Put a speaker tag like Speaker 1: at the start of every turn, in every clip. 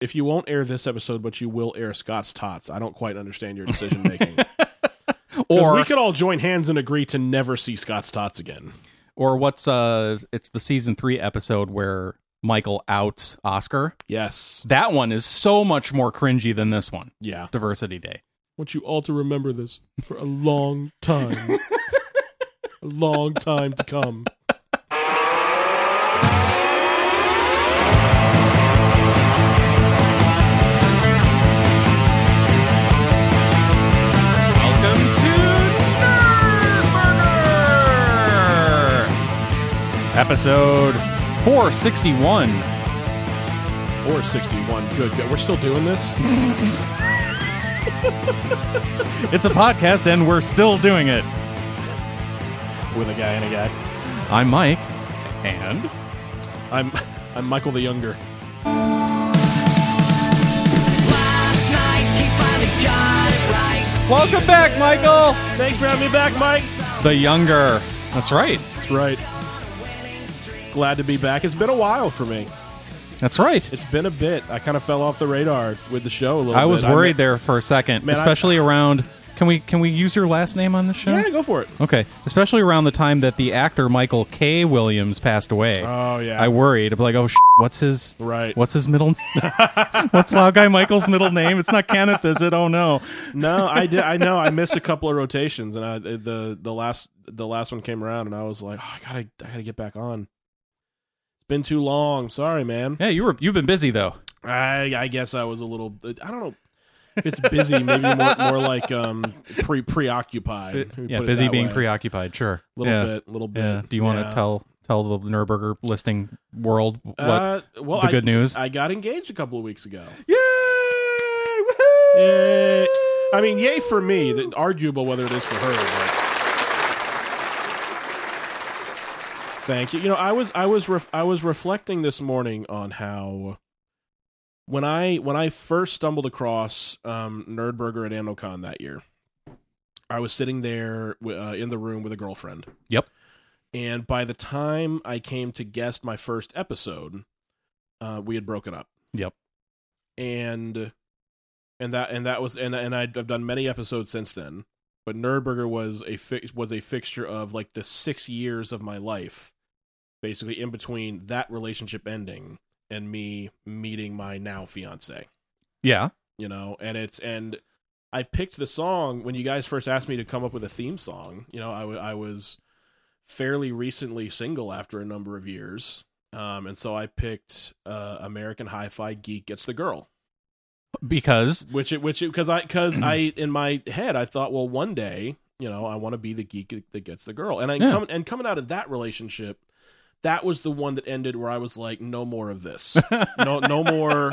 Speaker 1: if you won't air this episode, but you will air Scott's tots, I don't quite understand your decision making. or
Speaker 2: Or
Speaker 1: we could all join hands and agree to never see Scott's tots again.
Speaker 2: or what's uh it's the season 3 episode where Michael outs Oscar.
Speaker 1: Yes.
Speaker 2: That one is so much more cringy than this one.
Speaker 1: Yeah.
Speaker 2: Diversity Day.
Speaker 1: want you all to remember this for a long time. a long time to come.
Speaker 2: Welcome to Nerd Burger. Episode 461.
Speaker 1: 461. Good. good. We're still doing this?
Speaker 2: It's a podcast and we're still doing it.
Speaker 1: With a guy and a guy.
Speaker 2: I'm Mike and
Speaker 1: I'm I'm Michael the Younger.
Speaker 3: Last night he finally got it right.
Speaker 2: Welcome back, Michael.
Speaker 1: Thanks for having me back, Mike.
Speaker 2: The younger. That's right.
Speaker 1: That's right. Glad to be back. It's been a while for me.
Speaker 2: That's right.
Speaker 1: It's been a bit. I kind of fell off the radar with the show a little bit.
Speaker 2: I was worried
Speaker 1: that
Speaker 2: there for a second,
Speaker 1: Man, I-
Speaker 2: especially around Can we can we use your last name on the show?
Speaker 1: Yeah, go for it.
Speaker 2: Okay, especially around the time that the actor Michael K. Williams passed away.
Speaker 1: Oh, yeah.
Speaker 2: I worried. I'm like, oh, sh- what's his
Speaker 1: Right.
Speaker 2: What's his middle? name? what's Loud Guy Michael's middle name? It's not Kenneth, is it? Oh no.
Speaker 1: No, I did. I know I missed a couple of rotations, and I the the last the last one came around, and I was like, oh, I gotta I gotta get back on. It's been too long. Sorry, man.
Speaker 2: Yeah, you were you've been busy though.
Speaker 1: I I guess I was a little. I don't know. If it's busy, maybe more, more like um pre preoccupied. Let me
Speaker 2: Uh, yeah,
Speaker 1: put it
Speaker 2: busy
Speaker 1: that
Speaker 2: being
Speaker 1: way.
Speaker 2: preoccupied. Sure.
Speaker 1: A little
Speaker 2: yeah.
Speaker 1: bit, little bit.
Speaker 2: Yeah. Do you want
Speaker 1: Yeah.
Speaker 2: to tell tell the Nurburger listing world what
Speaker 1: Uh, well,
Speaker 2: the
Speaker 1: I,
Speaker 2: good news?
Speaker 1: I got engaged a couple of weeks ago.
Speaker 2: Yay! Woohoo!
Speaker 1: Eh, I mean, yay for me. That- Arguable whether it is for her. But... Thank you. You know, I was I was ref- I was reflecting this morning on how when I when I first stumbled across um, Nerdburger at AndoCon that year, I was sitting there w- uh, in the room with a girlfriend.
Speaker 2: Yep.
Speaker 1: And by the time I came to guest my first episode, uh, we had broken up.
Speaker 2: Yep.
Speaker 1: And and that and that was and and I've done many episodes since then. But Nerdburger was a fi- was a fixture of like the six years of my life, basically in between that relationship ending and me meeting my now fiance
Speaker 2: Yeah.
Speaker 1: you know and it's and i picked the song when you guys first asked me to come up with a theme song you know i, w- I was fairly recently single after a number of years um, and so i picked uh, american hi-fi geek gets the girl
Speaker 2: Because
Speaker 1: which it which because i because i in my head i thought well one day you know i want to be the geek that gets the girl and i
Speaker 2: Yeah.
Speaker 1: come and coming out of that relationship that was the one that ended where i was like no more of this no no more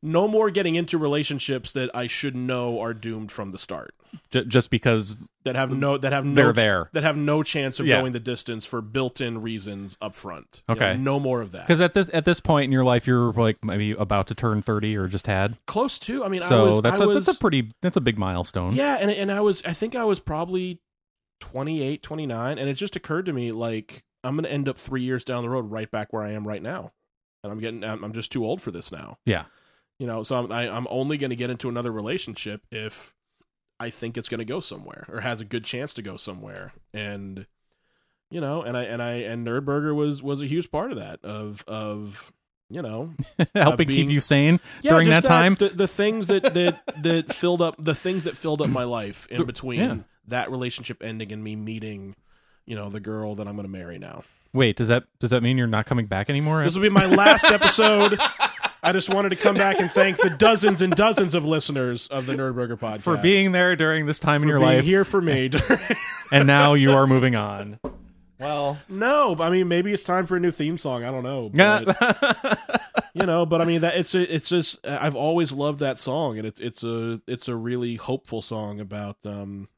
Speaker 1: no more getting into relationships that i should know are doomed from the start
Speaker 2: j- just because
Speaker 1: that have no that have no
Speaker 2: They're there.
Speaker 1: that have no chance of
Speaker 2: Yeah.
Speaker 1: going the distance for built-in reasons up front You know,
Speaker 2: Okay.
Speaker 1: no more of that
Speaker 2: because at this at this point in your life you're like maybe about to turn 30 or just had
Speaker 1: close to i mean
Speaker 2: so
Speaker 1: I was,
Speaker 2: that's
Speaker 1: I
Speaker 2: a
Speaker 1: was,
Speaker 2: that's a pretty that's a big milestone
Speaker 1: Yeah, and and I was I think I was probably 28, 29 and it just occurred to me like I'm going to end up 3 years down the road right back where I am right now. And I'm getting I'm, I'm just too old for this now.
Speaker 2: Yeah.
Speaker 1: You know, so I'm I, I'm only going to get into another relationship if I think it's going to go somewhere or has a good chance to go somewhere. And you know, and I and I and Nerdburger was was a huge part of that of of you know
Speaker 2: helping
Speaker 1: being-
Speaker 2: keep you sane during
Speaker 1: just
Speaker 2: that time?
Speaker 1: The, the things that that that filled up the things that filled up my life in
Speaker 2: Th-
Speaker 1: between
Speaker 2: yeah.
Speaker 1: that relationship ending and me meeting, you know, the girl that I'm going to marry now.
Speaker 2: wait does that does that mean you're not coming back anymore
Speaker 1: This will be my last episode. I just wanted to come back and thank the dozens and dozens of listeners of the Nerdburger podcast
Speaker 2: for being there during this time in your
Speaker 1: being
Speaker 2: life
Speaker 1: here for me. during-
Speaker 2: and now you are moving on well
Speaker 1: no, I mean maybe it's time for a new theme song. I don't know. But,
Speaker 2: yeah
Speaker 1: you know, but I mean that it's it's just I've always loved that song, and it's it's a it's a really hopeful song about um,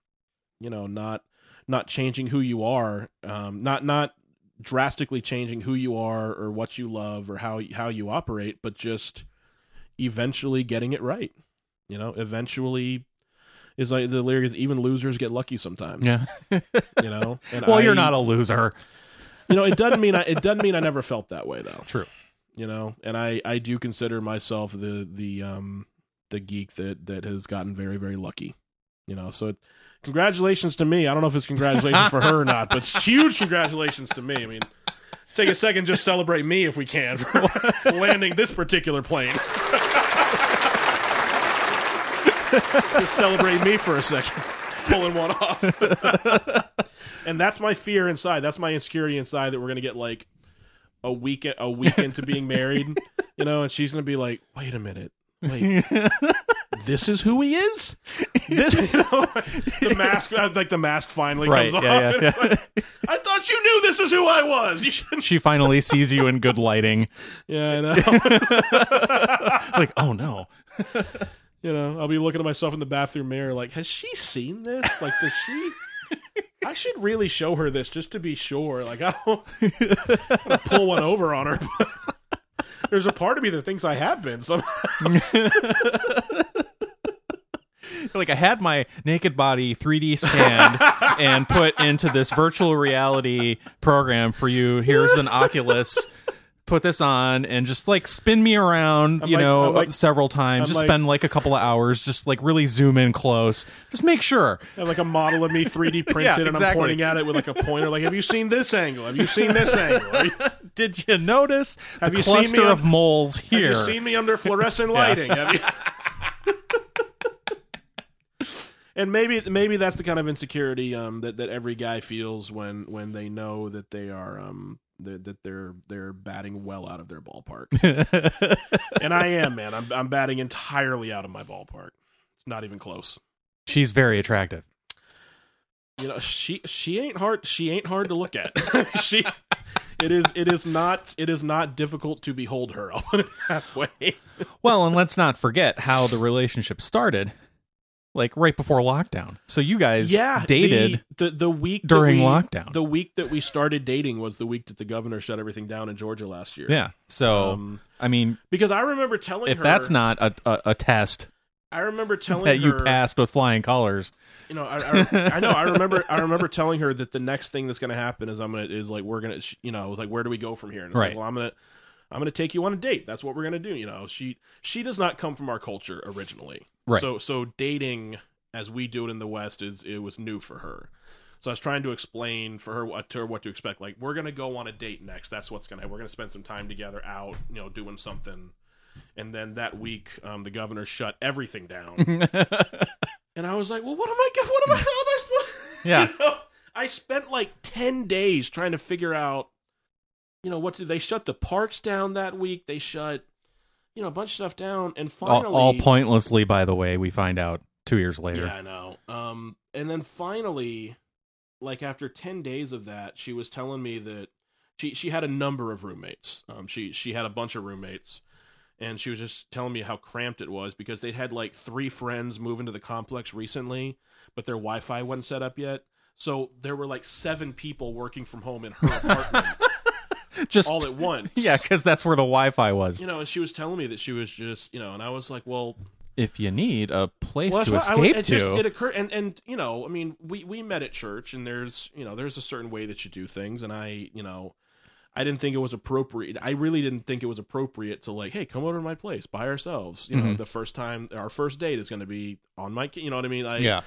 Speaker 1: you know, not not changing who you are, um, not not drastically changing who you are or what you love or how how you operate, but just eventually getting it right. You know, eventually is like the lyric is even losers get lucky sometimes.
Speaker 2: yeah
Speaker 1: You know, and
Speaker 2: well you're
Speaker 1: I-
Speaker 2: not a loser
Speaker 1: you know, it doesn't mean I it doesn't mean I never felt that way though.
Speaker 2: True.
Speaker 1: you know and i i do consider myself the the um the geek that that has gotten very very lucky you know so it, congratulations to me i don't know if it's congratulations for her or not but it's huge congratulations to me i mean take a second just celebrate me if we can for landing this particular plane just celebrate me for a second pulling one off and that's my fear inside that's my insecurity inside that we're gonna get like a week a week into being married you know and she's gonna be like wait a minute wait this is who he is this you know the mask like the mask finally
Speaker 2: right.
Speaker 1: comes
Speaker 2: yeah,
Speaker 1: off
Speaker 2: yeah, yeah.
Speaker 1: i thought you knew this is who i was you should
Speaker 2: she finally sees you in good lighting.
Speaker 1: yeah i know
Speaker 2: Like, oh no.
Speaker 1: you know i'll be looking at myself in the bathroom mirror like has she seen this like does she i should really show her this just to be sure like i don't I'm gonna pull one over on her there's a part of me that thinks i have been so
Speaker 2: Like I had my naked body 3D scanned and put into this virtual reality program for you. Here's an Oculus. Put this on and just like spin me around,
Speaker 1: I'm
Speaker 2: you
Speaker 1: like-
Speaker 2: know,
Speaker 1: I'm like-
Speaker 2: several times.
Speaker 1: I'm
Speaker 2: just
Speaker 1: like-
Speaker 2: spend like a couple of hours, just like really zoom in close. Just make sure.
Speaker 1: I have like a model of me 3d printed
Speaker 2: Yeah,
Speaker 1: and i'm
Speaker 2: exactly.
Speaker 1: pointing at it with like a pointer like have you seen this angle have you seen this angle have you,
Speaker 2: Did you notice
Speaker 1: Have
Speaker 2: the
Speaker 1: you seen me
Speaker 2: cluster
Speaker 1: on-
Speaker 2: of moles
Speaker 1: have you
Speaker 2: here?
Speaker 1: seen me under fluorescent lighting have you and maybe maybe that's the kind of insecurity um, that that every guy feels when when they know that they are um that, that they're they're batting well out of their ballpark. and I am, man. I'm I'm batting entirely out of my ballpark. It's not even close.
Speaker 2: She's very attractive.
Speaker 1: You know, she she ain't hard she ain't hard to look at. she it is it is not it is not difficult to behold her. I'll put it that way.
Speaker 2: Well, and let's not forget how the relationship started, like right before lockdown. So you guys
Speaker 1: yeah,
Speaker 2: dated
Speaker 1: the, the, the week that
Speaker 2: during
Speaker 1: we-
Speaker 2: lockdown.
Speaker 1: The week that we started dating was the week that the governor shut everything down in Georgia last year.
Speaker 2: yeah. So
Speaker 1: Um,
Speaker 2: I mean,
Speaker 1: because I remember telling
Speaker 2: if
Speaker 1: her
Speaker 2: that's not a, a, a test
Speaker 1: I remember telling
Speaker 2: that you
Speaker 1: her
Speaker 2: passed with flying colors,
Speaker 1: you know I, I, I know I remember I remember telling her that the next thing that's going to happen is I'm going to is like we're going to you know I was like where do we go from here and it's
Speaker 2: Right.
Speaker 1: like well I'm going to I'm going to take you on a date that's what we're going to do you know she she does not come from our culture originally
Speaker 2: Right.
Speaker 1: so so dating as we do it in the west is it was new for her so I was trying to explain for her what to her what to expect like we're going to go on a date next that's what's going to we're going to spend some time together out you know doing something and then that week um, the governor shut everything down and I was like, "Well, what am I? go- What am I? How am I supposed?"
Speaker 2: Yeah.
Speaker 1: You know, I spent like ten days trying to figure out, you know, what did they shut the parks down that week? They shut, you know, a bunch of stuff down, and
Speaker 2: all,
Speaker 1: finally,
Speaker 2: all pointlessly. By the way, we find out two years later.
Speaker 1: Yeah, I know. Um, and then finally, like after ten days of that, she was telling me that she she had a number of roommates. Um, she she had a bunch of roommates, and she was just telling me how cramped it was because they'd had like three friends move into the complex recently, but their Wi-Fi wasn't set up yet. So there were like seven people working from home in her apartment
Speaker 2: Just
Speaker 1: all at once.
Speaker 2: yeah, because that's where the Wi-Fi was.
Speaker 1: You know, and she was telling me that she was just, you know, and I was like, well,
Speaker 2: if you need a place
Speaker 1: Well,
Speaker 2: to
Speaker 1: that's what I-
Speaker 2: escape
Speaker 1: it
Speaker 2: to,
Speaker 1: just- it occurred, and and you know, I mean, we we met at church, and there's you know, there's a certain way that you do things, and I you know, I didn't think it was appropriate. I really didn't think it was appropriate to like, hey, come over to my place by ourselves. You know,
Speaker 2: Mhm.
Speaker 1: the first time our first date is going to be on my, ca- you know what I mean? I,
Speaker 2: yeah,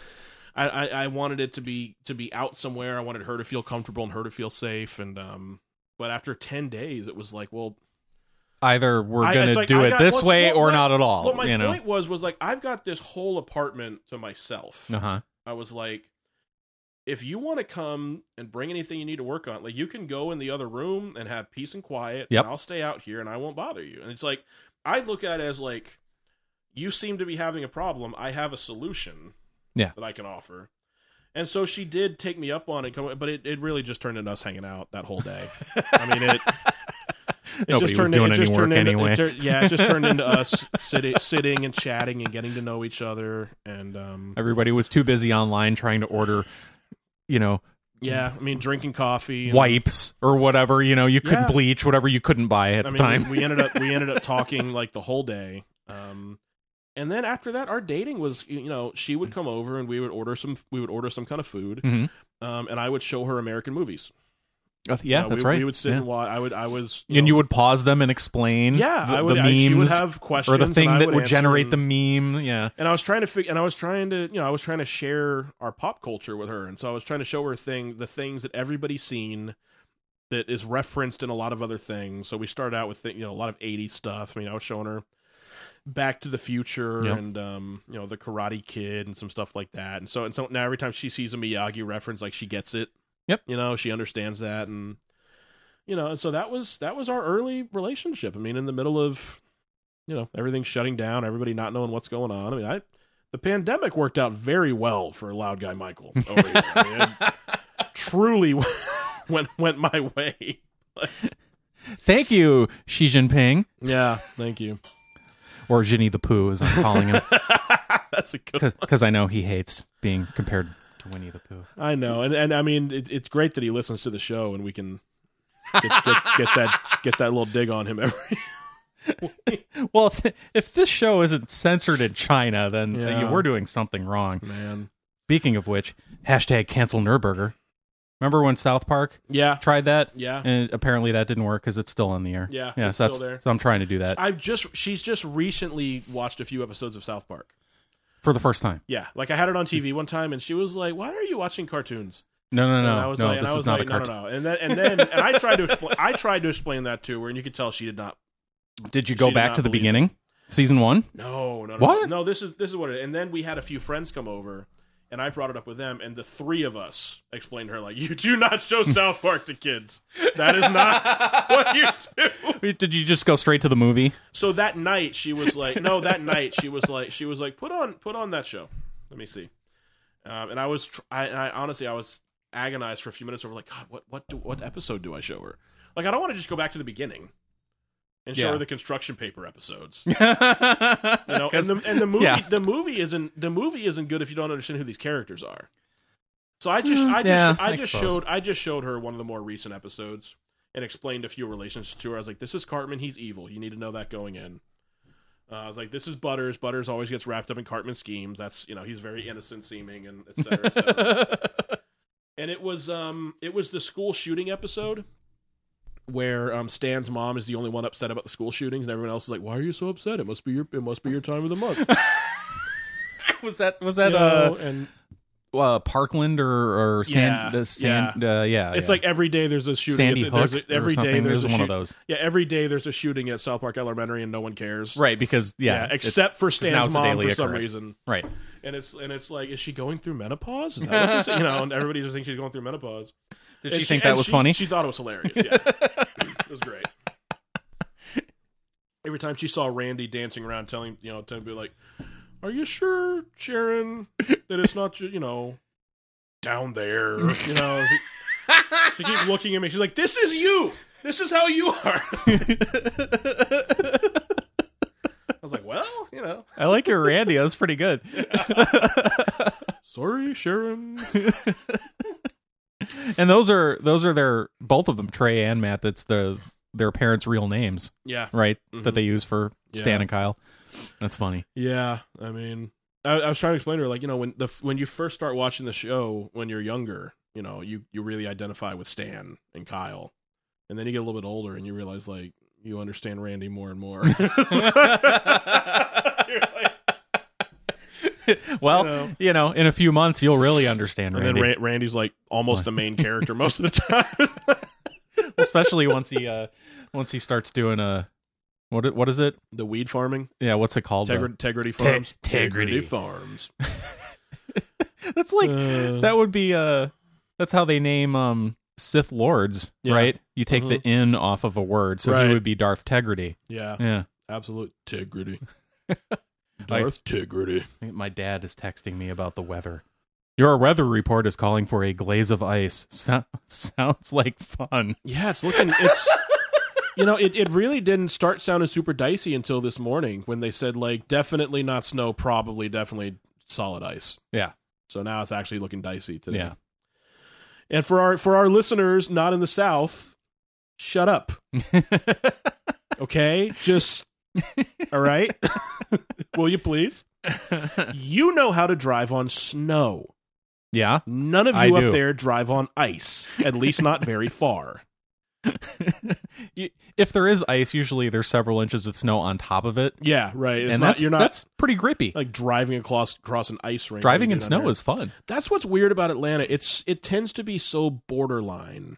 Speaker 1: I, I I wanted it to be to be out somewhere. I wanted her to feel comfortable and her to feel safe, and um. But after ten days, it was like, well,
Speaker 2: either we're
Speaker 1: I-
Speaker 2: gonna
Speaker 1: it's like,
Speaker 2: do
Speaker 1: I
Speaker 2: it
Speaker 1: got-
Speaker 2: this
Speaker 1: what's-
Speaker 2: way
Speaker 1: what-
Speaker 2: or
Speaker 1: what-
Speaker 2: not at all.
Speaker 1: what my
Speaker 2: you know,
Speaker 1: point was was like, I've got this whole apartment to myself.
Speaker 2: uh huh.
Speaker 1: I was like, if you want to come and bring anything you need to work on, like you can go in the other room and have peace and quiet.
Speaker 2: Yep.
Speaker 1: And I'll stay out here and I won't bother you. And it's like, I look at it as like, you seem to be having a problem. I have a solution
Speaker 2: Yeah.
Speaker 1: that I can offer. And so she did take me up on it, come- but it, it really just turned into us hanging out that whole day. I mean, it, it
Speaker 2: Nobody
Speaker 1: just
Speaker 2: was
Speaker 1: turned
Speaker 2: doing
Speaker 1: it
Speaker 2: any
Speaker 1: just
Speaker 2: work
Speaker 1: turned into,
Speaker 2: anyway.
Speaker 1: It tur- yeah, it just turned into us sitting, sitting and chatting and getting to know each other. And um,
Speaker 2: Everybody was too busy online trying to order, you know,
Speaker 1: yeah, I mean, drinking coffee, and-
Speaker 2: wipes or whatever. You know, you couldn't
Speaker 1: Yeah.
Speaker 2: bleach whatever you couldn't buy at
Speaker 1: I
Speaker 2: the
Speaker 1: mean,
Speaker 2: time.
Speaker 1: We, we ended up we ended up talking like the whole day. Um, and then after that, our dating was you know she would come over and we would order some we would order some kind of food,
Speaker 2: Mhm.
Speaker 1: um, and I would show her American movies.
Speaker 2: Uh, yeah,
Speaker 1: Uh,
Speaker 2: that's
Speaker 1: we,
Speaker 2: right.
Speaker 1: We would sit
Speaker 2: Yeah.
Speaker 1: and watch. I would. I was.
Speaker 2: and you
Speaker 1: know,
Speaker 2: would pause them and explain.
Speaker 1: Yeah,
Speaker 2: the,
Speaker 1: I would.
Speaker 2: the
Speaker 1: I- she would
Speaker 2: memes
Speaker 1: have questions,
Speaker 2: or the
Speaker 1: and
Speaker 2: thing
Speaker 1: I
Speaker 2: that
Speaker 1: would
Speaker 2: would
Speaker 1: answer
Speaker 2: generate
Speaker 1: and-
Speaker 2: the meme. Yeah,
Speaker 1: And I was trying to figure, and I was trying to, you know, I was trying to share our pop culture with her, and so I was trying to show her thing, the things that everybody's seen, that is referenced in a lot of other things. So we started out with, thi- you know, a lot of '80s stuff. I mean, I was showing her Back to the Future
Speaker 2: Yeah.
Speaker 1: and, um, you know, the Karate Kid and some stuff like that. And so, and so now every time she sees a Miyagi reference, like she gets it.
Speaker 2: Yep.
Speaker 1: You know, she understands that, and you know, and so that was that was our early relationship. I mean, in the middle of you know everything shutting down, everybody not knowing what's going on. I mean, I the pandemic worked out very well for Loud Guy Michael. Over here. I mean, it truly went went my way.
Speaker 2: thank you, Xi Jinping
Speaker 1: Yeah, thank you.
Speaker 2: or Ginny the Pooh, as I'm calling him,
Speaker 1: That's a good.
Speaker 2: because I know he hates being compared to Winnie the Pooh.
Speaker 1: I know, and and I mean, it, it's great that he listens to the show, and we can get, get, get that get that little dig on him every.
Speaker 2: Well, if, if this show isn't censored in China, then uh,
Speaker 1: Yeah.
Speaker 2: we're doing something wrong.
Speaker 1: Man,
Speaker 2: Speaking of which, hashtag cancel Nurburger. Remember when South Park
Speaker 1: yeah,
Speaker 2: tried that?
Speaker 1: yeah.
Speaker 2: And apparently that didn't work because it's still on the air.
Speaker 1: Yeah,
Speaker 2: yeah.
Speaker 1: it's
Speaker 2: so,
Speaker 1: still
Speaker 2: that's-
Speaker 1: there.
Speaker 2: so I'm trying to do that
Speaker 1: I've just she's just recently watched a few episodes of South Park.
Speaker 2: for the first time.
Speaker 1: Yeah, like I had it on TV one time, and she was like, "Why are you watching cartoons?"
Speaker 2: No, no, no,
Speaker 1: and I Oh, was
Speaker 2: no.
Speaker 1: like,
Speaker 2: this
Speaker 1: and I
Speaker 2: is
Speaker 1: was
Speaker 2: not
Speaker 1: like,
Speaker 2: a
Speaker 1: "No,
Speaker 2: cartoon.
Speaker 1: no, no." And then and then and I tried to explain. I tried to explain that to her, and you could tell she did not.
Speaker 2: Did you
Speaker 1: She
Speaker 2: go
Speaker 1: did
Speaker 2: back
Speaker 1: not
Speaker 2: to the
Speaker 1: believe it.
Speaker 2: beginning, season one?
Speaker 1: No, no, no,
Speaker 2: What?
Speaker 1: no. This is this is what. It, and then we had a few friends come over, and I brought it up with them, and the three of us explained to her like, "You do not show South Park to kids. That is not what you do."
Speaker 2: Did you just go straight to the movie?
Speaker 1: So that night she was like, no, that night she was like, she was like, put on, put on that show. Let me see. Um, and I was, tr- I, I honestly, I was agonized for a few minutes over like, God, what, what, do, what episode do I show her? Like, I don't want to just go back to the beginning and show
Speaker 2: Yeah.
Speaker 1: her the construction paper episodes.
Speaker 2: you
Speaker 1: You know,
Speaker 2: know,
Speaker 1: and the, and the movie,
Speaker 2: yeah.
Speaker 1: the movie isn't, the movie isn't good if you don't understand who these characters are. So I just,
Speaker 2: Mm,
Speaker 1: I just,
Speaker 2: yeah,
Speaker 1: I
Speaker 2: I
Speaker 1: just
Speaker 2: suppose.
Speaker 1: showed, I just showed her one of the more recent episodes and explained a few relations to her. I was like, "This is Cartman. He's evil. You need to know that going in." Uh, I was like, "This is Butters. Butters always gets wrapped up in Cartman schemes. That's you know he's very innocent seeming and et cetera, et cetera." and it was um it was the school shooting episode where um Stan's mom is the only one upset about the school shootings, and everyone else is like, "Why are you so upset? It must be your it must be your time of the month."
Speaker 2: was that was
Speaker 1: You
Speaker 2: that
Speaker 1: know, and
Speaker 2: uh, uh Parkland or or
Speaker 1: Yeah,
Speaker 2: Sand uh, Sand yeah. Uh, yeah
Speaker 1: it's
Speaker 2: yeah.
Speaker 1: like every day there's a shooting.
Speaker 2: Sandy
Speaker 1: It's-
Speaker 2: Hook
Speaker 1: there's a- every
Speaker 2: or something.
Speaker 1: day there's, a
Speaker 2: one of
Speaker 1: shoot-
Speaker 2: those
Speaker 1: Yeah, every day there's a shooting at South Park Elementary, and no one cares.
Speaker 2: right because yeah, it's-
Speaker 1: except for
Speaker 2: now
Speaker 1: Stan's
Speaker 2: it's a
Speaker 1: mom for
Speaker 2: daily
Speaker 1: some
Speaker 2: occurrence.
Speaker 1: reason.
Speaker 2: right
Speaker 1: and it's and it's like, is she going through menopause? Is that what this is? You know, and everybody just thinks she's going through menopause.
Speaker 2: did
Speaker 1: And
Speaker 2: she think
Speaker 1: and
Speaker 2: that was
Speaker 1: she-
Speaker 2: funny
Speaker 1: She thought it was hilarious. Yeah, it was great. Every time she saw Randy dancing around, telling you know, to be like, "Are you sure, Sharon, that it's not ju- you know down there?" You know, she, she keep looking at me. She's like, "This is you. This is how you are." I was like, "Well, you know."
Speaker 2: I like your Randy that's pretty good
Speaker 1: Sorry, Sharon.
Speaker 2: and those are those are their both of them Trey and Matt that's the their parents real names
Speaker 1: Yeah,
Speaker 2: right
Speaker 1: Mhm.
Speaker 2: that they use for
Speaker 1: Yeah.
Speaker 2: Stan and Kyle that's funny
Speaker 1: yeah. I mean, I, I was trying to explain to her, like, you know, when the when you first start watching the show when you're younger, you know, you you really identify with Stan and Kyle, and then you get a little bit older and you realize like you understand Randy more and more. You're like-
Speaker 2: well
Speaker 1: You know.
Speaker 2: you know in a few months you'll really understand
Speaker 1: and
Speaker 2: Randy
Speaker 1: then Ra- Randy's like almost the main character most of the time.
Speaker 2: especially once he uh once he starts doing a what i- what is it
Speaker 1: the weed farming,
Speaker 2: yeah what's it called
Speaker 1: Tegri- Tegrity Farms,
Speaker 2: Tegrity.
Speaker 1: Farms.
Speaker 2: that's like
Speaker 1: Uh,
Speaker 2: that would be uh that's how they name um sith lords
Speaker 1: Yeah.
Speaker 2: right you take
Speaker 1: Mhm.
Speaker 2: the in off of a word so
Speaker 1: Right. Oh.
Speaker 2: he would be darth tegrity
Speaker 1: yeah,
Speaker 2: yeah
Speaker 1: absolute Tegrity.
Speaker 2: I-
Speaker 1: Darth Tegrity.
Speaker 2: I think my dad is texting me about the weather your weather report is calling for a glaze of ice so- sounds like fun
Speaker 1: Yeah, it's looking it's you know, it, it really didn't start sounding super dicey until this morning when they said like definitely not snow, probably definitely solid ice.
Speaker 2: Yeah.
Speaker 1: So now it's actually looking dicey today.
Speaker 2: yeah
Speaker 1: And for our for our listeners not in the south, shut up. Okay? Just all right. Will you please? You know how to drive on snow.
Speaker 2: Yeah.
Speaker 1: None of
Speaker 2: I
Speaker 1: you
Speaker 2: do.
Speaker 1: up there drive on ice, at least not very far.
Speaker 2: You- if there is ice, usually there's several inches of snow on top of it,
Speaker 1: Yeah, right. It's
Speaker 2: and
Speaker 1: not
Speaker 2: that's
Speaker 1: you're not
Speaker 2: that's pretty grippy.
Speaker 1: like driving across across an ice rink.
Speaker 2: Driving
Speaker 1: You're
Speaker 2: in
Speaker 1: not
Speaker 2: snow
Speaker 1: there.
Speaker 2: is fun.
Speaker 1: That's what's weird about Atlanta. It's it tends to be so borderline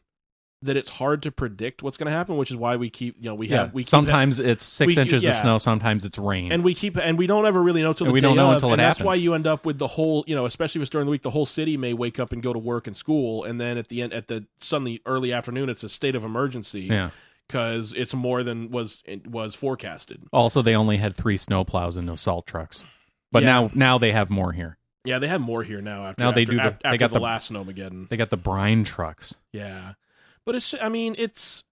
Speaker 1: that it's hard to predict what's going to happen, which is why we keep you know we have we keep
Speaker 2: sometimes it's six
Speaker 1: we-
Speaker 2: inches
Speaker 1: yeah.
Speaker 2: of snow, sometimes it's rain.
Speaker 1: and we keep and we don't ever really know till
Speaker 2: And
Speaker 1: the
Speaker 2: we
Speaker 1: day
Speaker 2: don't know
Speaker 1: of,
Speaker 2: until it
Speaker 1: and that's
Speaker 2: happens.
Speaker 1: why you end up with the whole you know especially if it's during the week the whole city may wake up and go to work and school and then at the end at the suddenly early afternoon it's a state of emergency
Speaker 2: yeah.
Speaker 1: because it's more than was it was forecasted
Speaker 2: Also, they only had three snow plows and no salt trucks, but
Speaker 1: Yeah.
Speaker 2: now now they have more here.
Speaker 1: yeah they have more here now after
Speaker 2: Now they
Speaker 1: after-
Speaker 2: do the-
Speaker 1: af-
Speaker 2: they
Speaker 1: after
Speaker 2: got
Speaker 1: the,
Speaker 2: the-
Speaker 1: last snowmageddon
Speaker 2: They got the brine trucks.
Speaker 1: Yeah, but it's I mean it's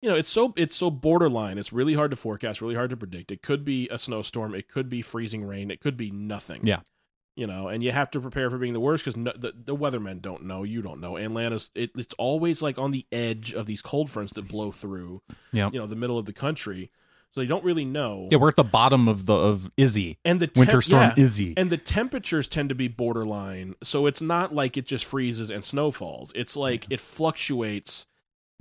Speaker 1: you know it's so it's so borderline. It's really hard to forecast, really hard to predict. It could be a snowstorm, it could be freezing rain, it could be nothing.
Speaker 2: Yeah.
Speaker 1: You know, and you have to prepare for being the worst because no, the, the weathermen don't know. You don't know. Atlanta's it, it's always like on the edge of these cold fronts that blow through.
Speaker 2: Yeah.
Speaker 1: You know, the middle of the country, so they don't really know.
Speaker 2: Yeah, we're at the bottom of the of Izzy
Speaker 1: And the
Speaker 2: Winter
Speaker 1: temp-
Speaker 2: Storm
Speaker 1: yeah.
Speaker 2: Izzy.
Speaker 1: And the temperatures tend to be borderline, so it's not like it just freezes and snow falls. It's like it fluctuates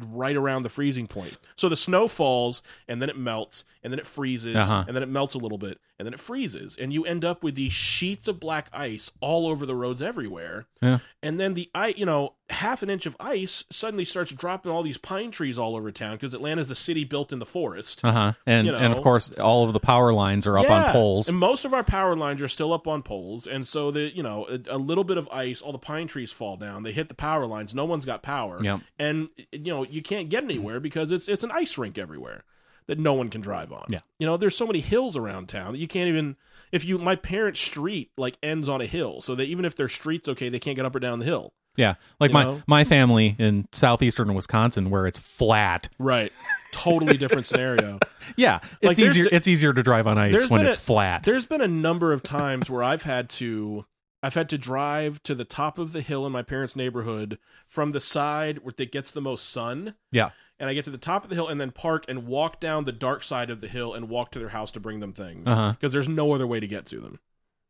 Speaker 1: right around the freezing point. So the snow falls and then it melts and then it freezes
Speaker 2: Uh-huh.
Speaker 1: and then it melts a little bit and then it freezes and you end up with these sheets of black ice all over the roads everywhere.
Speaker 2: Yeah.
Speaker 1: And then the ice, you know, half an inch of ice suddenly starts dropping all these pine trees all over town because Atlanta's the city built in the forest.
Speaker 2: Uh huh. And
Speaker 1: You
Speaker 2: and
Speaker 1: know.
Speaker 2: of course, all of the power lines are up on
Speaker 1: Yeah,
Speaker 2: poles.
Speaker 1: And most of our power lines are still up on poles, and so the you know a, a little bit of ice, all the pine trees fall down. They hit the power lines. No one's got power.
Speaker 2: Yeah.
Speaker 1: And you know you can't get anywhere because it's it's an ice rink everywhere that no one can drive on.
Speaker 2: Yeah.
Speaker 1: You know there's so many hills around town that you can't even if you my parents' street like ends on a hill, so that even if their street's okay, they can't get up or down the hill.
Speaker 2: Yeah, like
Speaker 1: You
Speaker 2: my
Speaker 1: know?
Speaker 2: my family in southeastern Wisconsin, where it's flat.
Speaker 1: Right. Totally different scenario.
Speaker 2: Yeah, it's
Speaker 1: Like, there's
Speaker 2: easier.
Speaker 1: d-
Speaker 2: it's easier to drive on ice
Speaker 1: there's
Speaker 2: when
Speaker 1: been
Speaker 2: it's
Speaker 1: a-
Speaker 2: flat.
Speaker 1: There's been a number of times where I've had to I've had to drive to the top of the hill in my parents' neighborhood from the side where that gets the most sun.
Speaker 2: Yeah.
Speaker 1: And I get to the top of the hill and then park and walk down the dark side of the hill and walk to their house to bring them things because
Speaker 2: Uh-huh.
Speaker 1: there's no other way to get to them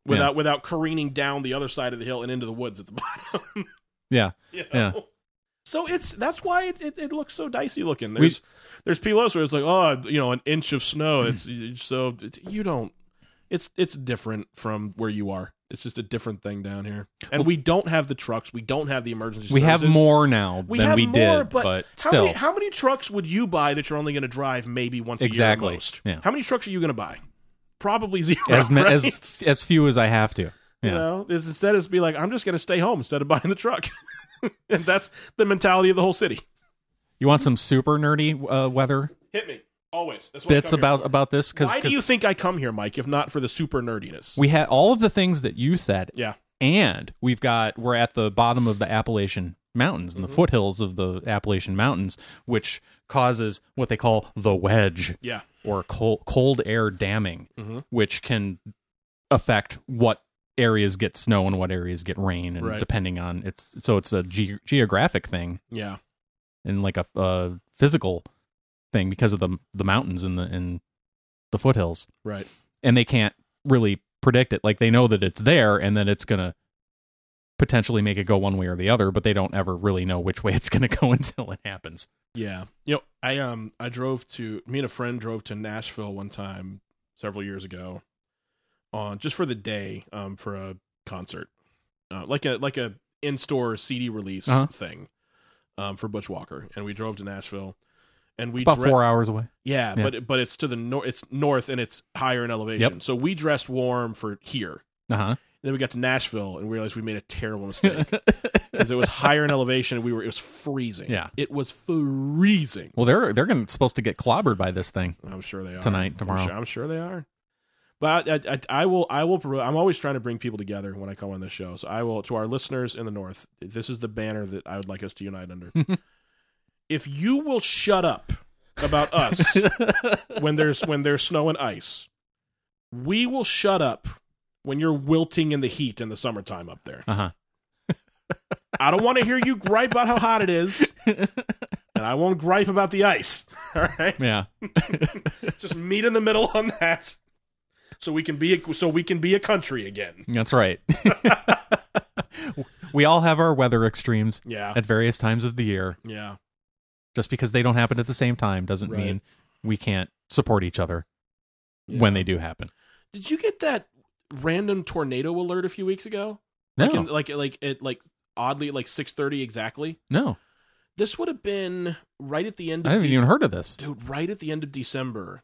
Speaker 1: without without careening down the other side of the hill and into the woods at the bottom.
Speaker 2: Yeah.
Speaker 1: you know?
Speaker 2: Yeah.
Speaker 1: So it's that's why it, it, it looks so dicey looking. There's there's PLOs where it's like oh you know an inch of snow. It's it's so it's, you don't. It's it's different from where you are. It's just a different thing down here. And we don't have the trucks. We don't have the emergency.
Speaker 2: We have
Speaker 1: services.
Speaker 2: more now
Speaker 1: We
Speaker 2: than
Speaker 1: have
Speaker 2: we
Speaker 1: more,
Speaker 2: did,
Speaker 1: but,
Speaker 2: but,
Speaker 1: how
Speaker 2: still,
Speaker 1: many, how many trucks would you buy that you're only going to drive maybe once a year
Speaker 2: Exactly.
Speaker 1: at most?
Speaker 2: Yeah.
Speaker 1: How many trucks are you going to buy? Probably zero.
Speaker 2: as ma-
Speaker 1: right?
Speaker 2: as as few as I have to.
Speaker 1: You
Speaker 2: Yeah.
Speaker 1: know, it's, instead it's be like I'm just going to stay home instead of buying the truck. and that's the mentality of the whole city.
Speaker 2: You want some super nerdy uh, weather
Speaker 1: Hit me always. That's what I
Speaker 2: bits
Speaker 1: come here
Speaker 2: about
Speaker 1: for.
Speaker 2: about this? Because
Speaker 1: Why do you think I come here, Mike? If not for the super nerdiness,
Speaker 2: we had all of the things that you said,
Speaker 1: yeah,
Speaker 2: and we've got we're at the bottom of the Appalachian Mountains
Speaker 1: Mm-hmm.
Speaker 2: and the foothills of the Appalachian Mountains, which causes what they call the wedge.
Speaker 1: yeah,
Speaker 2: or cold, cold air damming,
Speaker 1: Mhm.
Speaker 2: which can affect what areas get snow and what areas get rain, and
Speaker 1: Right.
Speaker 2: depending on it's so it's a ge- geographic thing
Speaker 1: yeah,
Speaker 2: and like a, a physical thing because of the the mountains and the and the foothills,
Speaker 1: right,
Speaker 2: and they can't really predict it. Like they know that it's there and that it's gonna potentially make it go one way or the other, but they don't ever really know which way it's gonna go until it happens.
Speaker 1: yeah. You know, I um, I drove to me and a friend drove to Nashville one time several years ago, on just for the day, um, for a concert, uh, like a like a in store CD release
Speaker 2: Uh-huh.
Speaker 1: thing, um, for Butch Walker, and we drove to Nashville, and we
Speaker 2: It's about
Speaker 1: dre-
Speaker 2: four hours away.
Speaker 1: Yeah,
Speaker 2: Yeah.
Speaker 1: but it- but it's to the north. It's north and it's higher in elevation. So we dressed warm for here.
Speaker 2: Uh
Speaker 1: Then we got to Nashville and realized we made a terrible mistake
Speaker 2: huh.
Speaker 1: because it was higher in elevation and we were it was freezing.
Speaker 2: Yeah.
Speaker 1: it was freezing.
Speaker 2: Well, they're they're gonna supposed to get clobbered by this thing.
Speaker 1: I'm sure they are
Speaker 2: Tonight,
Speaker 1: I'm
Speaker 2: tomorrow.
Speaker 1: sure- I'm sure, they are. But I, I- I, I will I will pro- I'm always trying to bring people together when I come on this show. So I will to our listeners in the north. This is the banner that I would like us to unite under. if you will shut up about us when there's when there's snow and ice, we will shut up when you're wilting in the heat in the summertime up there.
Speaker 2: Uh huh.
Speaker 1: I don't want to hear you gripe about how hot it is, and I won't gripe about the ice. All right,
Speaker 2: Yeah.
Speaker 1: just meet in the middle on that, so we can be a, so we can be a country again.
Speaker 2: That's right. we all have our weather extremes
Speaker 1: Yeah.
Speaker 2: at various times of the year.
Speaker 1: Yeah.
Speaker 2: Just because they don't happen at the same time doesn't
Speaker 1: Right.
Speaker 2: mean we can't support each other when
Speaker 1: Yeah.
Speaker 2: they do happen.
Speaker 1: Did you get that random tornado alert a few weeks ago?
Speaker 2: No,
Speaker 1: Like in, like like it like oddly like 6:30 exactly.
Speaker 2: no,
Speaker 1: This would have been right at the end
Speaker 2: I
Speaker 1: of
Speaker 2: haven't
Speaker 1: the
Speaker 2: even heard of this.
Speaker 1: dude, right at the end of December.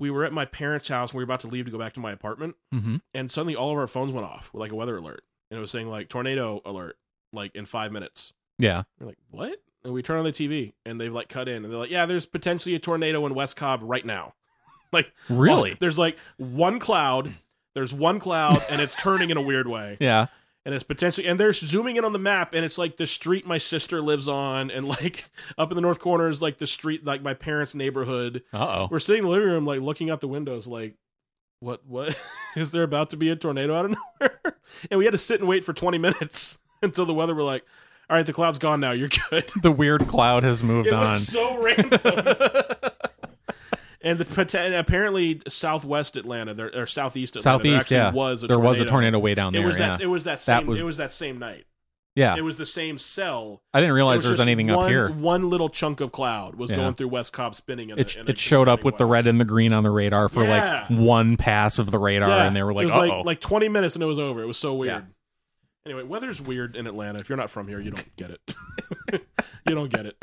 Speaker 1: We were at my parents' house and we were about to leave to go back to my apartment
Speaker 2: Mm-hmm.
Speaker 1: and suddenly all of our phones went off with like a weather alert and it was saying like tornado alert like in 5 minutes.
Speaker 2: Yeah,
Speaker 1: We're like, "What?" And we turn on the TV and they've like cut in and they're like, "Yeah, there's potentially a tornado in West Cobb right now." like
Speaker 2: really?
Speaker 1: Oh, there's like one cloud. There's one cloud, and it's turning in a weird way,
Speaker 2: yeah.
Speaker 1: and it's potentially. And they're zooming in on the map, and it's like the street my sister lives on, and like up in the north corner is like the street, like my parents' neighborhood.
Speaker 2: Uh oh.
Speaker 1: We're sitting in the living room, like looking out the windows, like, what, what is there about to be a tornado out of nowhere? And we had to sit and wait for 20 minutes until the weather were like, all right, the cloud's gone now. You're good.
Speaker 2: The weird cloud has moved
Speaker 1: It
Speaker 2: on.
Speaker 1: was so random. and the pot- and apparently Southwest Atlanta, there or Southeast Atlanta, there
Speaker 2: Southeast,
Speaker 1: actually
Speaker 2: yeah.
Speaker 1: was a
Speaker 2: there
Speaker 1: tornado.
Speaker 2: was a tornado way down
Speaker 1: It
Speaker 2: there.
Speaker 1: was
Speaker 2: yeah,
Speaker 1: that. It was that
Speaker 2: That
Speaker 1: same.
Speaker 2: was-
Speaker 1: it was that same night.
Speaker 2: yeah.
Speaker 1: It was the same cell.
Speaker 2: I didn't
Speaker 1: It
Speaker 2: realize there was
Speaker 1: just
Speaker 2: anything
Speaker 1: one,
Speaker 2: up here.
Speaker 1: One little chunk of cloud was
Speaker 2: Yeah.
Speaker 1: going through West Cobb, spinning. In
Speaker 2: it,
Speaker 1: a, in a
Speaker 2: it showed up
Speaker 1: concerning
Speaker 2: with the
Speaker 1: way.
Speaker 2: red and the green on the radar for
Speaker 1: Yeah.
Speaker 2: like one pass of the radar,
Speaker 1: Yeah.
Speaker 2: and they were like,
Speaker 1: it was
Speaker 2: "Uh
Speaker 1: like like twenty minutes and it was over. It was so weird.
Speaker 2: Yeah.
Speaker 1: Anyway, weather's weird in Atlanta. If you're not from here, you don't get it. you don't get it.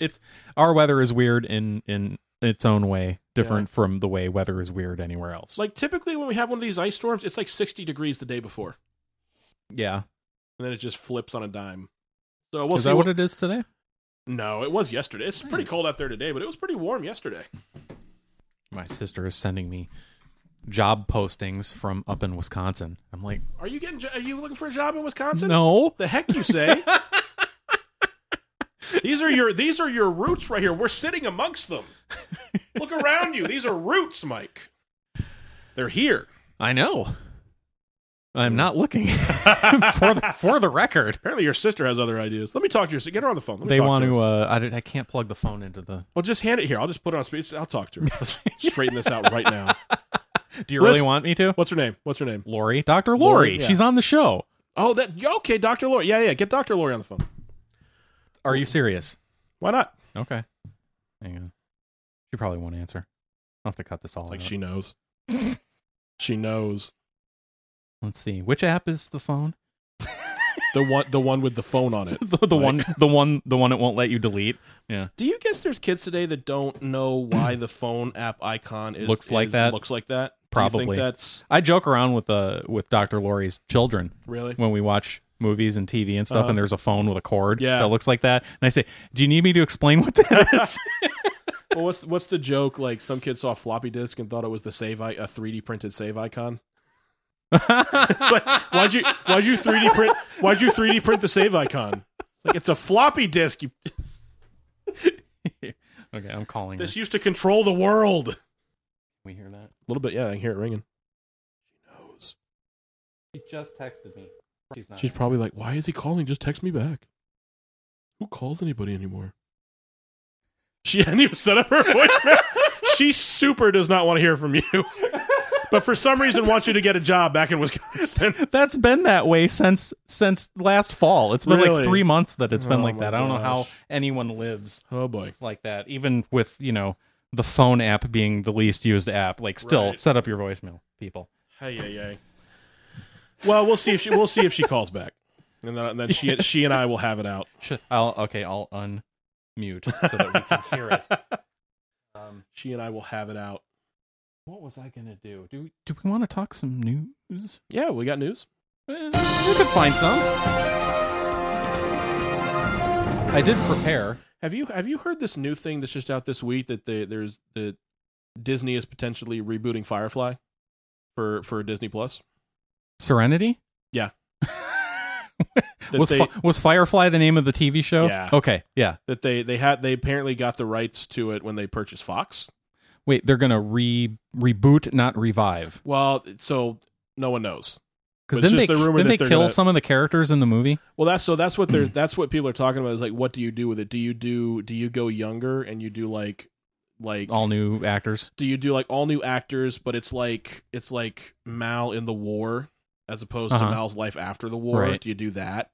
Speaker 2: it's our weather is weird in in its own way, different from the way weather is weird anywhere else.
Speaker 1: Like typically when we have one of these ice storms, it's like sixty degrees the day before.
Speaker 2: yeah,
Speaker 1: and then it just flips on a dime. So we'll
Speaker 2: is
Speaker 1: see.
Speaker 2: that
Speaker 1: what-
Speaker 2: what it is today?
Speaker 1: no, it was yesterday. It's pretty cold out there today, but it was pretty warm yesterday.
Speaker 2: My sister is sending me job postings from up in Wisconsin. I'm like,
Speaker 1: Are you getting? jo- Are you looking for a job in Wisconsin?
Speaker 2: no,
Speaker 1: The heck you say? these are your these are your roots right here. We're sitting amongst them. Look around you. These are roots, Mike. They're here.
Speaker 2: I know. I'm not looking for the, for the record.
Speaker 1: Apparently, your sister has other ideas. Let me talk to your. si- Get her on the phone. Let me
Speaker 2: They
Speaker 1: talk
Speaker 2: want
Speaker 1: to.
Speaker 2: to.
Speaker 1: her.
Speaker 2: Uh, I, did- I can't plug the phone into the.
Speaker 1: Well, just hand it here. I'll just put it on speech. I'll talk to her. Let's straighten this out right now.
Speaker 2: Do you really
Speaker 1: Listen-
Speaker 2: want me to?
Speaker 1: What's her name? What's her name?
Speaker 2: Lori, Doctor Lori,
Speaker 1: Lori, yeah.
Speaker 2: she's on the show.
Speaker 1: Oh, that yeah, okay, Doctor Lori. Yeah, yeah. Get Doctor Lori on the phone.
Speaker 2: Are you serious?
Speaker 1: Why not?
Speaker 2: Okay. Hang on. She probably won't answer. I'll have to cut this all
Speaker 1: Like
Speaker 2: out.
Speaker 1: she knows. she knows
Speaker 2: Let's see. Which app is the phone?
Speaker 1: the one the one with the phone on it.
Speaker 2: the the
Speaker 1: Like-
Speaker 2: one the one the one it won't let you delete.
Speaker 1: Do you guess there's kids today that don't know why the phone app icon is
Speaker 2: Looks like
Speaker 1: is-
Speaker 2: that?
Speaker 1: Looks like that. Do you
Speaker 2: Probably.
Speaker 1: think that's
Speaker 2: I joke around with uh with Dr. Lori's children
Speaker 1: really.
Speaker 2: when we watch movies and TV and stuff
Speaker 1: Uh-huh.
Speaker 2: and there's a phone with a cord
Speaker 1: Yeah.
Speaker 2: that looks like that. And I say, "Do you need me to explain what that is?"
Speaker 1: well, what's what's the joke? Like some kid saw a floppy disk and thought it was the save I- a 3D printed save icon. Like, why'd you why'd you 3D print why'd you 3D print the save icon? It's like it's a floppy disk. You,
Speaker 2: okay, I'm calling. her.
Speaker 1: this used to control the world. A
Speaker 2: Can we hear that?
Speaker 1: little bit, yeah. I can hear it ringing. She knows.
Speaker 2: She just texted me. She's not.
Speaker 1: She's probably like, "Why is he calling? Just text me back." Who calls anybody anymore? She hadn't even set up her voicemail. she super does not want to hear from you, but for some reason wants you to get a job back in Wisconsin.
Speaker 2: That's been that way since since last fall. It's been
Speaker 1: Really?
Speaker 2: like three months that it's been
Speaker 1: Oh
Speaker 2: like
Speaker 1: my
Speaker 2: that. I don't know how
Speaker 1: gosh.
Speaker 2: anyone lives
Speaker 1: Oh boy,
Speaker 2: like that, even with you know the phone app being the least used app. Like, still
Speaker 1: Right.
Speaker 2: set up your voicemail, people.
Speaker 1: hey, hey, hey. Well, we'll see if she we'll see if she calls back, and then, and then she she and I will have it out.
Speaker 2: Sh- I'll okay. I'll unmute so that we can hear it. Um,
Speaker 1: She and I will have it out.
Speaker 2: what was I gonna do? Do do we want to talk some news?
Speaker 1: Yeah, we got news.
Speaker 2: Eh, we could find some. I did prepare.
Speaker 1: Have you have you heard this new thing that's just out this week that they, there's that Disney is potentially rebooting Firefly for for Disney Plus?
Speaker 2: Serenity?
Speaker 1: Yeah. That
Speaker 2: was
Speaker 1: they-
Speaker 2: Fi- was Firefly the name of the TV show?
Speaker 1: Yeah.
Speaker 2: Okay. Yeah.
Speaker 1: That they they had they apparently got the rights to it when they purchased Fox.
Speaker 2: Wait, they're gonna re reboot, not revive.
Speaker 1: Well, so no one knows.
Speaker 2: Because
Speaker 1: But it's
Speaker 2: then they
Speaker 1: just the rumor
Speaker 2: then
Speaker 1: that
Speaker 2: they
Speaker 1: they're
Speaker 2: kill
Speaker 1: gonna-
Speaker 2: some of the characters in the movie.
Speaker 1: Well, that's so that's what they're that's what people are talking about is like what do you do with it? Do you do do you go younger and you do like like
Speaker 2: All new actors.
Speaker 1: do you do like all new actors but it's like it's like Mal in the war as opposed
Speaker 2: Uh-huh.
Speaker 1: to Mal's life after the war?
Speaker 2: Right.
Speaker 1: Do you do that,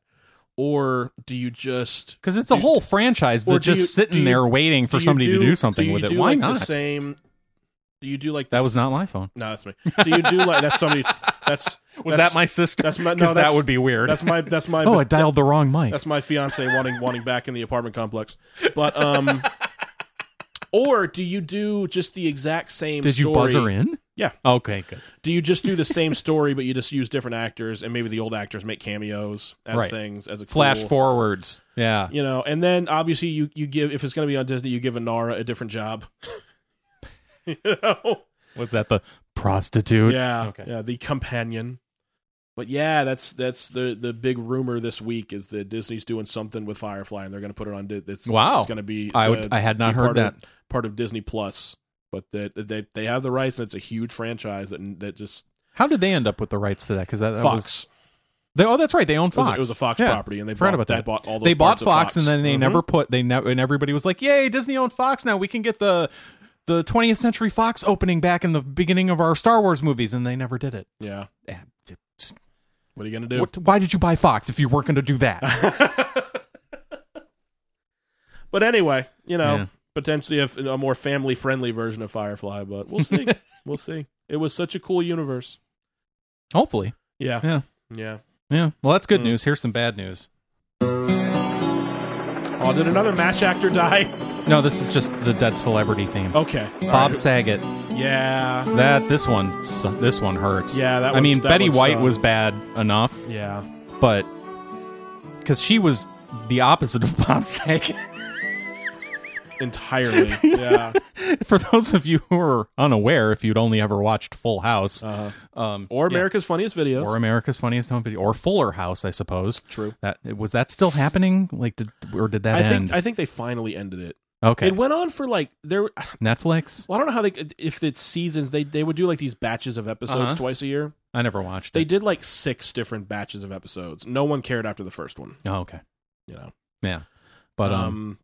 Speaker 1: or do you just
Speaker 2: because it's a
Speaker 1: Do-
Speaker 2: whole franchise
Speaker 1: or
Speaker 2: that's
Speaker 1: do
Speaker 2: just
Speaker 1: you- do
Speaker 2: sitting
Speaker 1: you-
Speaker 2: there waiting for
Speaker 1: do you
Speaker 2: somebody to do something
Speaker 1: you
Speaker 2: with it.
Speaker 1: do,
Speaker 2: Why
Speaker 1: like,
Speaker 2: not?
Speaker 1: The same. Do you do like the
Speaker 2: That was
Speaker 1: s-
Speaker 2: not my phone.
Speaker 1: No, that's me. Do you do like that's somebody? That's
Speaker 2: Was
Speaker 1: that's-
Speaker 2: that my sister?
Speaker 1: that's my- no,
Speaker 2: 'Cause that
Speaker 1: that's-
Speaker 2: would be weird.
Speaker 1: That's my. That's my.
Speaker 2: oh, I dialed the wrong mic.
Speaker 1: That's my fiance wanting wanting back in the apartment complex. But um, or do you do just the exact same?
Speaker 2: Did you
Speaker 1: story?
Speaker 2: buzz her in?
Speaker 1: Yeah.
Speaker 2: Okay, good.
Speaker 1: Do you just do the same story, but you just use different actors, and maybe the old actors make cameos as
Speaker 2: Right.
Speaker 1: things as a cool-
Speaker 2: Flash forwards. Yeah.
Speaker 1: You know, and then obviously you you give if it's going to be on Disney, you give Inara a different job. you know,
Speaker 2: Was that the prostitute?
Speaker 1: yeah,
Speaker 2: Okay.
Speaker 1: yeah, the companion. But yeah, that's that's the the big rumor this week is that Disney's doing something with Firefly, and they're going to put it on. Di- It's,
Speaker 2: Wow.
Speaker 1: it's going to be. it's
Speaker 2: I
Speaker 1: gonna
Speaker 2: would. I had not
Speaker 1: be
Speaker 2: heard
Speaker 1: part
Speaker 2: that.
Speaker 1: of- part of Disney Plus, but that that they they have the rights, and it's a huge franchise, and that just
Speaker 2: How did they end up with the rights to that? Because that, that was.
Speaker 1: Fox.
Speaker 2: They, oh, that's right. They own
Speaker 1: It was-
Speaker 2: Fox.
Speaker 1: It was a Fox
Speaker 2: Yeah.
Speaker 1: property, and they
Speaker 2: Forgot
Speaker 1: bought,
Speaker 2: about
Speaker 1: they
Speaker 2: that.
Speaker 1: bought all those.
Speaker 2: They bought
Speaker 1: parts of
Speaker 2: Fox, and then they
Speaker 1: Mhm.
Speaker 2: never put. They never. And everybody was like, "Yay, Disney owned Fox! Now we can get the the 20th Century Fox opening back in the beginning of our Star Wars movies," and they never did it.
Speaker 1: Yeah.
Speaker 2: Eh, it's-
Speaker 1: What are you gonna do?
Speaker 2: what- why did you buy Fox if you weren't going to do that?
Speaker 1: but anyway, you know,
Speaker 2: Yeah.
Speaker 1: potentially a, f- a more family friendly version of Firefly, but we'll see. we'll see. It was such a cool universe.
Speaker 2: Hopefully,
Speaker 1: Yeah.
Speaker 2: Yeah.
Speaker 1: Yeah.
Speaker 2: yeah. Well, that's good
Speaker 1: Mm.
Speaker 2: news. Here's some bad news.
Speaker 1: Oh, did another match actor die?
Speaker 2: No, this is just the dead celebrity theme.
Speaker 1: Okay. Oh, All
Speaker 2: Bob
Speaker 1: right.
Speaker 2: Saget.
Speaker 1: Yeah.
Speaker 2: That this one. su- This one hurts.
Speaker 1: Yeah. That.
Speaker 2: I mean,
Speaker 1: one's- that
Speaker 2: Betty
Speaker 1: one's
Speaker 2: White
Speaker 1: done.
Speaker 2: was bad enough.
Speaker 1: Yeah.
Speaker 2: but because she was the opposite of Bob Saget.
Speaker 1: Entirely. Yeah.
Speaker 2: For those of you who are unaware, if you'd only ever watched Full House,
Speaker 1: Uh,
Speaker 2: um,
Speaker 1: or
Speaker 2: yeah,
Speaker 1: America's Funniest Videos.
Speaker 2: or America's Funniest Home Video, or Fuller House, I suppose.
Speaker 1: True.
Speaker 2: That was that still happening? Like, did or did that
Speaker 1: I
Speaker 2: end?
Speaker 1: think I think they finally ended it.
Speaker 2: okay,
Speaker 1: It went on for like there.
Speaker 2: Netflix.
Speaker 1: Well, I don't know how they if it's seasons they they would do like these batches of episodes
Speaker 2: Uh-huh.
Speaker 1: twice a year.
Speaker 2: I never watched.
Speaker 1: They
Speaker 2: it.
Speaker 1: did like six different batches of episodes. No one cared after the first one,
Speaker 2: Oh, okay,
Speaker 1: you know.
Speaker 2: yeah, but um,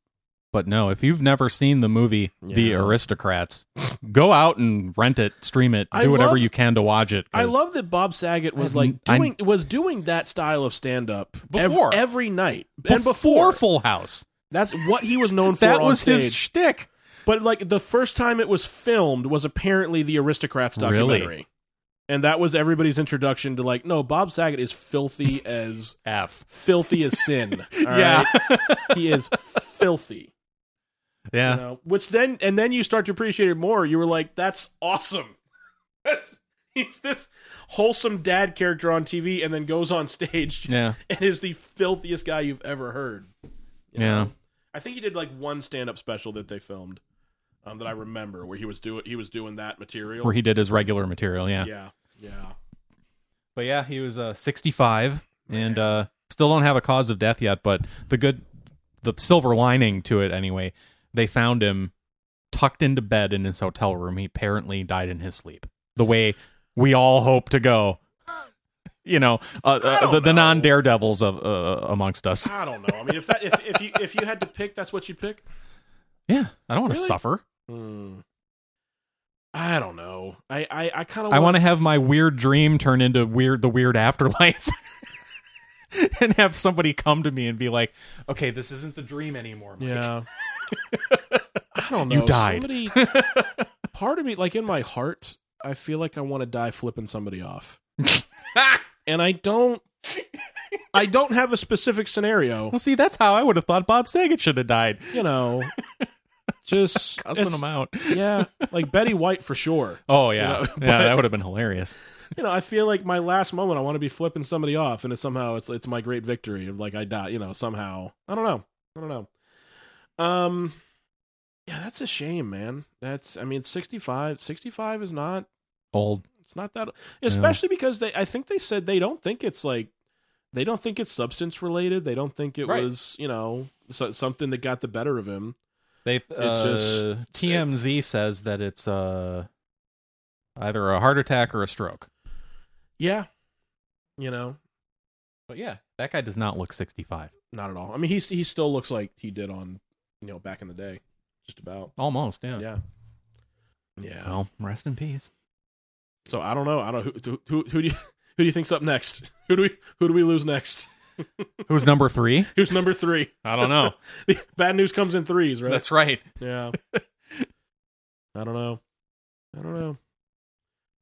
Speaker 2: but no, if you've never seen the movie The
Speaker 1: Yeah.
Speaker 2: Aristocrats, go out and rent it, stream it, do
Speaker 1: I
Speaker 2: whatever
Speaker 1: love-
Speaker 2: you can to watch it.
Speaker 1: I
Speaker 2: 'cause-
Speaker 1: love that Bob Saget was
Speaker 2: I-
Speaker 1: like
Speaker 2: I-
Speaker 1: doing was doing that style of stand up
Speaker 2: Before.
Speaker 1: every night and before
Speaker 2: before Full House.
Speaker 1: that's what he was known for
Speaker 2: That
Speaker 1: on
Speaker 2: was
Speaker 1: stage.
Speaker 2: his shtick.
Speaker 1: but like the first time it was filmed was apparently the Aristocrats
Speaker 2: Really?
Speaker 1: documentary, and that was everybody's introduction to like no Bob Saget is filthy as
Speaker 2: F.
Speaker 1: filthy as sin. all
Speaker 2: Yeah.
Speaker 1: right? he is filthy.
Speaker 2: Yeah.
Speaker 1: you know, which then and then you start to appreciate it more. You were like, "That's awesome." That's he's this wholesome dad character on TV, and then goes on stage
Speaker 2: Yeah.
Speaker 1: and is the filthiest guy you've ever heard. You
Speaker 2: Yeah.
Speaker 1: I think he did like one stand-up special that they filmed um, that I remember where he was doing he was doing that material.
Speaker 2: Where he did his regular material. Yeah.
Speaker 1: yeah, yeah,
Speaker 2: But yeah, he was uh, 65 and uh, still don't have a cause of death yet. But the good, the silver lining to it anyway, they found him tucked into bed in his hotel room. He apparently died in his sleep, the way we all hope to go. You know, uh, uh,
Speaker 1: don't
Speaker 2: the, the
Speaker 1: know.
Speaker 2: non daredevils of uh, amongst us.
Speaker 1: I don't know. I mean, if that if, if you if you had to pick, that's what you'd pick.
Speaker 2: Yeah, I don't want to
Speaker 1: Really?
Speaker 2: suffer.
Speaker 1: Hmm. I don't know. I I, I kind of
Speaker 2: I want to have my weird dream turn into weird the weird afterlife. and have somebody come to me and be like, "Okay, this isn't the dream anymore." Mike."
Speaker 1: Yeah. I don't know.
Speaker 2: You died.
Speaker 1: Somebody, part of me, like in my heart, I feel like I want to die flipping somebody off. and I don't. I don't have a specific scenario.
Speaker 2: Well, see, that's how I would have thought Bob Saget should have died,
Speaker 1: You know, just
Speaker 2: cussing
Speaker 1: it's-
Speaker 2: him out.
Speaker 1: Yeah, like Betty White for sure.
Speaker 2: Oh yeah,
Speaker 1: know,
Speaker 2: yeah,
Speaker 1: but-
Speaker 2: that would have been hilarious.
Speaker 1: You know, I feel like my last moment, I want to be flipping somebody off, and it's somehow it's it's my great victory of like I die. You know, somehow I don't know, I don't know. Um, yeah, that's a shame, man. That's I mean, 65, 65 is not
Speaker 2: Old.
Speaker 1: It's not that, especially because they. I think they said they don't think it's like, they don't think it's substance related. They don't think it
Speaker 2: Right.
Speaker 1: was, you know, so, something that got the better of him.
Speaker 2: They uh,
Speaker 1: just-
Speaker 2: TMZ says that it's uh either a heart attack or a stroke.
Speaker 1: Yeah, you know,
Speaker 2: But yeah, that guy does not look sixty-five.
Speaker 1: not at all. I mean, he he still looks like he did on, you know, back in the day, just about.
Speaker 2: Almost. Yeah.
Speaker 1: Yeah, yeah.
Speaker 2: Well, rest in peace.
Speaker 1: So I don't know. I don't who who who, who do you Who do you think's up next? Who do we who do we lose next?
Speaker 2: Who's number three?
Speaker 1: Who's number three?
Speaker 2: I don't know.
Speaker 1: Bad news comes in threes, right?
Speaker 2: That's right.
Speaker 1: yeah. I don't know. I don't know.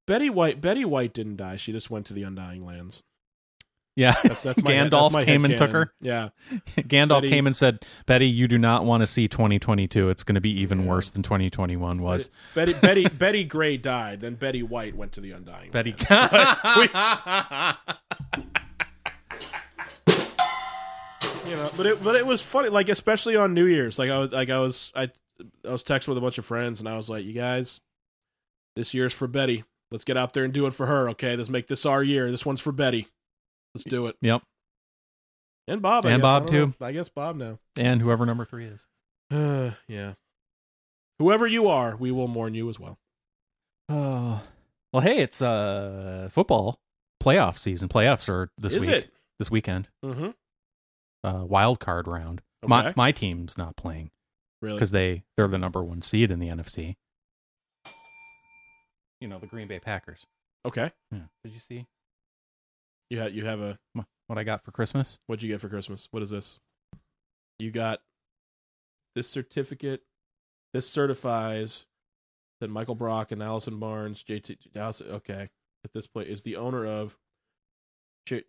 Speaker 1: Betty White. Betty White didn't die. She just went to the Undying Lands.
Speaker 2: Yeah.
Speaker 1: That's that's my
Speaker 2: Gandalf
Speaker 1: that's my
Speaker 2: came and
Speaker 1: headcanon.
Speaker 2: took her?
Speaker 1: Yeah,
Speaker 2: Gandalf
Speaker 1: Betty-
Speaker 2: came and said, Betty, you do not want to see 2022. It's going to be even
Speaker 1: Yeah.
Speaker 2: worse than 2021 was.
Speaker 1: Betty Betty Betty Gray died. Then Betty White went to the Undying.
Speaker 2: Betty.
Speaker 1: Lands. you know, but it but it was funny, like especially on New Year's. Like I was like I was I I was texting with a bunch of friends, and I was like, "You guys, this year's for Betty. Let's get out there and do it for her. Okay, let's make this our year. This one's for Betty. Let's do it."
Speaker 2: Yep.
Speaker 1: And Bob I
Speaker 2: And
Speaker 1: guess. I
Speaker 2: Bob,
Speaker 1: don't know. I guess Bob now.
Speaker 2: and whoever number three is.
Speaker 1: Uh, yeah. Whoever you are, we will mourn you as well.
Speaker 2: Oh. Well, hey, it's uh football playoff season. Playoffs are this
Speaker 1: Is
Speaker 2: week.
Speaker 1: it?
Speaker 2: This weekend.
Speaker 1: Mm-hmm.
Speaker 2: Uh, wild card round.
Speaker 1: Okay. Uh,
Speaker 2: My my team's not playing.
Speaker 1: really?
Speaker 2: because they they're the number one seed in the NFC. You know the Green Bay Packers. Hmm.
Speaker 1: Okay.
Speaker 2: Did you see
Speaker 1: You had you have a
Speaker 2: m- what I got for Christmas?
Speaker 1: what'd you get for Christmas? What is this? You got this certificate. This certifies that Michael Brock and Allison Barnes, JT Dallas. Okay, at this point is the owner of.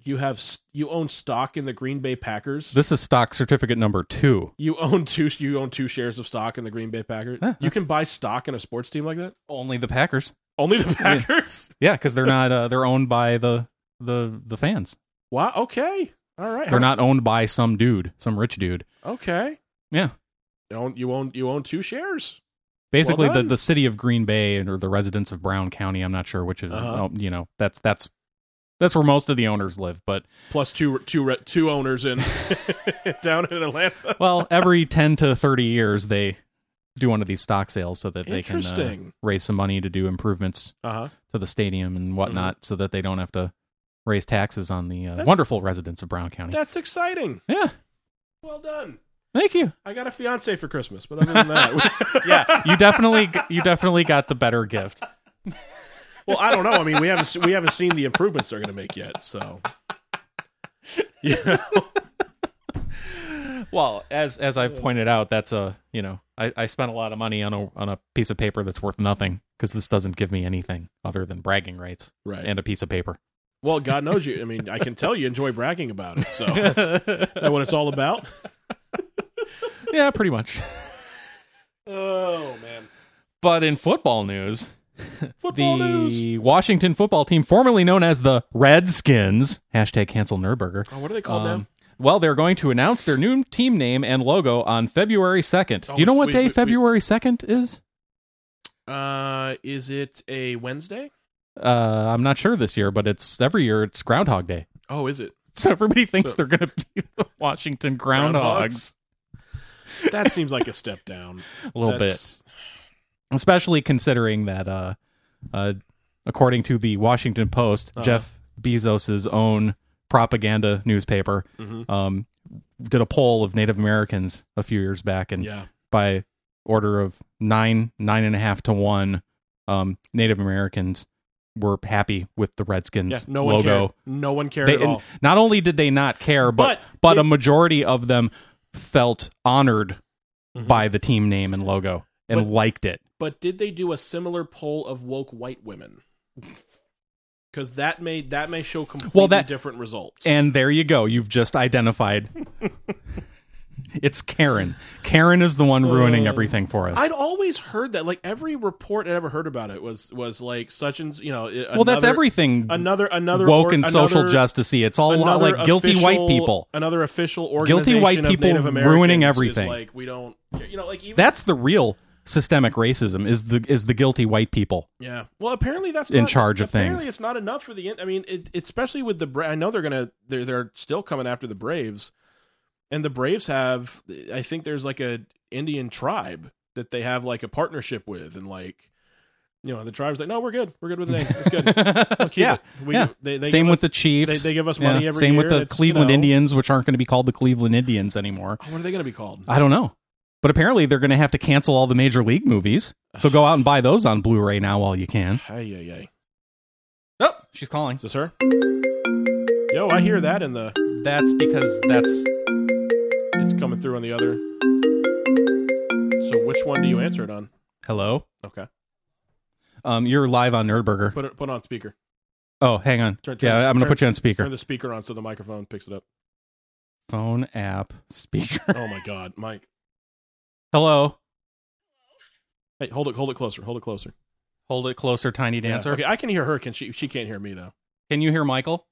Speaker 1: You have s- you own stock in the Green Bay Packers.
Speaker 2: This is stock certificate number two.
Speaker 1: you own two. You own two shares of stock in the Green Bay Packers.
Speaker 2: Huh,
Speaker 1: you
Speaker 2: that's-
Speaker 1: can buy stock in a sports team like that.
Speaker 2: Only the Packers.
Speaker 1: Only the
Speaker 2: Yeah.
Speaker 1: Packers.
Speaker 2: Yeah, because they're not. Uh, they're owned by the the the fans.
Speaker 1: Wow. Okay. All right.
Speaker 2: They're not owned by some dude, some rich dude.
Speaker 1: Okay.
Speaker 2: Yeah.
Speaker 1: You own you own you own two shares.
Speaker 2: Basically, the,
Speaker 1: done.
Speaker 2: the city of Green Bay and- or the residents of Brown County. I'm not sure which is.
Speaker 1: Uh-huh.
Speaker 2: oh, you know, that's that's that's where most of the owners live. But
Speaker 1: plus two two re- two owners in down in Atlanta.
Speaker 2: well, every 10 to 30 years, they do one of these stock sales so that they can uh,
Speaker 1: Interesting.
Speaker 2: raise some money to do improvements
Speaker 1: Uh huh.
Speaker 2: to the stadium
Speaker 1: Mm-hmm.
Speaker 2: and whatnot so that they don't have to raise taxes on the uh,
Speaker 1: That's-
Speaker 2: wonderful residents of Brown County.
Speaker 1: That's exciting.
Speaker 2: yeah.
Speaker 1: Well done.
Speaker 2: Thank you.
Speaker 1: I got a fiance for Christmas, but other than that,
Speaker 2: Yeah, you definitely g- you definitely got the better gift.
Speaker 1: well, I don't know. I mean, we haven't se- we haven't seen the improvements they're going to make yet. So, yeah,
Speaker 2: Well, as as I've pointed out, that's a you know I, I spent a lot of money on a on a piece of paper that's worth nothing because this doesn't give me anything other than bragging rights
Speaker 1: right.
Speaker 2: and a piece of paper.
Speaker 1: well, God knows you. I mean, I can tell you enjoy bragging about it. So, that's is that what it's all about.
Speaker 2: yeah, pretty much.
Speaker 1: Oh man,
Speaker 2: But in football news,
Speaker 1: football
Speaker 2: the
Speaker 1: news.
Speaker 2: Washington football team, formerly known as the Redskins, hashtag cancel Nurburger.
Speaker 1: Oh, what are they called now?
Speaker 2: um, well, they're going to announce their new team name and logo on February 2nd.
Speaker 1: Oh,
Speaker 2: Do you know what
Speaker 1: we-
Speaker 2: day
Speaker 1: we- we-
Speaker 2: February 2nd is?
Speaker 1: Uh, is it a Wednesday?
Speaker 2: Uh, I'm not sure this year, but it's every year it's Groundhog Day.
Speaker 1: Oh, is it?
Speaker 2: So everybody thinks
Speaker 1: So-
Speaker 2: they're going to be the Washington Groundhogs,
Speaker 1: That seems like a step down.
Speaker 2: a little bit,
Speaker 1: That's-
Speaker 2: especially considering that, uh, uh, according to the Washington Post,
Speaker 1: Uh-huh.
Speaker 2: Jeff Bezos's own propaganda newspaper,
Speaker 1: Mhm.
Speaker 2: um, did a poll of Native Americans a few years back, and
Speaker 1: Yeah.
Speaker 2: by order of nine, nine and a half to one, um, Native Americans were happy with the Redskins
Speaker 1: Yeah. No one
Speaker 2: logo.
Speaker 1: cared. No one cared
Speaker 2: They-
Speaker 1: at all.
Speaker 2: and not only did they not care, but
Speaker 1: But
Speaker 2: but, a
Speaker 1: it-
Speaker 2: majority of them felt honored
Speaker 1: Mhm.
Speaker 2: by the team name and logo and
Speaker 1: But-
Speaker 2: liked it.
Speaker 1: But did they do a similar poll of woke white women? Because that may that may show completely
Speaker 2: Well, that-
Speaker 1: different results.
Speaker 2: And there you go. You've just identified. it's Karen. Karen is the one ruining
Speaker 1: Uh,
Speaker 2: everything for us.
Speaker 1: I'd always heard that, like every report I'd ever heard about it was was like such and you know. Another,
Speaker 2: well, that's everything.
Speaker 1: Another another
Speaker 2: woke
Speaker 1: or-
Speaker 2: and social
Speaker 1: another-
Speaker 2: justice. It's all
Speaker 1: another
Speaker 2: like guilty
Speaker 1: official-
Speaker 2: white people.
Speaker 1: Another official
Speaker 2: Guilty
Speaker 1: organization
Speaker 2: white
Speaker 1: of
Speaker 2: people
Speaker 1: Native Americans
Speaker 2: ruining
Speaker 1: is
Speaker 2: everything.
Speaker 1: like we don't, care. you know, like even
Speaker 2: That's the real systemic racism. Is the is the guilty white people?
Speaker 1: Yeah. Well, apparently that's
Speaker 2: In
Speaker 1: not-
Speaker 2: charge of
Speaker 1: apparently
Speaker 2: things.
Speaker 1: it's not enough for the. in- I mean, it, it- especially with the. Bra- I know they're gonna. They're they're still coming after the Braves, and the Braves have. I think there's like a Indian tribe that they have like a partnership with, and like, you know, the tribe's like, no, we're good. We're good with the name. It's good. We'll keep
Speaker 2: yeah.
Speaker 1: it. We,
Speaker 2: yeah.
Speaker 1: They, they
Speaker 2: Same
Speaker 1: give
Speaker 2: with
Speaker 1: us-
Speaker 2: the Chiefs.
Speaker 1: they- they give us money every
Speaker 2: Same
Speaker 1: year,
Speaker 2: with the
Speaker 1: and it's, you
Speaker 2: Cleveland
Speaker 1: know.
Speaker 2: Indians, which aren't going to be called the Cleveland Indians anymore.
Speaker 1: Oh, what are they gonna be called?
Speaker 2: I don't know. But apparently they're going to have to cancel all the major league movies. So go out and buy those on Blu-ray now while you can.
Speaker 1: Ay, ay, ay.
Speaker 2: Oh, She's calling.
Speaker 1: Is this her? Yo, I hear that in the.
Speaker 2: That's because that's
Speaker 1: It's coming through on the other. So which one do you answer it on?
Speaker 2: hello.
Speaker 1: Okay,
Speaker 2: Um, you're live on Nerdburger.
Speaker 1: put it put on speaker.
Speaker 2: Oh, hang on.
Speaker 1: Turn- turn-
Speaker 2: yeah, I'm gonna
Speaker 1: turn-
Speaker 2: put you on speaker.
Speaker 1: Turn the speaker on so the microphone picks it up.
Speaker 2: Phone app speaker.
Speaker 1: Oh my God, Mike!
Speaker 2: hello.
Speaker 1: Hey, hold it, hold it closer, hold it closer.
Speaker 2: Hold it closer, Tiny
Speaker 1: Yeah.
Speaker 2: Dancer.
Speaker 1: Okay, I can hear her. Can she? She can't hear me though.
Speaker 2: Can you hear Michael?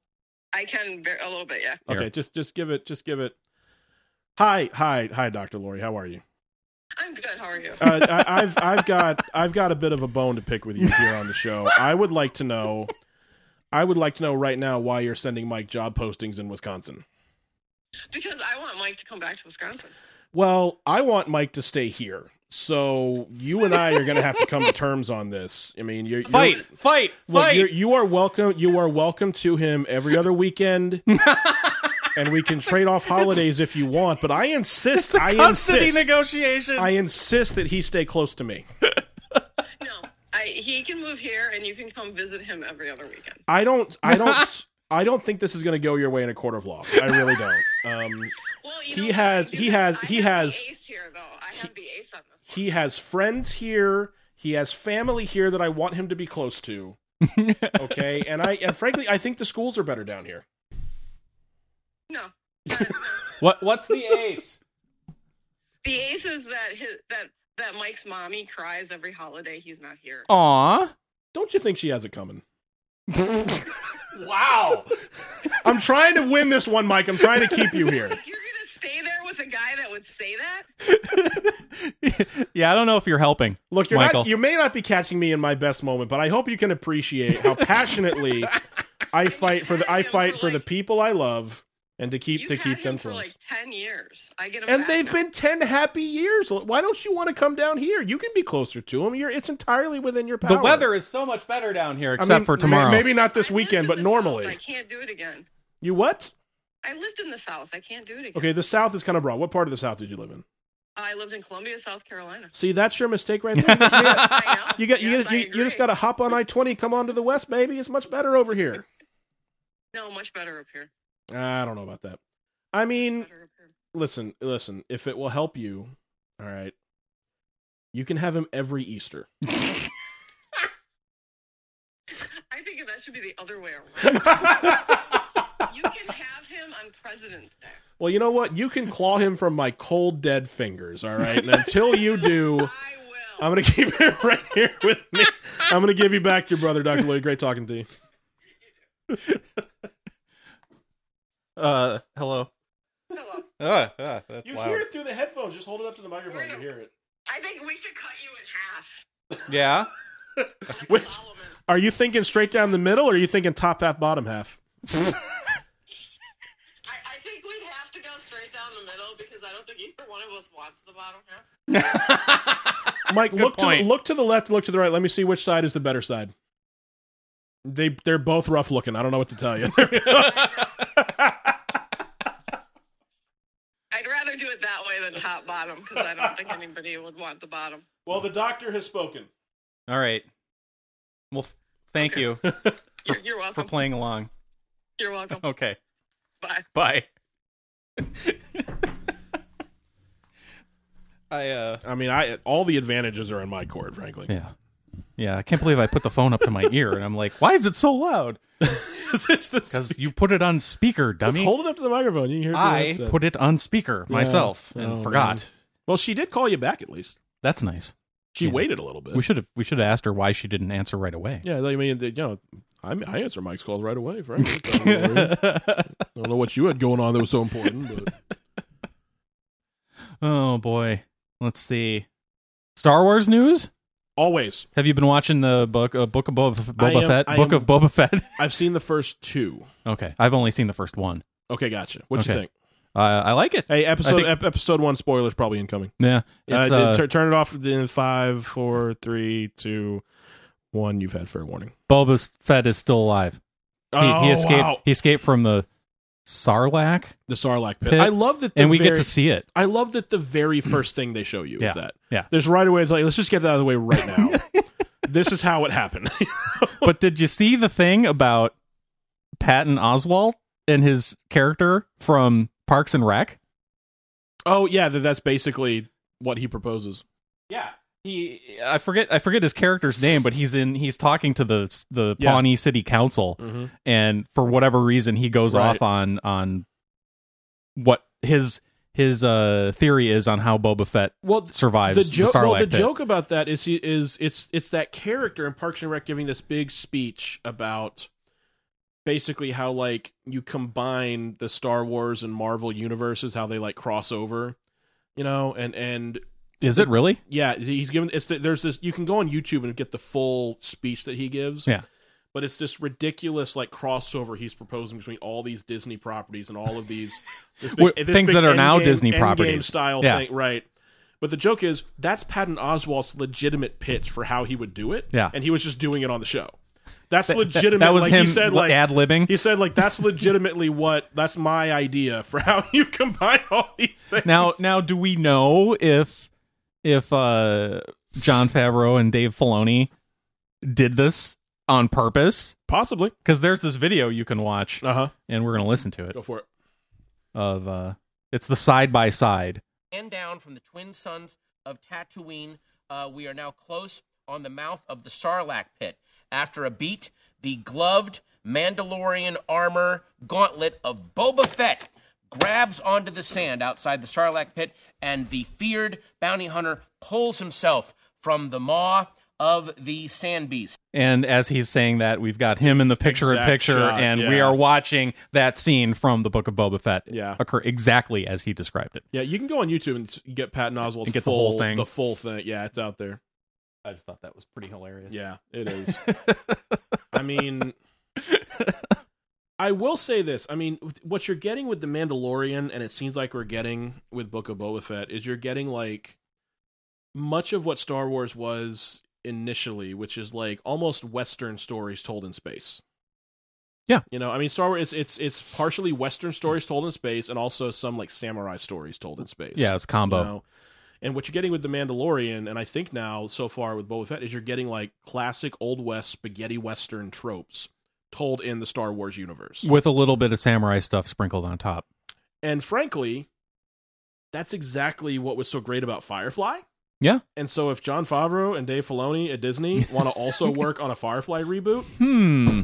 Speaker 4: I can ver- a little bit, yeah.
Speaker 2: Here.
Speaker 1: Okay, just just give it, just give it. Hi, hi, hi, Doctor Lori. How are you?
Speaker 4: I'm good. How are you?
Speaker 1: Uh, I, I've I've got I've got a bit of a bone to pick with you here on the show. I would like to know. I would like to know right now why you're sending Mike job postings in Wisconsin.
Speaker 4: Because I want Mike to come back to Wisconsin.
Speaker 1: Well, I want Mike to stay here. So you and I are going to have to come to terms on this. I mean, you're, you're
Speaker 2: Fight, fight,
Speaker 1: Look,
Speaker 2: fight.
Speaker 1: you're, you are welcome. You are welcome to him every other weekend, and we can trade off holidays if you want. But I insist. I
Speaker 2: Custody
Speaker 1: insist.
Speaker 2: negotiation.
Speaker 1: I insist that he stay close to me.
Speaker 4: No, I he can move here, and you can come visit him every other weekend.
Speaker 1: I don't. I don't. I don't think this is going to go your way in a court of law. I really don't. Um,
Speaker 4: Well,
Speaker 1: He
Speaker 4: you know what?
Speaker 1: has-
Speaker 4: I do
Speaker 1: he
Speaker 4: have-
Speaker 1: has-
Speaker 4: I
Speaker 1: he
Speaker 4: have
Speaker 1: has-
Speaker 4: the ace here, though. I have the ace on this.
Speaker 1: he has friends here. He has family here that I want him to be close to. Okay, and I and frankly, I think the schools are better down here.
Speaker 4: No, not- no.
Speaker 2: what? What's the ace?
Speaker 4: the ace is that his that that Mike's mommy cries every holiday he's not here.
Speaker 1: Oh.
Speaker 2: Aw.
Speaker 1: Don't you think she has it coming?
Speaker 2: Wow.
Speaker 1: I'm trying to win this one, Mike. I'm trying to keep you here.
Speaker 4: You're gonna stay there with a guy that would say that?
Speaker 2: yeah, I don't know if you're helping.
Speaker 1: Look, you're
Speaker 2: Michael.
Speaker 1: not, you may not be catching me in my best moment, but I hope you can appreciate how passionately I fight for the I
Speaker 4: had him
Speaker 1: fight
Speaker 4: for,
Speaker 1: for the
Speaker 4: like-
Speaker 1: people I love and to keep
Speaker 4: You've
Speaker 1: to
Speaker 4: had
Speaker 1: keep
Speaker 4: him
Speaker 1: them
Speaker 4: for
Speaker 1: close.
Speaker 4: like ten years. I get him.
Speaker 1: and
Speaker 4: back
Speaker 1: they've
Speaker 4: now.
Speaker 1: been 10 happy years. Why don't you want to come down here? You can be closer to them. You're, it's entirely within your power.
Speaker 2: The weather is so much better down here,
Speaker 1: I mean,
Speaker 2: except for
Speaker 1: may-
Speaker 2: tomorrow.
Speaker 1: Maybe not this
Speaker 4: I lived
Speaker 1: weekend,
Speaker 4: in
Speaker 1: but
Speaker 4: the South.
Speaker 1: normally.
Speaker 4: I can't do it again.
Speaker 1: You what?
Speaker 4: I lived in the South. I can't do it again.
Speaker 1: Okay, the South is kind of broad. What part of the South did you live in?
Speaker 4: I lived in Columbia, South Carolina.
Speaker 1: See, that's your mistake right there. You got-
Speaker 4: I know.
Speaker 1: You got you,
Speaker 4: Yes, I
Speaker 1: you, you just
Speaker 4: agree.
Speaker 1: got to hop on I twenty, come on to the west, baby. It's much better over here.
Speaker 4: No, much better up here.
Speaker 1: I don't know about that. I mean,
Speaker 4: Better up here.
Speaker 1: listen, listen. If it will help you, all right, you can have him every Easter.
Speaker 4: I think that should be the other way around. You can have him on President's Day.
Speaker 1: well, you know what? You can claw him from my cold dead fingers. All right, and until you do,
Speaker 4: I will.
Speaker 1: I'm gonna keep him right here with me. I'm gonna give you back your brother, Doctor Lloyd. Great talking to you.
Speaker 2: uh, hello.
Speaker 4: Hello.
Speaker 2: Uh, uh, that's
Speaker 1: You
Speaker 2: loud.
Speaker 1: hear it through the headphones. Just hold it up to the microphone. You hear it.
Speaker 4: I think we should cut you in half.
Speaker 2: Yeah.
Speaker 4: Like
Speaker 1: Wait.
Speaker 4: Solomon.
Speaker 1: Are you thinking straight down the middle, or are you thinking top half, bottom half?
Speaker 4: I, I think we have to go straight down the middle because I don't think either one of us wants the bottom half.
Speaker 1: Mike,
Speaker 2: Good
Speaker 1: look to
Speaker 2: point.
Speaker 1: the, look to the left, look to the right. Let me see which side is the better side. They they're both rough looking. I don't know what to tell you.
Speaker 4: I'd rather do it that way than top bottom because I don't think anybody would want the bottom.
Speaker 1: well, the doctor has spoken.
Speaker 2: All right. Well, f- thank you
Speaker 4: You're, you're
Speaker 2: for
Speaker 4: welcome.
Speaker 2: playing along.
Speaker 4: You're welcome.
Speaker 2: Okay.
Speaker 4: Bye.
Speaker 2: Bye. I uh
Speaker 1: I mean, I all the advantages are in my court, frankly.
Speaker 2: yeah. Yeah, I can't believe I put the phone up to my ear and I'm like, "Why is it so loud?"
Speaker 1: It's this-
Speaker 2: Cuz you put it on speaker,
Speaker 1: just
Speaker 2: dummy.
Speaker 1: hold it up to the microphone. You can hear it through the
Speaker 2: I
Speaker 1: headset.
Speaker 2: put it on speaker myself and
Speaker 1: uh, Oh,
Speaker 2: forgot.
Speaker 1: man. Well, she did call you back at least.
Speaker 2: That's nice.
Speaker 1: She
Speaker 2: Yeah.
Speaker 1: waited a little bit.
Speaker 2: We should have we should have asked her why she didn't answer right away.
Speaker 1: yeah, I mean, you know, I, I answer Mike's calls right away, frankly. I don't know what you had going on that was so important, but
Speaker 2: oh boy. Let's see. Star Wars news?
Speaker 1: always
Speaker 2: Have you been watching the book uh, book of Boba,
Speaker 1: I
Speaker 2: Boba
Speaker 1: am-
Speaker 2: Fett?
Speaker 1: I
Speaker 2: Book
Speaker 1: am-
Speaker 2: of Boba Fett.
Speaker 1: I've seen the first two.
Speaker 2: okay, I've only seen the first one.
Speaker 1: Okay, gotcha. What you
Speaker 2: Okay.
Speaker 1: think?
Speaker 2: Uh, I like it.
Speaker 1: Hey, episode
Speaker 2: think-
Speaker 1: ep- episode one spoilers probably incoming.
Speaker 2: Yeah, it's,
Speaker 1: uh,
Speaker 2: uh,
Speaker 1: tur- turn it off in five, four, three, two, one. You've had fair warning.
Speaker 2: Boba Fett is still alive. He,
Speaker 1: oh,
Speaker 2: he escaped.
Speaker 1: wow.
Speaker 2: He escaped from the Sarlacc,
Speaker 1: the Sarlacc pit.
Speaker 2: Pit.
Speaker 1: I love that, the
Speaker 2: and we
Speaker 1: very,
Speaker 2: get to see it.
Speaker 1: I love that the very first thing they show you
Speaker 2: Yeah,
Speaker 1: is that.
Speaker 2: yeah.
Speaker 1: there's right away. It's like let's just get that out of the way right now. this is how it happened.
Speaker 2: But did you see the thing about Patton Oswalt and his character from Parks and Rec?
Speaker 1: Oh yeah, that, that's basically what he proposes.
Speaker 2: Yeah. He I forget I forget his character's name, but he's in he's talking to the the
Speaker 1: Yeah.
Speaker 2: Pawnee City Council
Speaker 1: Mm-hmm.
Speaker 2: and for whatever reason he goes
Speaker 1: Right.
Speaker 2: off on on what his his uh theory is on how Boba Fett
Speaker 1: Well,
Speaker 2: survives
Speaker 1: the
Speaker 2: the
Speaker 1: joke. well,
Speaker 2: Sarlacc
Speaker 1: the
Speaker 2: pit.
Speaker 1: joke about that is he is it's it's that character in Parks and Rec giving this big speech about basically how like you combine the Star Wars and Marvel universes, how they like cross over, you know, and and
Speaker 2: Is it really?
Speaker 1: yeah, he's given it's the, there's this you can go on YouTube and get the full speech that he gives.
Speaker 2: Yeah.
Speaker 1: But it's this ridiculous like crossover he's proposing between all these Disney properties and all of these this
Speaker 2: Wh- things that are now Disney
Speaker 1: Endgame
Speaker 2: properties.
Speaker 1: style
Speaker 2: Yeah.
Speaker 1: thing, right? But the joke is that's Patton Oswalt's legitimate pitch for how he would do it.
Speaker 2: Yeah.
Speaker 1: and he was just doing it on the show. That's
Speaker 2: That,
Speaker 1: legitimate.
Speaker 2: that was
Speaker 1: like
Speaker 2: him
Speaker 1: he said, like
Speaker 2: ad libbing.
Speaker 1: he said, like that's legitimately what that's my idea for how you combine all these things.
Speaker 2: Now now do we know if if uh John Favreau and Dave Filoni did this on purpose?
Speaker 1: possibly,
Speaker 2: Because there's this video you can watch
Speaker 1: uh huh.
Speaker 2: and we're gonna listen to it
Speaker 1: Go for it.
Speaker 2: of uh it's the side by side.
Speaker 5: and down from the twin sons of Tatooine. Uh, we are now close on the mouth of the Sarlacc pit. After a beat, the gloved Mandalorian armor gauntlet of Boba Fett grabs onto the sand outside the Sarlacc pit, and the feared bounty hunter pulls himself from the maw of the sand beast.
Speaker 2: And as he's saying that, we've got him in the picture in
Speaker 1: Exact
Speaker 2: picture,
Speaker 1: shot,
Speaker 2: and
Speaker 1: yeah.
Speaker 2: we are watching that scene from the Book of Boba Fett
Speaker 1: Yeah.
Speaker 2: occur exactly as he described it.
Speaker 1: Yeah, you can go on YouTube and s- get Patton Oswald's
Speaker 2: And get the
Speaker 1: full,
Speaker 2: whole thing.
Speaker 1: The full thing. Yeah, it's out there.
Speaker 2: I just thought that was pretty hilarious.
Speaker 1: Yeah, it is. I mean, I will say this. I mean, with- what you're getting with The Mandalorian, and it seems like we're getting with Book of Boba Fett, is you're getting like much of what Star Wars was initially, which is like almost Western stories told in space.
Speaker 2: Yeah.
Speaker 1: you know, I mean, Star Wars. It's it's it's partially Western stories told in space, and also some like samurai stories told in space.
Speaker 2: Yeah, it's combo.
Speaker 1: You know? And what you're getting with The Mandalorian, and I think now so far with Boba Fett, is you're getting like classic Old West spaghetti Western tropes told in the Star Wars universe.
Speaker 2: With a little bit of samurai stuff sprinkled on top.
Speaker 1: And frankly, that's exactly what was so great about Firefly.
Speaker 2: Yeah.
Speaker 1: And so if John Favreau and Dave Filoni at Disney want to also work on a Firefly reboot,
Speaker 2: Hmm.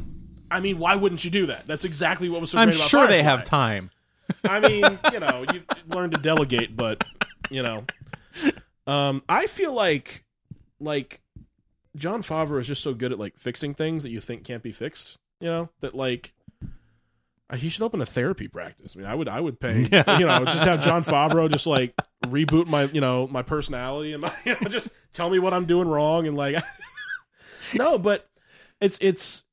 Speaker 1: I mean, why wouldn't you do that? That's exactly what was so
Speaker 2: I'm
Speaker 1: great about
Speaker 2: sure they
Speaker 1: Firefly.
Speaker 2: have time.
Speaker 1: I mean, you know, you learn to delegate, but you know, um, I feel like like John Favreau is just so good at like fixing things that you think can't be fixed. You know that like uh, he should open a therapy practice. I mean, I would I would pay
Speaker 2: Yeah.
Speaker 1: you know just have John Favreau just like reboot my you know my personality and my, you know, just tell me what I'm doing wrong and like no, but it's it's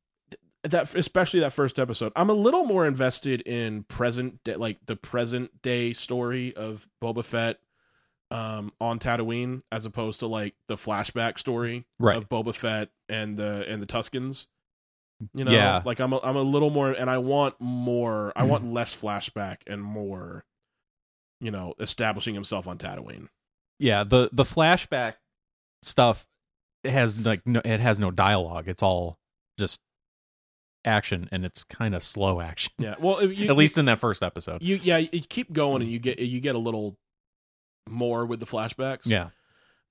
Speaker 1: that especially that first episode i'm a little more invested in present day, like the present day story of boba fett um on tatooine as opposed to like the flashback story
Speaker 2: Right.
Speaker 1: of boba fett and the and the tuscans you know
Speaker 2: Yeah. Mm-hmm.
Speaker 1: like i'm a, i'm a little more and i want more i want less flashback and more you know establishing himself on tatooine
Speaker 2: Yeah, the the flashback stuff it has like no, it has no dialogue. It's all just action and it's kind of slow action.
Speaker 1: yeah well if you,
Speaker 2: At least in that first episode.
Speaker 1: you yeah you keep going and you get you get a little more with the flashbacks
Speaker 2: Yeah.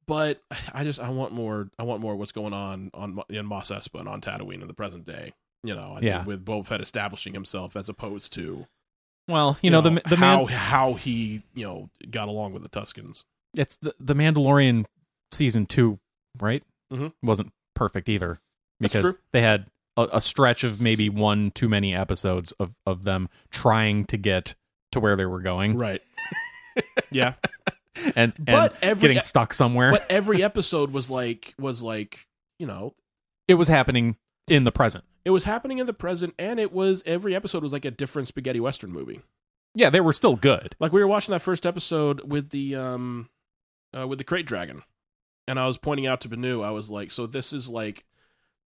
Speaker 1: but I just I want more. I want more. What's going on on in Mos Espa and on Tatooine in the present day? You know, I think
Speaker 2: Yeah.
Speaker 1: with Boba Fett establishing himself as opposed to you,
Speaker 2: Well, you, know, the the
Speaker 1: how
Speaker 2: man,
Speaker 1: how he you know got along with the Tuscans.
Speaker 2: it's the the Mandalorian season two, right?
Speaker 1: Mhm.
Speaker 2: Wasn't perfect either
Speaker 1: That's
Speaker 2: because
Speaker 1: true.
Speaker 2: they had a, a stretch of maybe one too many episodes of of them trying to get to where they were going
Speaker 1: Right. yeah,
Speaker 2: and, and
Speaker 1: But every- e
Speaker 2: getting stuck somewhere.
Speaker 1: but every episode was like was like you know
Speaker 2: it was happening in the present.
Speaker 1: it was happening in the present, and it was every episode was like a different spaghetti western movie.
Speaker 2: Yeah, they were still good.
Speaker 1: Like we were watching that first episode with the um uh, with the crate dragon, and I was pointing out to Benu, I was like, so this is like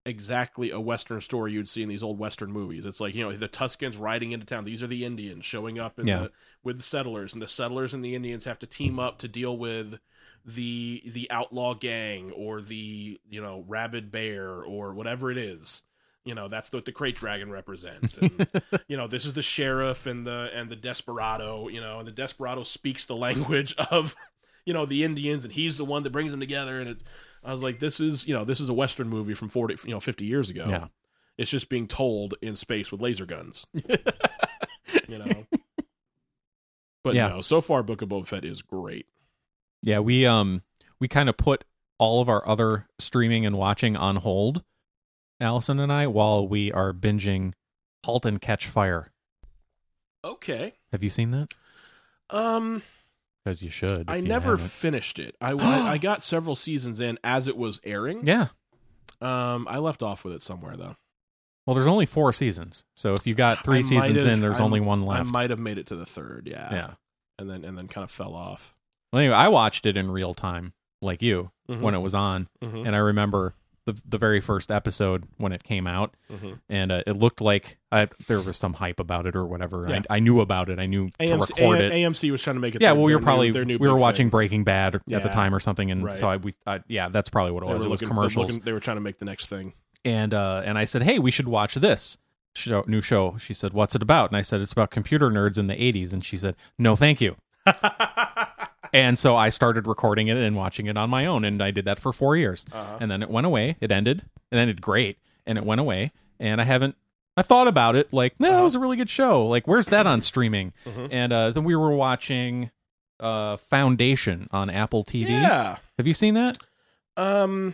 Speaker 1: exactly a western story you'd see in these old western movies. It's like you know the Tuscans riding into town. These are the Indians showing up in
Speaker 2: Yeah.
Speaker 1: the, with the settlers, and the settlers and the Indians have to team up to deal with the the outlaw gang or the you know rabid bear or whatever it is. You know, that's what the crate dragon represents. And, you know, this is the sheriff and the and the desperado. You know, and the desperado speaks the language of, you know, the Indians, and he's the one that brings them together. And it, I was like, this is you know, this is a western movie from forty, you know, fifty years ago.
Speaker 2: Yeah.
Speaker 1: It's just being told in space with laser guns. you know. But
Speaker 2: Yeah.
Speaker 1: no, so far Book of Boba Fett is great.
Speaker 2: Yeah, we um we kind of put all of our other streaming and watching on hold, Allison and I, while we are binging Halt and Catch Fire.
Speaker 1: Okay.
Speaker 2: Have you seen that?
Speaker 1: Um
Speaker 2: Because you should. if
Speaker 1: I
Speaker 2: you
Speaker 1: never
Speaker 2: haven't.
Speaker 1: finished it. I, I I got several seasons in as it was airing.
Speaker 2: yeah.
Speaker 1: Um I left off with it somewhere though.
Speaker 2: Well, there's only four seasons, so if you got three
Speaker 1: I might
Speaker 2: seasons
Speaker 1: have-
Speaker 2: in, there's
Speaker 1: I-
Speaker 2: only one
Speaker 1: I
Speaker 2: left.
Speaker 1: might have made it to the third, yeah.
Speaker 2: yeah.
Speaker 1: And then and then kind of fell off.
Speaker 2: Well, anyway, I watched it in real time, like you,
Speaker 1: Mhm.
Speaker 2: when it was on,
Speaker 1: Mhm.
Speaker 2: and I remember the the very first episode when it came out.
Speaker 1: Mhm.
Speaker 2: and uh, it looked like I, there was some hype about it or whatever.
Speaker 1: Yeah.
Speaker 2: I, I knew about it. I knew to
Speaker 1: AMC,
Speaker 2: record it.
Speaker 1: AMC was trying to make it
Speaker 2: yeah,
Speaker 1: their-
Speaker 2: well, we
Speaker 1: their
Speaker 2: were probably
Speaker 1: new, their new
Speaker 2: we were
Speaker 1: big
Speaker 2: watching
Speaker 1: thing.
Speaker 2: Breaking Bad at the
Speaker 1: Yeah.
Speaker 2: time or something, and
Speaker 1: Right.
Speaker 2: so I, we I, yeah, that's probably what it
Speaker 1: They
Speaker 2: was.
Speaker 1: were
Speaker 2: It was
Speaker 1: looking- they were
Speaker 2: commercials,
Speaker 1: looking- they were trying to make the next thing.
Speaker 2: and uh, and I said, hey, we should watch this show, new show. She said, what's it about? And I said, it's about computer nerds in the '80s, and she said, no, thank you. And so I started recording it and watching it on my own, and I did that for four years.
Speaker 1: Uh-huh.
Speaker 2: And then it went away. It ended. It ended great, and it went away. And I haven't. I thought about it, like, no, that was a really good show. Like, where's that on streaming?
Speaker 1: Mhm.
Speaker 2: And uh, then we were watching uh, Foundation on Apple TV.
Speaker 1: Yeah.
Speaker 2: Have you seen that?
Speaker 1: Um,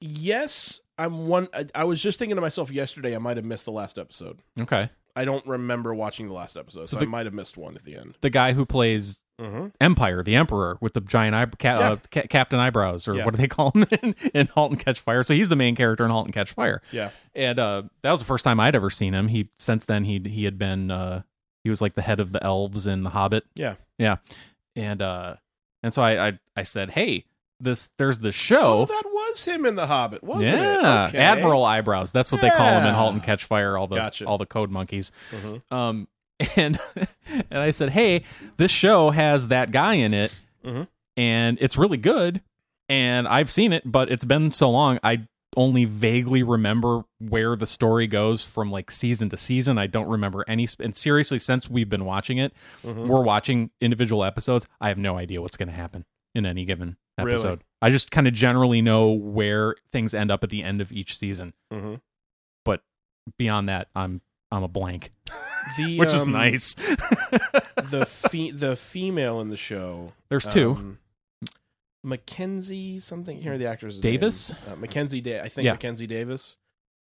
Speaker 1: yes, I'm one. I, I was just thinking to myself yesterday. I might have missed the last episode.
Speaker 2: Okay.
Speaker 1: I don't remember watching the last episode, so,
Speaker 2: So the-
Speaker 1: I might have missed one at the end.
Speaker 2: The guy who plays
Speaker 1: Mm-hmm.
Speaker 2: Empire, the Emperor, with the giant eye, ca- uh, ca- Captain Eyebrows, or
Speaker 1: Yeah.
Speaker 2: what do they call him in, in *Halt and Catch Fire*? So he's the main character in *Halt and Catch Fire*.
Speaker 1: Yeah.
Speaker 2: and uh, that was the first time I'd ever seen him. He since then he he had been uh, he was like the head of the elves in The Hobbit.
Speaker 1: Yeah.
Speaker 2: yeah, and uh, and so I I, I said, hey, this there's the
Speaker 1: Oh,
Speaker 2: show.
Speaker 1: that was him in the Hobbit, wasn't
Speaker 2: yeah,
Speaker 1: it? Okay.
Speaker 2: Admiral Eyebrows. That's what they call him in
Speaker 1: Yeah.
Speaker 2: *Halt and Catch Fire*. All the
Speaker 1: Gotcha.
Speaker 2: all the code monkeys.
Speaker 1: Mhm.
Speaker 2: Um, and and I said, hey, this show has that guy in it,
Speaker 1: Mhm.
Speaker 2: and it's really good. And I've seen it, but it's been so long. I only vaguely remember where the story goes from like season to season. I don't remember any. Sp- and seriously, since we've been watching it,
Speaker 1: Mhm.
Speaker 2: we're watching individual episodes. I have no idea what's going to happen in any given
Speaker 1: Really?
Speaker 2: episode. I just kind of generally know where things end up at the end of each season.
Speaker 1: Mhm.
Speaker 2: Beyond that, I'm I'm a blank,
Speaker 1: The,
Speaker 2: which is
Speaker 1: um,
Speaker 2: nice.
Speaker 1: the fe- the female in the show.
Speaker 2: There's two.
Speaker 1: um, Mackenzie something here. are The actress
Speaker 2: Davis?
Speaker 1: Uh, Mackenzie. Da- I think
Speaker 2: Yeah.
Speaker 1: Mackenzie Davis.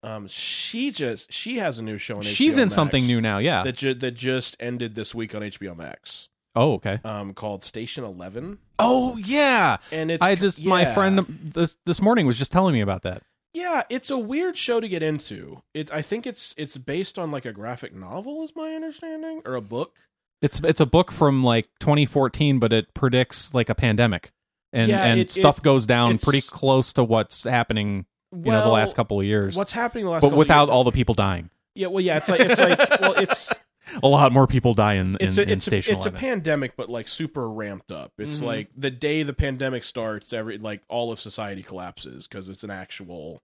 Speaker 1: Um, she just she has a new show on.
Speaker 2: She's
Speaker 1: HBO
Speaker 2: in something
Speaker 1: Max
Speaker 2: new now. Yeah.
Speaker 1: that ju- that just ended this week on HBO Max.
Speaker 2: oh, okay.
Speaker 1: um, called Station Eleven,
Speaker 2: Oh yeah.
Speaker 1: and it's
Speaker 2: I just my
Speaker 1: yeah.
Speaker 2: friend this this morning was just telling me about that.
Speaker 1: Yeah, it's a weird show to get into. It I think it's it's based on like a graphic novel, is my understanding, or a book.
Speaker 2: It's it's a book from like 2014, but it predicts like a pandemic, and
Speaker 1: Yeah,
Speaker 2: and
Speaker 1: it-
Speaker 2: stuff
Speaker 1: it-
Speaker 2: goes down
Speaker 1: it's-
Speaker 2: pretty close to what's happening. You know, the last couple of years,
Speaker 1: What's happening the last?
Speaker 2: but
Speaker 1: couple
Speaker 2: without
Speaker 1: years-
Speaker 2: all the people dying,
Speaker 1: yeah, well, yeah, it's like it's like well, it's
Speaker 2: a lot more people die in in,
Speaker 1: it's a,
Speaker 2: in
Speaker 1: it's, a,
Speaker 2: station
Speaker 1: it's a
Speaker 2: 11.
Speaker 1: pandemic, but like super ramped up. It's
Speaker 5: Mhm.
Speaker 1: like the day the pandemic starts, every like all of society collapses because it's an actual,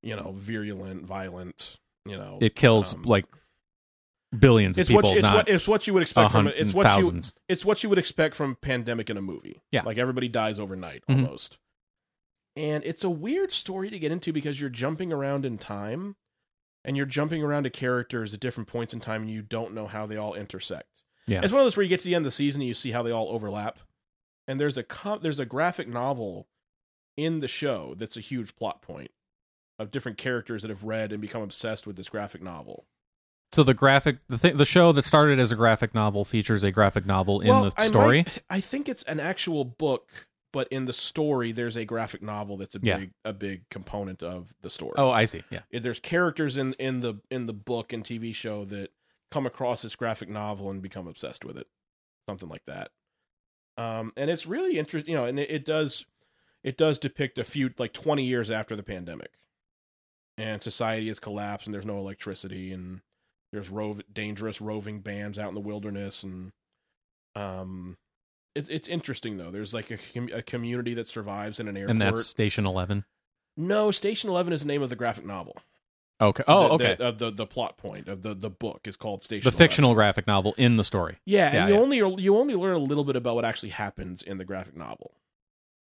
Speaker 1: you know, virulent, violent, you know,
Speaker 2: it kills
Speaker 1: um,
Speaker 2: like billions of
Speaker 1: it's
Speaker 2: people,
Speaker 1: what, it's,
Speaker 2: not
Speaker 1: what it's what you would
Speaker 2: a
Speaker 1: expect from
Speaker 2: hundred
Speaker 1: it. It's what you
Speaker 2: thousands.
Speaker 1: it's what you would expect from pandemic in a movie.
Speaker 2: Yeah.
Speaker 1: Like everybody dies overnight
Speaker 2: Mhm.
Speaker 1: almost. And it's a weird story to get into because you're jumping around in time and you're jumping around to characters at different points in time and you don't know how they all intersect.
Speaker 2: Yeah.
Speaker 1: It's one of those where you get to the end of the season and you see how they all overlap. And there's a com- there's a graphic novel in the show that's a huge plot point of different characters that have read and become obsessed with this graphic novel.
Speaker 2: So the graphic, the thing, the show that started as a graphic novel features a graphic novel in the
Speaker 1: I
Speaker 2: story.
Speaker 1: might- I think it's an actual book, but in the story, there's a graphic novel that's a
Speaker 2: Yeah.
Speaker 1: big a big component of the story.
Speaker 2: Oh, I see. Yeah.
Speaker 1: there's characters in in the in the book and TV show that come across this graphic novel and become obsessed with it, something like that. Um, and it's really interesting, you know, and it, it does it does depict a few like 20 years after the pandemic, and society has collapsed, and there's no electricity, and there's rove dangerous roving bands out in the wilderness, and um. It's it's interesting though. There's like a, com- a community that survives in an airport.
Speaker 2: And that's Station Eleven.
Speaker 1: no Station Eleven is the name of the graphic novel.
Speaker 2: Okay. Oh,
Speaker 1: the-
Speaker 2: okay.
Speaker 1: the, of the the plot point of the the book is called Station.
Speaker 2: the
Speaker 1: 11.
Speaker 2: fictional graphic novel in the story.
Speaker 1: Yeah, and
Speaker 2: Yeah,
Speaker 1: you
Speaker 2: yeah.
Speaker 1: only you only learn a little bit about what actually happens in the graphic novel.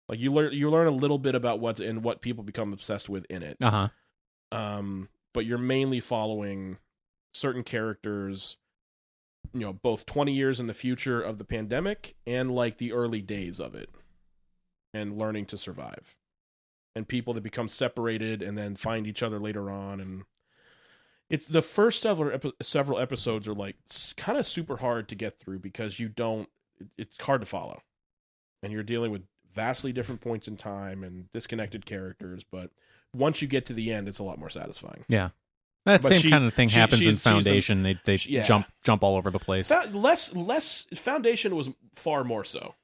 Speaker 1: Like you learn you learn a little bit about what and what people become obsessed with in it.
Speaker 2: Uh huh.
Speaker 1: Um, but you're mainly following certain characters. You know, both 20 years in the future of the pandemic and like the early days of it, and learning to survive, and people that become separated and then find each other later on, and it's the first several epi- several episodes are like kind of super hard to get through because you don't it- it's hard to follow and you're dealing with vastly different points in time and disconnected characters but once you get to the end it's a lot more satisfying
Speaker 2: That
Speaker 1: But
Speaker 2: same
Speaker 1: she-
Speaker 2: kind of thing
Speaker 1: she-
Speaker 2: happens
Speaker 1: she's-
Speaker 2: in
Speaker 1: she's the-
Speaker 2: Foundation. they they
Speaker 1: Yeah.
Speaker 2: jump jump all over the place.
Speaker 1: Fo- less less foundation was far more so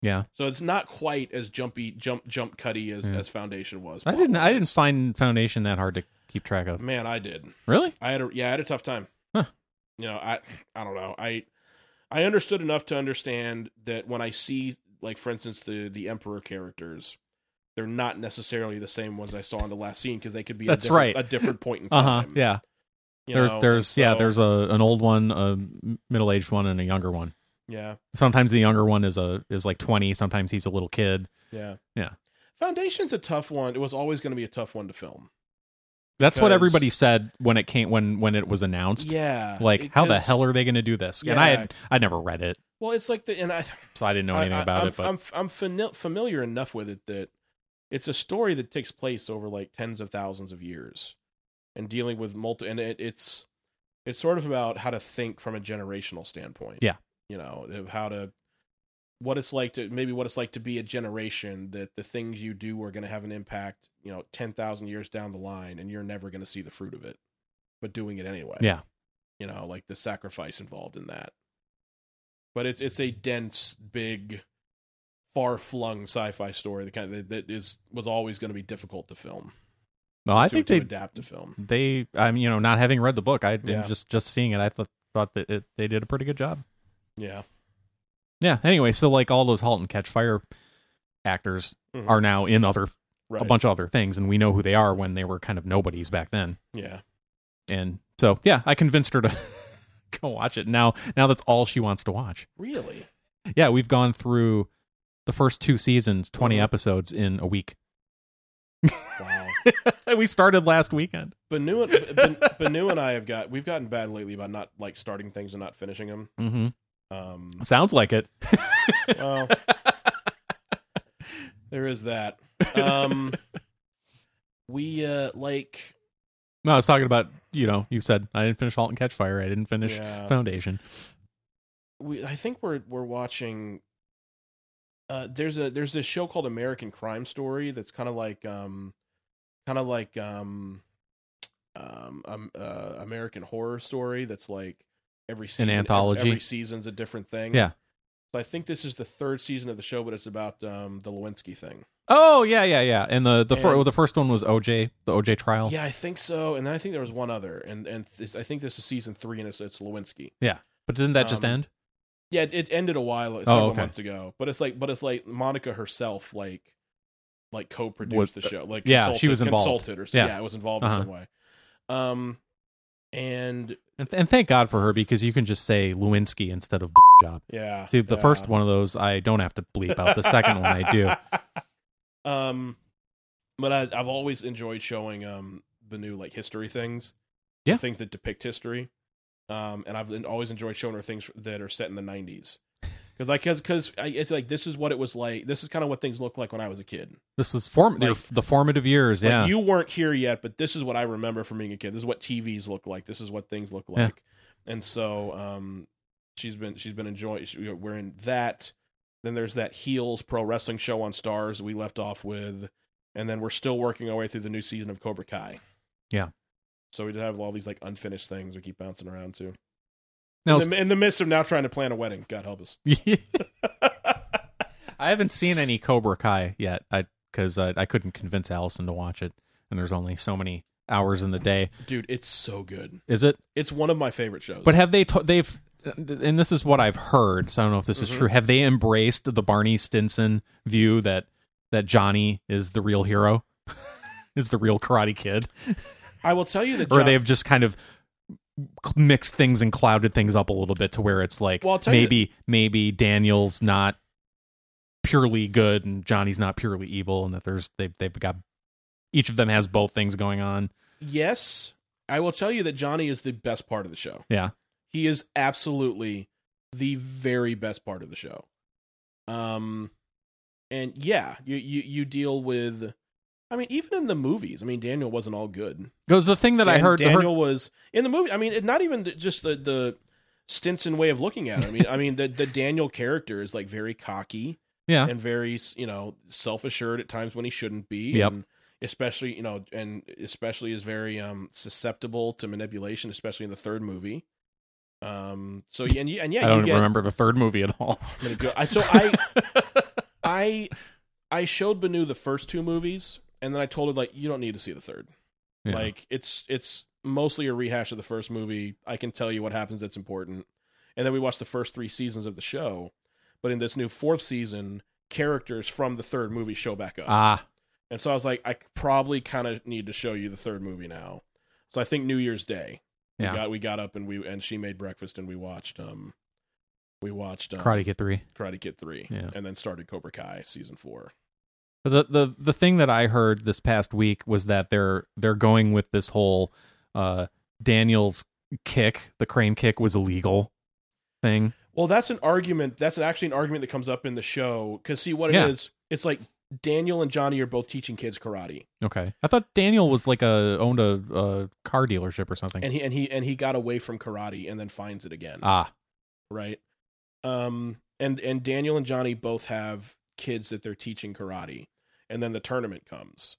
Speaker 2: yeah.
Speaker 1: so it's not quite as jumpy jump jump cutty as
Speaker 2: Yeah.
Speaker 1: as foundation was
Speaker 2: I didn't. I didn't find Foundation that hard to keep track of.
Speaker 1: man i did
Speaker 2: Really?
Speaker 1: I had a yeah, I had a tough time.
Speaker 2: Huh.
Speaker 1: You know, I I don't know. I I understood enough to understand that when I see like for instance the the emperor characters, they're not necessarily the same ones I saw in the last scene because they could be
Speaker 2: That's
Speaker 1: a different,
Speaker 2: right.
Speaker 1: a different point in
Speaker 2: Uh
Speaker 1: time.
Speaker 2: huh. Yeah.
Speaker 1: you
Speaker 2: There's
Speaker 1: know,
Speaker 2: there's
Speaker 1: so-
Speaker 2: yeah there's a an old one, a middle aged one, and a younger one.
Speaker 1: yeah
Speaker 2: Sometimes the younger one is a is like twenty. Sometimes he's a little kid.
Speaker 1: yeah
Speaker 2: Yeah.
Speaker 1: Foundation's a tough one. It was always going to be a tough one to film.
Speaker 2: That's what
Speaker 1: Because-
Speaker 2: everybody said when it came when when it was announced.
Speaker 1: Yeah,
Speaker 2: Like, how the
Speaker 1: because-
Speaker 2: hell are they going to do this? And I
Speaker 1: Yeah.
Speaker 2: had I never read it,
Speaker 1: Well, it's like the and I
Speaker 2: so I didn't know
Speaker 1: I-
Speaker 2: anything
Speaker 1: I-
Speaker 2: about
Speaker 1: I'm,
Speaker 2: it. But
Speaker 1: I'm I'm fami- familiar enough with it that it's a story that takes place over like tens of thousands of years, and dealing with multi and it, it's it's sort of about how to think from a generational standpoint.
Speaker 2: Yeah.
Speaker 1: you know of how to what it's like to maybe what it's like to be a generation that the things you do are going to have an impact. You know, ten thousand years down the line, and you're never going to see the fruit of it, but doing it anyway
Speaker 2: yeah,
Speaker 1: you know, like the sacrifice involved in that. But it's it's a dense, big, far flung sci fi story. The kind that that is was always going to be difficult to film.
Speaker 2: no, I
Speaker 1: to-
Speaker 2: think
Speaker 1: to
Speaker 2: they
Speaker 1: adapt to film.
Speaker 2: they I'm you know not having read the book, I
Speaker 1: Yeah.
Speaker 2: and just just seeing it, I thought thought that it, they did a pretty good job.
Speaker 1: Yeah,
Speaker 2: Yeah. Anyway, so like all those halt and catch fire actors
Speaker 1: Mhm.
Speaker 2: are now in other
Speaker 1: right.
Speaker 2: a bunch of other things, and we know who they are when they were kind of nobodies back then.
Speaker 1: Yeah,
Speaker 2: And so yeah, I convinced her to go watch it. Now now that's all she wants to watch.
Speaker 1: really.
Speaker 2: Yeah, we've gone through the first two seasons, 20
Speaker 1: Mhm.
Speaker 2: episodes in a week.
Speaker 1: Wow.
Speaker 2: we started last weekend.
Speaker 1: Banu, and- Ben- Banu and I have got we've gotten bad lately about not like starting things and not finishing them.
Speaker 2: Mm-hmm.
Speaker 1: Um,
Speaker 2: Sounds like it.
Speaker 1: well, there is that. Um, we uh like
Speaker 2: No, I was talking about, you know, you said I didn't finish Halt and Catch Fire. I didn't finish
Speaker 1: yeah.
Speaker 2: Foundation.
Speaker 1: we I think we're we're watching uh there's a there's this show called American Crime Story that's kind of like um kind of like um um, um uh, American Horror Story that's like every season ev-
Speaker 2: anthology.
Speaker 1: every season's a different thing.
Speaker 2: Yeah.
Speaker 1: So I think this is the third season of the show but it's about um the Lewinsky thing.
Speaker 2: Oh, yeah, yeah, yeah. And the the, fir-
Speaker 1: And-
Speaker 2: the first one was OJ, the OJ trial.
Speaker 1: Yeah, I think so. And then I think there was one other and and this, I think this is season 3 and it's it's Lewinsky.
Speaker 2: But didn't that just
Speaker 1: Um,
Speaker 2: end?
Speaker 1: Yeah, it, it ended a while, several
Speaker 2: Oh, okay.
Speaker 1: months ago. But it's like, but it's like Monica herself, like, like co-produced
Speaker 2: Was-
Speaker 1: the show. Like,
Speaker 2: yeah,
Speaker 1: consulted,
Speaker 2: she was involved.
Speaker 1: Consulted or something.
Speaker 2: Yeah.
Speaker 1: Yeah, it was involved
Speaker 2: Uh-huh.
Speaker 1: in some way. Um, and
Speaker 2: And, th- and thank God for her because you can just say Lewinsky instead of job.
Speaker 1: yeah, uh,
Speaker 2: See, the
Speaker 1: yeah.
Speaker 2: first one of those I don't have to bleep out. The second one I do.
Speaker 1: do. Um, but I, I've always enjoyed showing um the new like history things, the
Speaker 2: Yeah.
Speaker 1: things that depict history. Um, and I've en- always enjoyed showing her things that are set in the '90s, because like, because it's like this is what it was like. This is kind of what things looked like when I was a kid.
Speaker 2: This is form
Speaker 1: Like-
Speaker 2: the formative years.
Speaker 1: Like,
Speaker 2: yeah.
Speaker 1: you weren't here yet, but this is what I remember from being a kid. This is what TVs look like. This is what things look
Speaker 2: Yeah.
Speaker 1: like. And so, um, she's been she's been enjoying. She, we're in that. Then there's that heels pro wrestling show on Stars we left off with, and then we're still working our way through the new season of Cobra Kai.
Speaker 2: Yeah.
Speaker 1: So we just have all these like unfinished things we keep bouncing around to.
Speaker 2: now,
Speaker 1: in, the, in the midst of now trying to plan a wedding, God help us.
Speaker 2: I haven't seen any Cobra Kai yet. I because I, I couldn't convince Allison to watch it, and there's only so many hours in the day.
Speaker 1: Dude, it's so good.
Speaker 2: Is it?
Speaker 1: It's one of my favorite shows.
Speaker 2: But have they? To- they've. And this is what I've heard. So I don't know if this is
Speaker 1: Mhm.
Speaker 2: true. Have they embraced the Barney Stinson view that that Johnny is the real hero, is the real Karate Kid?
Speaker 1: I will tell you that.
Speaker 2: or
Speaker 1: John-
Speaker 2: they've just kind of mixed things and clouded things up a little bit to where it's like
Speaker 1: Well, I'll tell you
Speaker 2: maybe maybe Daniel's not purely good and Johnny's not purely evil, and that there's they've they've got each of them has both things going on.
Speaker 1: yes, I will tell you that Johnny is the best part of the show.
Speaker 2: Yeah.
Speaker 1: he is absolutely the very best part of the show. Um, and yeah, you you you deal with. I mean, even in the movies, I mean, Daniel wasn't all good.
Speaker 2: Because the thing that I
Speaker 1: Dan-
Speaker 2: heard, the heard-
Speaker 1: Daniel was in the movie. I mean, it, not even th- just the the Stinson way of looking at it. I mean, I mean the the Daniel character is like very cocky
Speaker 2: yeah,
Speaker 1: and very you know self assured at times when he shouldn't be.
Speaker 2: Yep.
Speaker 1: And especially you know, and especially is very um susceptible to manipulation, especially in the third movie. Um. So and you, and yeah,
Speaker 2: I don't
Speaker 1: you get,
Speaker 2: remember the third movie at all.
Speaker 1: I'm gonna go. I, so I, I, I showed Banu the first two movies, and then I told her like, you don't need to see the third.
Speaker 2: Yeah.
Speaker 1: Like it's it's mostly a rehash of the first movie. I can tell you what happens that's important, and then we watched the first three seasons of the show. But in this new fourth season, characters from the third movie show back up,
Speaker 2: ah,
Speaker 1: and so I was like, I probably kind of need to show you the third movie now. So I think New Year's Day.
Speaker 2: Yeah.
Speaker 1: We got we got up and we and she made breakfast and we watched um we watched um,
Speaker 2: Karate Kid three.
Speaker 1: Karate Kid three,
Speaker 2: Yeah.
Speaker 1: and then started Cobra Kai season four.
Speaker 2: The the the thing that I heard this past week was that they're they're going with this whole uh Daniel's kick, the crane kick was illegal thing.
Speaker 1: Well, that's an argument. That's actually an argument that comes up in the show because see what
Speaker 2: Yeah.
Speaker 1: it is. It's like Daniel and Johnny are both teaching kids karate,
Speaker 2: Okay. I thought Daniel was like a owned a, a car dealership or something.
Speaker 1: and he and he and he got away from karate and then finds it again,
Speaker 2: ah,
Speaker 1: right? Um, and and Daniel and Johnny both have kids that they're teaching karate, and then the tournament comes.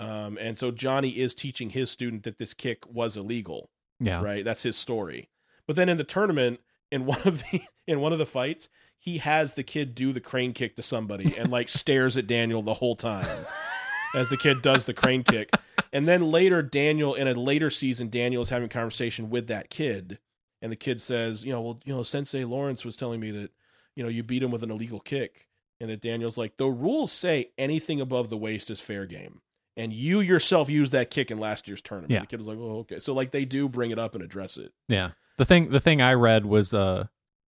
Speaker 1: Um, and so Johnny is teaching his student that this kick was illegal.
Speaker 2: yeah.
Speaker 1: right that's his story but then in the tournament in one of the in one of the fights he has the kid do the crane kick to somebody and like stares at daniel the whole time as the kid does the crane kick and then later daniel in a later season daniel is having a conversation with that kid and the kid says you know well you know sensei lawrence was telling me that you know you beat him with an illegal kick and that daniel's like the rules say anything above the waist is fair game and you yourself used that kick in last year's tournament
Speaker 2: Yeah.
Speaker 1: the kid was like oh okay so like they do bring it up and address it
Speaker 2: Yeah. The thing the thing I read was uh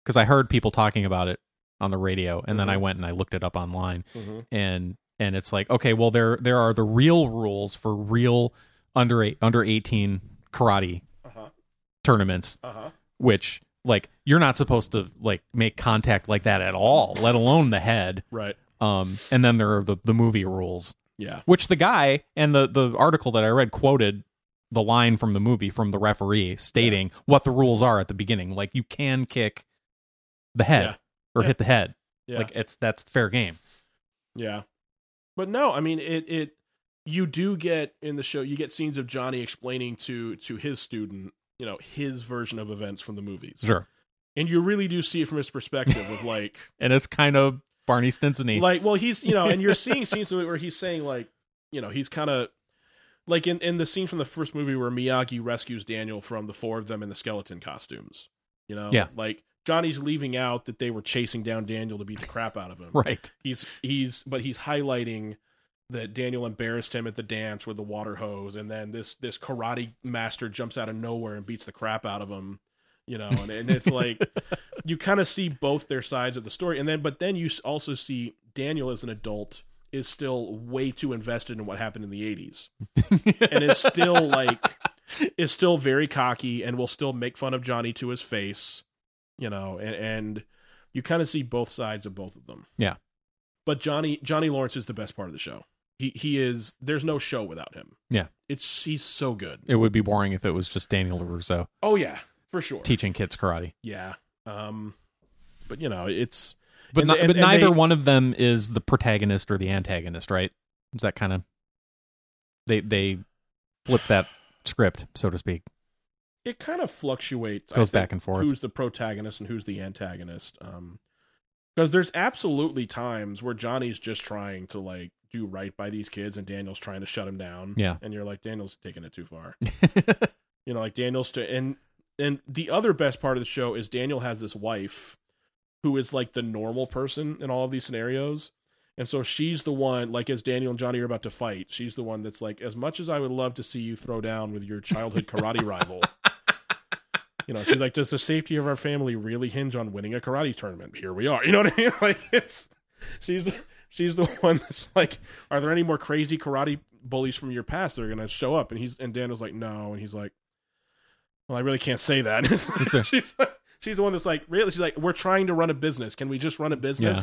Speaker 2: cuz I heard people talking about it on the radio and then I
Speaker 1: Mhm.
Speaker 2: went and I looked it up online
Speaker 1: Mm-hmm.
Speaker 2: and and it's like okay, well there there are the real rules for real under eight, under 18 karate
Speaker 1: uh-huh
Speaker 2: tournaments
Speaker 1: uh-huh
Speaker 2: which like you're not supposed to like make contact like that at all, let alone the head.
Speaker 1: right
Speaker 2: Um, and then there are the the movie rules,
Speaker 1: yeah
Speaker 2: which the guy and the the article that I read quoted the line from the movie from the referee stating what the rules are at the beginning. Like you can kick the head
Speaker 1: Yeah.
Speaker 2: or
Speaker 1: Yeah.
Speaker 2: hit the head.
Speaker 1: yeah
Speaker 2: Like it's that's fair game.
Speaker 1: yeah but no i mean it it you do get in the show you get scenes of johnny explaining to to his student you know his version of events from the movies
Speaker 2: Sure.
Speaker 1: and you really do see it from his perspective of like
Speaker 2: And it's kind of Barney Stinsony.
Speaker 1: like well he's you know and you're seeing scenes of it where he's saying like you know he's kind of like in, in the scene from the first movie where miyagi rescues daniel from the four of them in the skeleton costumes you know
Speaker 2: Yeah.
Speaker 1: like johnny's leaving out that they were chasing down daniel to beat the crap out of him
Speaker 2: right.
Speaker 1: he's he's but he's highlighting that Daniel embarrassed him at the dance with the water hose, and then this this karate master jumps out of nowhere and beats the crap out of him, you know, and, and it's like you kind of see both their sides of the story, and then but then you s- also see Daniel as an adult is still way too invested in what happened in the eighties, and is still like is still very cocky and will still make fun of Johnny to his face, you know, and and you kind of see both sides of both of them but Johnny Johnny Lawrence is the best part of the show. He he is. There's no show without him.
Speaker 2: Yeah.
Speaker 1: it's he's so good.
Speaker 2: It would be boring if it was just Daniel LaRusso
Speaker 1: Oh yeah, for sure.
Speaker 2: teaching kids karate.
Speaker 1: yeah. Um, but you know it's
Speaker 2: But,
Speaker 1: And
Speaker 2: ni-
Speaker 1: the- and-
Speaker 2: but
Speaker 1: and
Speaker 2: neither
Speaker 1: they-
Speaker 2: one of them is the protagonist or the antagonist, right? Is that kind of they they flip that script, so to speak?
Speaker 1: it kind of fluctuates. I
Speaker 2: Goes
Speaker 1: think,
Speaker 2: back and forth.
Speaker 1: Who's the protagonist and who's the antagonist? Um, because there's absolutely times where Johnny's just trying to like do right by these kids, and Daniel's trying to shut him down.
Speaker 2: Yeah.
Speaker 1: and you're like Daniel's taking it too far. you know like daniel's to and and the other best part of the show is daniel has this wife who is like the normal person in all of these scenarios And so she's the one, like as Daniel and Johnny are about to fight, she's the one that's like, as much as I would love to see you throw down with your childhood karate rival, you know, she's like, does the safety of our family really hinge on winning a karate tournament? Here we are. You know what I mean? Like it's she's the she's the one that's like, are there any more crazy karate bullies from your past that are gonna show up? And he's and Daniel's like, no, and he's like, well, I really can't say that. she's, like- she's the one that's like, really? She's like, we're trying to run a business. Can we just run a business?
Speaker 2: Yeah.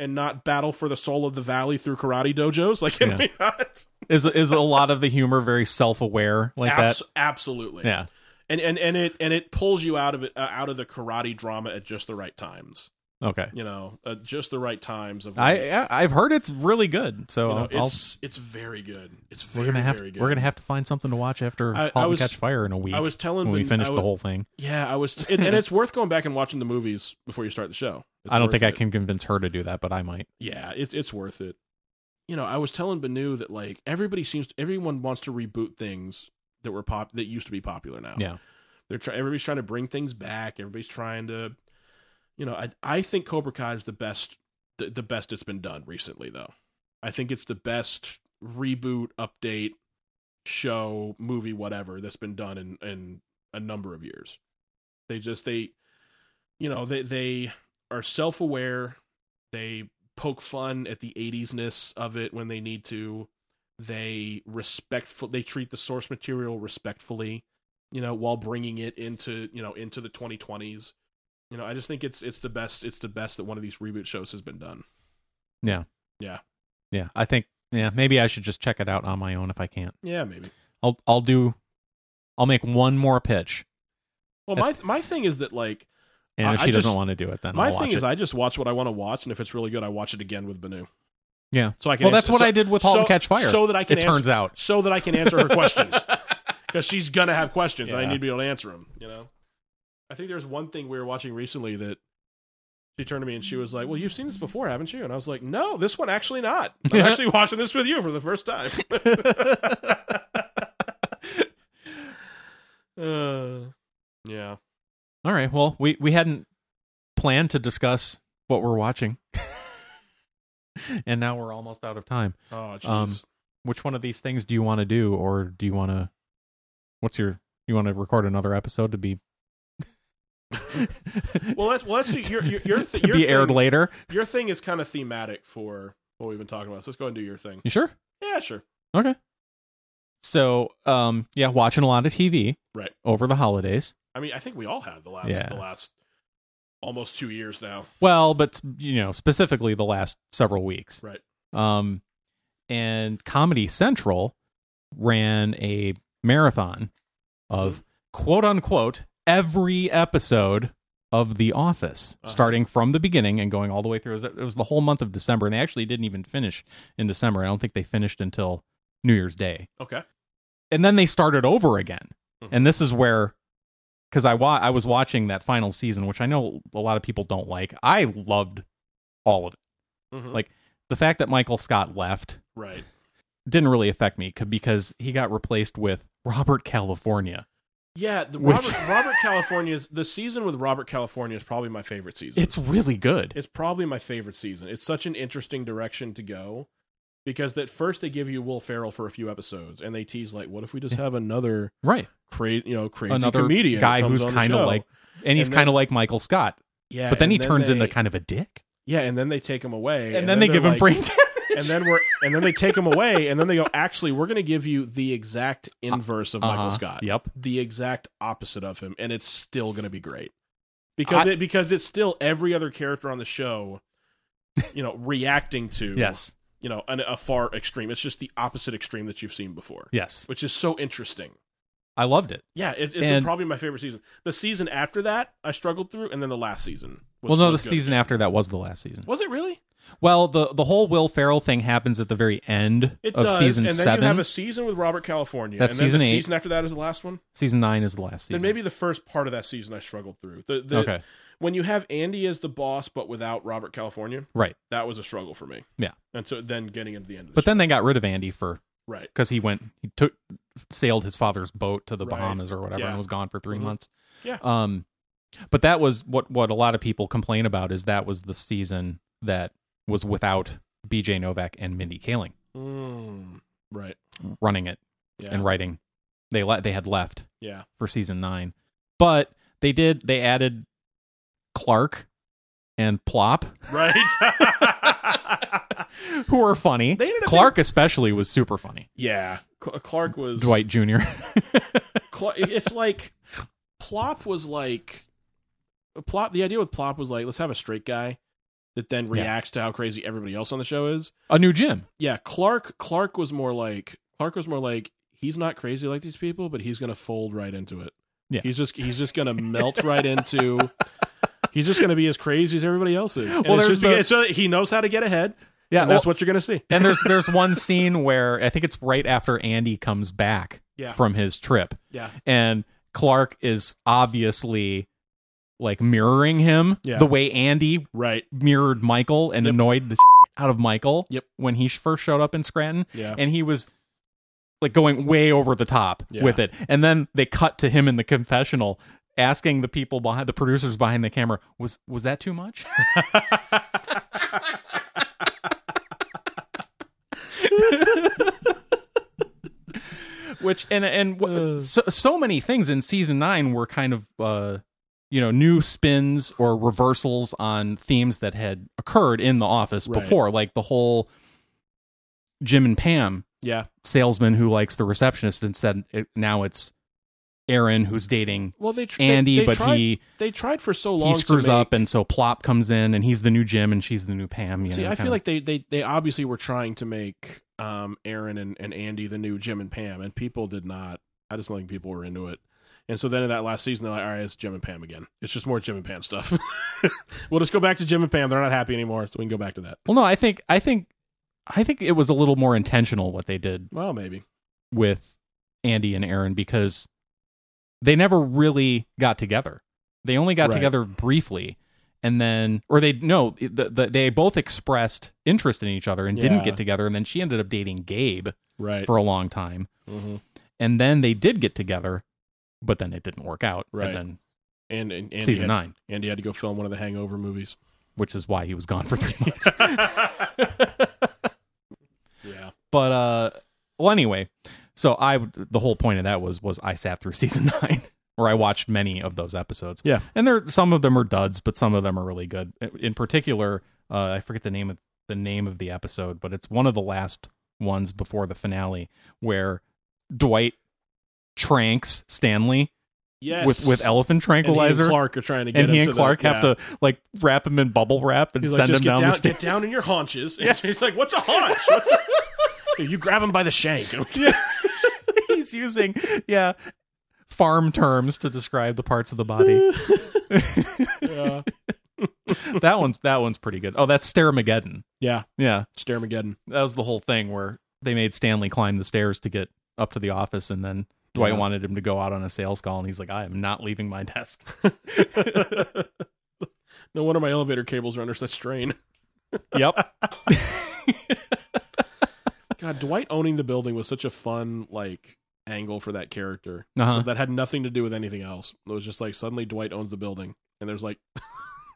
Speaker 1: And not battle for the soul of the valley through karate dojos? Like, can
Speaker 2: Yeah.
Speaker 1: we not?
Speaker 2: Is is a lot of the humor very self aware like
Speaker 1: Abs- Absolutely.
Speaker 2: that? Yeah.
Speaker 1: and and and it and it pulls you out of it uh, out of the karate drama at just the right times
Speaker 2: Okay.
Speaker 1: you know at just the right times of when,
Speaker 2: I
Speaker 1: you
Speaker 2: I- I've heard it's really good, so
Speaker 1: know,
Speaker 2: I'll,
Speaker 1: it's it's very good it's
Speaker 2: we're
Speaker 1: very
Speaker 2: gonna have
Speaker 1: very good
Speaker 2: we're gonna have to find something to watch after
Speaker 1: I-
Speaker 2: I,
Speaker 1: I was-
Speaker 2: Catch Fire in a week.
Speaker 1: i was telling
Speaker 2: when we
Speaker 1: Ben-
Speaker 2: finish
Speaker 1: I
Speaker 2: the
Speaker 1: was-
Speaker 2: whole thing.
Speaker 1: yeah i was it, and it's worth going back and watching the movies before you start the show It's
Speaker 2: I don't
Speaker 1: worth
Speaker 2: think I
Speaker 1: it.
Speaker 2: can convince her to do that, but I might.
Speaker 1: yeah it's it's worth it you know i was telling banu that like everybody seems everyone wants to reboot things that were pop that used to be popular now
Speaker 2: Yeah.
Speaker 1: They're try- everybody's trying to bring things back. Everybody's trying to, you know, I I think Cobra Kai is the best the, the best it's been done recently though. I think it's the best reboot, update, show, movie, whatever that's been done in in a number of years. They just they, you know, they they are self aware. They poke fun at the '80s ness of it when they need to. They respectful. They treat the source material respectfully you know, while bringing it into you know into the 2020s. You know, I just think it's it's the best it's the best that one of these reboot shows has been done.
Speaker 2: Yeah. I think. Yeah. Maybe I should just check it out on my own if I can't.
Speaker 1: Yeah, maybe.
Speaker 2: I'll I'll do. I'll make one more pitch,
Speaker 1: Well, my my thing is that like
Speaker 2: and if
Speaker 1: I- I
Speaker 2: she doesn't
Speaker 1: just-
Speaker 2: want to do it, then
Speaker 1: my
Speaker 2: I'll watch
Speaker 1: thing
Speaker 2: it.
Speaker 1: is I just watch what I want to watch, and if it's really good, I watch it again with Banu.
Speaker 2: yeah.
Speaker 1: So I can.
Speaker 2: Well, that's
Speaker 1: answer-
Speaker 2: what
Speaker 1: so-
Speaker 2: I did with Halt
Speaker 1: so,
Speaker 2: and Catch Fire.
Speaker 1: so that I can
Speaker 2: it
Speaker 1: answer,
Speaker 2: turns out.
Speaker 1: so that I can answer her questions because she's gonna have questions, and I
Speaker 2: Yeah.
Speaker 1: need to be able to answer them. You know, I think there's one thing we were watching recently that she turned to me and she was like, "Well, you've seen this before, haven't you?" And I was like, "No, this one actually not. I'm actually watching this with you for the first time." uh, yeah,
Speaker 2: All right. Well, we we hadn't planned to discuss what we're watching, and now we're almost out of time.
Speaker 1: oh jeez.
Speaker 2: Um, Which one of these things do you want to do, or do you want to? What's your? You want to record another episode to be?
Speaker 1: well, that's well, that's your your your, th-
Speaker 2: to
Speaker 1: your
Speaker 2: be
Speaker 1: thing,
Speaker 2: aired later.
Speaker 1: Your thing is kind of thematic for what we've been talking about. So let's go and do your thing.
Speaker 2: You sure?
Speaker 1: Yeah, sure.
Speaker 2: So, um, yeah, watching a lot of TV
Speaker 1: Right.
Speaker 2: over the holidays.
Speaker 1: I mean, I think we all have the last
Speaker 2: Yeah.
Speaker 1: the last almost two years now.
Speaker 2: Well, but you know, specifically the last several weeks.
Speaker 1: Right.
Speaker 2: Um and Comedy Central ran a marathon of quote unquote every episode of The Office,
Speaker 1: Uh-huh.
Speaker 2: starting from the beginning and going all the way through. It was, it was the whole month of December, and they actually didn't even finish in December. I don't think they finished until New Year's Day.
Speaker 1: Okay.
Speaker 2: and then they started over again.
Speaker 1: Mhm.
Speaker 2: And this is where, because I wa- I was watching that final season, which I know a lot of people don't like. I loved all of it.
Speaker 1: Mhm.
Speaker 2: Like- The fact that Michael Scott left
Speaker 1: right.
Speaker 2: didn't really affect me c- because he got replaced with Robert California.
Speaker 1: Yeah, the
Speaker 2: Which-
Speaker 1: Robert Robert California's the season with Robert California is probably my favorite season.
Speaker 2: It's really good.
Speaker 1: it's probably my favorite season. It's such an interesting direction to go because at first they give you Will Ferrell for a few episodes and they tease like, what if we just have another
Speaker 2: Right,
Speaker 1: crazy, you know, crazy
Speaker 2: another
Speaker 1: comedian
Speaker 2: guy
Speaker 1: comes
Speaker 2: who's
Speaker 1: on the
Speaker 2: kind
Speaker 1: show?
Speaker 2: of like, and he's
Speaker 1: And then-
Speaker 2: kind of like Michael Scott,
Speaker 1: yeah,
Speaker 2: but
Speaker 1: and
Speaker 2: then he turns into
Speaker 1: they-
Speaker 2: kind of a dick,
Speaker 1: yeah, and then they take him away,
Speaker 2: and, then, they
Speaker 1: they're
Speaker 2: give him
Speaker 1: like-
Speaker 2: brain damage.
Speaker 1: and then we're and then they take him away and then they go actually we're going to give you the exact inverse of michael
Speaker 2: Uh-huh.
Speaker 1: scott
Speaker 2: Yep.
Speaker 1: the exact opposite of him and it's still going to be great because
Speaker 2: I-
Speaker 1: it because it's still every other character on the show you know reacting to
Speaker 2: Yes.
Speaker 1: you know an, a far extreme it's just the opposite extreme that you've seen before
Speaker 2: Yes.
Speaker 1: which is so interesting
Speaker 2: I loved it.
Speaker 1: yeah it, it's
Speaker 2: And-
Speaker 1: probably my favorite season the season after that i struggled through and then the last season was,
Speaker 2: well, no, the
Speaker 1: was good.
Speaker 2: season after that was the last season.
Speaker 1: was it really
Speaker 2: Well, the the whole Will Ferrell thing happens at the very end
Speaker 1: it
Speaker 2: of
Speaker 1: does
Speaker 2: season
Speaker 1: and then
Speaker 2: seven.
Speaker 1: you have a season with robert california
Speaker 2: That's
Speaker 1: and then
Speaker 2: season
Speaker 1: the
Speaker 2: eight.
Speaker 1: season after that is the last one
Speaker 2: Season nine is the last season.
Speaker 1: Then maybe the first part of that season I struggled through. The, the
Speaker 2: okay,
Speaker 1: when you have Andy as the boss but without Robert California,
Speaker 2: right.
Speaker 1: that was a struggle for me.
Speaker 2: Yeah.
Speaker 1: And so then getting into the end of the
Speaker 2: But then they got rid of Andy for
Speaker 1: right.
Speaker 2: because he went he took sailed his father's boat to the
Speaker 1: Right.
Speaker 2: Bahamas or whatever
Speaker 1: Yeah.
Speaker 2: and was gone for 3
Speaker 1: Mhm.
Speaker 2: months.
Speaker 1: Yeah.
Speaker 2: Um, but that was what what a lot of people complain about is that was the season that was without BJ Novak and Mindy Kaling
Speaker 1: Mm, right.
Speaker 2: running it
Speaker 1: Yeah.
Speaker 2: and writing. They le- they had left
Speaker 1: Yeah.
Speaker 2: for season 9. But they did they added Clark and Plop
Speaker 1: Right.
Speaker 2: who are funny.
Speaker 1: They ended up
Speaker 2: Clark especially was super funny.
Speaker 1: yeah. Cl- uh, Clark was
Speaker 2: Dwight Jr.
Speaker 1: Cla- it's like Plop was like Plop. The idea with Plop was like let's have a straight guy that then
Speaker 2: Yeah.
Speaker 1: reacts to how crazy everybody else on the show is.
Speaker 2: a new Jim.
Speaker 1: Yeah, Clark. Clark was more like Clark was more like he's not crazy like these people, but he's gonna fold right into it.
Speaker 2: Yeah.
Speaker 1: he's just he's just gonna melt right into. He's just gonna be as crazy as everybody else is. And
Speaker 2: Well,
Speaker 1: it's
Speaker 2: there's
Speaker 1: just beca-
Speaker 2: the-
Speaker 1: so that he knows how to get ahead.
Speaker 2: Yeah,
Speaker 1: and that's what you're gonna see.
Speaker 2: and there's there's one scene where I think it's right after Andy comes back
Speaker 1: Yeah.
Speaker 2: from his trip,
Speaker 1: Yeah,
Speaker 2: and Clark is obviously like mirroring him
Speaker 1: Yeah.
Speaker 2: the way Andy
Speaker 1: right.
Speaker 2: mirrored Michael and
Speaker 1: Yep.
Speaker 2: annoyed the out of Michael
Speaker 1: Yep.
Speaker 2: when he first showed up in Scranton,
Speaker 1: Yeah,
Speaker 2: and he was like going way over the top
Speaker 1: Yeah.
Speaker 2: with it, and then they cut to him in the confessional asking the people behind the producers behind the camera was was that too much which and and wh- so, so many things in season nine were kind of uh you know new spins or reversals on themes that had occurred in the office
Speaker 1: Right.
Speaker 2: before like the whole jim and pam
Speaker 1: yeah.
Speaker 2: salesman who likes the receptionist instead it, now it's aaron who's dating
Speaker 1: Well, they tr- they-
Speaker 2: andy
Speaker 1: they
Speaker 2: but
Speaker 1: tried-
Speaker 2: he
Speaker 1: they tried for so long.
Speaker 2: he
Speaker 1: to
Speaker 2: screws
Speaker 1: make-
Speaker 2: up and so plop comes in and he's the new jim and she's the new pam you
Speaker 1: See,
Speaker 2: know,
Speaker 1: I
Speaker 2: kinda-
Speaker 1: feel like they, they they obviously were trying to make um Aaron and, and Andy the new Jim and Pam, and people did not. I just don't think people were into it. And so then in that last season, they're like, all right, it's Jim and Pam again. It's just more Jim and Pam stuff. we'll just go back to Jim and Pam. They're not happy anymore, so we can go back to that.
Speaker 2: well no i think i think i think it was a little more intentional what they did
Speaker 1: Well, maybe.
Speaker 2: with Andy and Aaron because they never really got together. They only got
Speaker 1: Right.
Speaker 2: together briefly, and then, or they no, the, the, they both expressed interest in each other and didn't
Speaker 1: Yeah.
Speaker 2: get together. And then she ended up dating Gabe
Speaker 1: Right.
Speaker 2: for a long time,
Speaker 1: hmm
Speaker 2: and then they did get together, but then it didn't work out.
Speaker 1: Right.
Speaker 2: And then
Speaker 1: And, and Andy
Speaker 2: season
Speaker 1: had,
Speaker 2: nine,
Speaker 1: Andy had to go film one of the Hangover movies.
Speaker 2: which is why he was gone for three months.
Speaker 1: Yeah.
Speaker 2: but uh, well, anyway, so I the whole point of that was was I sat through season nine. Or I watched many of those episodes.
Speaker 1: Yeah.
Speaker 2: and there some of them are duds, but some of them are really good. In particular, uh, I forget the name of the name of the episode, but it's one of the last ones before the finale where Dwight tranks Stanley
Speaker 1: Yes.
Speaker 2: with with elephant
Speaker 1: and he
Speaker 2: tranquilizer,
Speaker 1: and Clark are trying to get
Speaker 2: and he
Speaker 1: him
Speaker 2: and
Speaker 1: to the-
Speaker 2: Clark
Speaker 1: yeah.
Speaker 2: have to like wrap him in bubble wrap and
Speaker 1: He's like,
Speaker 2: send
Speaker 1: just
Speaker 2: him
Speaker 1: get
Speaker 2: down,
Speaker 1: down,
Speaker 2: the stairs.
Speaker 1: get down in your haunches. And he's like, what's a haunch? What's a-" you grab him by the shank. And
Speaker 2: He's using yeah farm terms to describe the parts of the body.
Speaker 1: yeah.
Speaker 2: that one's that one's pretty good. Oh, that's Staramageddon.
Speaker 1: Yeah.
Speaker 2: Yeah,
Speaker 1: Starmageddon.
Speaker 2: that was the whole thing where they made Stanley climb the stairs to get up to the office, and then Dwight
Speaker 1: Yeah.
Speaker 2: wanted him to go out on a sales call, and he's like, "I am not leaving my desk."
Speaker 1: no wonder my elevator cables are under such strain.
Speaker 2: yep.
Speaker 1: God, Dwight owning the building was such a fun, like, angle for that character
Speaker 2: Uh-huh.
Speaker 1: that had nothing to do with anything else. It was just like suddenly Dwight owns the building. And there's like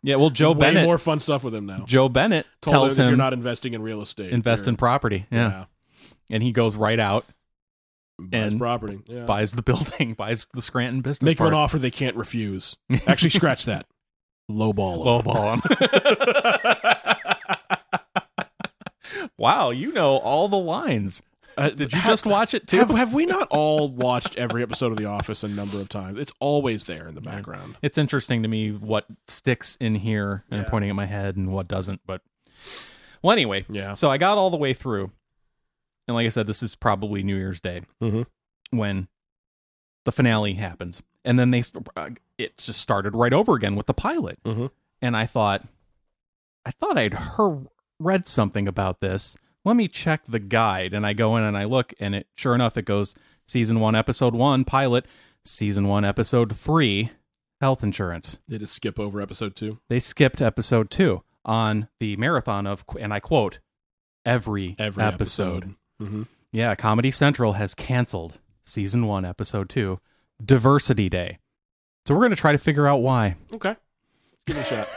Speaker 2: Yeah. Well, Joe
Speaker 1: way
Speaker 2: Bennett.
Speaker 1: more fun stuff with him now.
Speaker 2: Joe Bennett
Speaker 1: Told
Speaker 2: tells
Speaker 1: him, if
Speaker 2: him
Speaker 1: you're not investing in real estate.
Speaker 2: invest
Speaker 1: you're-
Speaker 2: in property. Yeah. and he goes right out,
Speaker 1: Buys
Speaker 2: And
Speaker 1: property. Yeah.
Speaker 2: buys the building, buys the Scranton business.
Speaker 1: Make them
Speaker 2: park.
Speaker 1: an offer they can't refuse. Actually, scratch that. Lowball. 'em.
Speaker 2: Lowball him. wow, you know all the lines.
Speaker 1: Uh,
Speaker 2: Did you
Speaker 1: ha-
Speaker 2: just watch it too?
Speaker 1: Have, have we not all watched every episode of The Office a number of times? It's always there in the background.
Speaker 2: it's interesting to me what sticks in here and
Speaker 1: Yeah.
Speaker 2: I'm pointing at my head and what doesn't but well anyway
Speaker 1: Yeah.
Speaker 2: so i got all the way through and like i said this is probably new year's day
Speaker 1: Mhm.
Speaker 2: when the finale happens and then they uh, it just started right over again with the pilot
Speaker 1: Mhm.
Speaker 2: and i thought i thought i'd heard read something about this let me check the guide and i go in and i look and it sure enough it goes season 1 episode 1 pilot season 1 episode 3 health insurance
Speaker 1: They just skip over episode two
Speaker 2: they skipped episode two on the marathon of, and I quote, every,
Speaker 1: every episode. Mhm.
Speaker 2: Yeah, Comedy Central has canceled season one, episode two, Diversity Day. So we're going to try to figure out why.
Speaker 1: Okay. Give it a shot.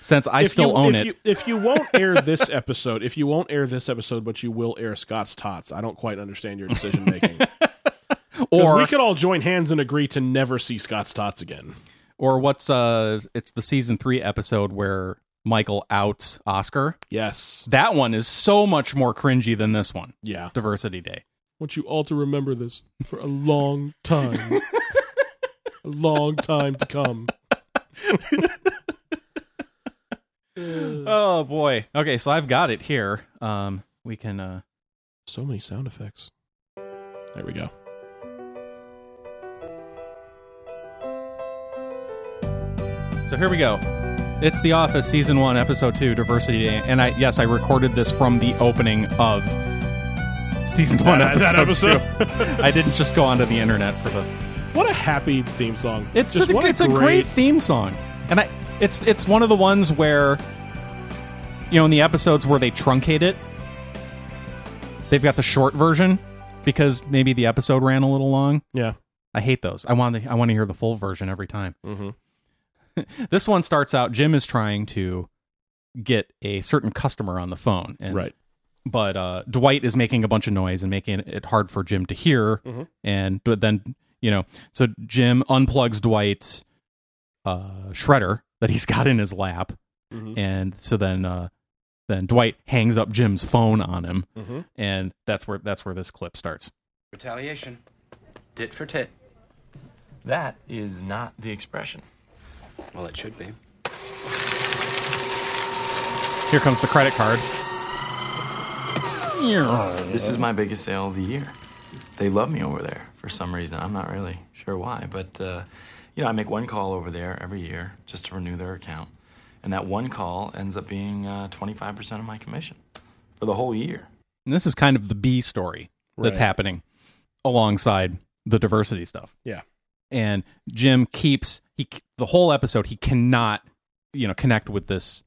Speaker 2: since I
Speaker 1: if
Speaker 2: still
Speaker 1: you-
Speaker 2: own
Speaker 1: if
Speaker 2: it.
Speaker 1: You, if you won't air this episode, if you won't air this episode, but you will air Scott's tots, I don't quite understand your decision making. 'Cause
Speaker 2: or
Speaker 1: we could all join hands and agree to never see Scott's tots again.
Speaker 2: or what's uh it's the season 3 episode where Michael outs Oscar.
Speaker 1: Yes.
Speaker 2: That one is so much more cringy than this one.
Speaker 1: Yeah.
Speaker 2: Diversity Day.
Speaker 1: want you all to remember this for a long time. a long time to come.
Speaker 2: Oh boy. Okay, so I've got it here. Um we can uh
Speaker 1: So many sound effects. There we go.
Speaker 2: So here we go. It's The Office season 1 episode 2 Diversity Day and I yes, I recorded this from the opening of season 1
Speaker 1: That- that
Speaker 2: episode.
Speaker 1: episode.
Speaker 2: two. I didn't just go onto the internet for the
Speaker 1: What a happy theme song.
Speaker 2: It's
Speaker 1: Just
Speaker 2: a,
Speaker 1: what
Speaker 2: it's a great theme song, and I it's it's one of the ones where you know in the episodes where they truncate it, they've got the short version because maybe the episode ran a little long.
Speaker 1: Yeah.
Speaker 2: I hate those. I want to, I want to hear the full version every time.
Speaker 1: Mm-hmm.
Speaker 2: This one starts out. Jim is trying to get a certain customer on the phone, and
Speaker 1: Right.
Speaker 2: but uh, Dwight is making a bunch of noise and making it hard for Jim to hear.
Speaker 1: Mhm.
Speaker 2: And but then you know, so Jim unplugs Dwight's uh, shredder that he's got in his lap,
Speaker 1: Mhm.
Speaker 2: and so then uh, then Dwight hangs up Jim's phone on him,
Speaker 1: Mm-hmm.
Speaker 2: and that's where that's where this clip starts.
Speaker 6: Retaliation. Tit for tit.
Speaker 7: That is not the expression.
Speaker 6: Well, it should be.
Speaker 2: Here comes the credit card.
Speaker 7: This is my biggest sale of the year. They love me over there for some reason. I'm not really sure why, but uh, you know, I make one call over there every year just to renew their account, and that one call ends up being uh, 25% of my commission for the whole year.
Speaker 2: And this is kind of the B story that's
Speaker 1: Right.
Speaker 2: happening alongside the diversity stuff.
Speaker 1: Yeah.
Speaker 2: and Jim keeps he the whole episode he cannot you know connect with this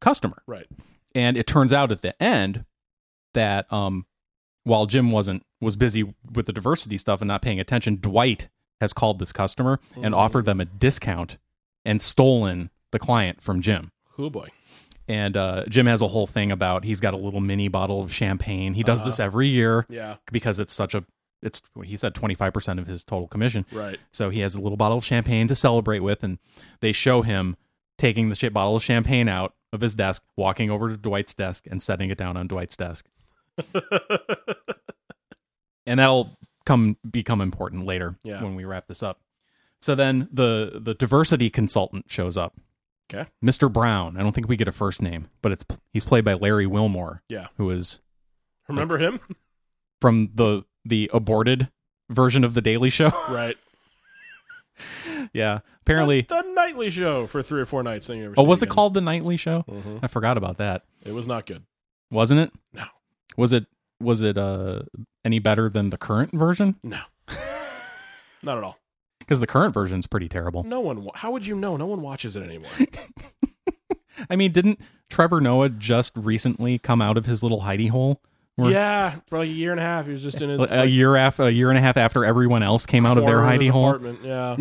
Speaker 2: customer
Speaker 1: Right.
Speaker 2: and it turns out at the end that um while Jim wasn't was busy with the diversity stuff and not paying attention Dwight has called this customer
Speaker 1: Mm-hmm.
Speaker 2: and offered them a discount and stolen the client from Jim
Speaker 1: Oh boy.
Speaker 2: and uh, Jim has a whole thing about he's got a little mini bottle of champagne he does
Speaker 1: Uh-huh.
Speaker 2: this every year
Speaker 1: Yeah.
Speaker 2: because it's such a it's he said 25% of his total commission
Speaker 1: Right.
Speaker 2: so he has a little bottle of champagne to celebrate with, and they show him taking the shit bottle of champagne out of his desk, walking over to Dwight's desk, and setting it down on Dwight's desk. and that'll come become important later
Speaker 1: Yeah.
Speaker 2: when we wrap this up. So then the the diversity consultant shows up.
Speaker 1: Okay.
Speaker 2: Mr. Brown. I don't think we get a first name, but it's he's played by Larry Wilmore,
Speaker 1: Yeah.
Speaker 2: who is
Speaker 1: Remember him?
Speaker 2: from the the aborted version of the Daily Show.
Speaker 1: Right.
Speaker 2: yeah. Apparently
Speaker 1: The nightly show for three or four nights. Then you never
Speaker 2: Oh,
Speaker 1: see
Speaker 2: was it
Speaker 1: again.
Speaker 2: called the Nightly Show?
Speaker 1: Mhm.
Speaker 2: I forgot about that.
Speaker 1: It was not good.
Speaker 2: Wasn't it?
Speaker 1: No.
Speaker 2: Was it was it uh any better than the current version?
Speaker 1: No. not at all.
Speaker 2: Because the current version's pretty terrible.
Speaker 1: No one. Wa- How would you know? No one watches it anymore.
Speaker 2: I mean, didn't Trevor Noah just recently come out of his little hidey hole? Where-
Speaker 1: yeah, for like a year and a half, he was just in his
Speaker 2: A year after a year and a half after everyone else came out of their
Speaker 1: corner his
Speaker 2: hidey hole.
Speaker 1: apartment. Yeah,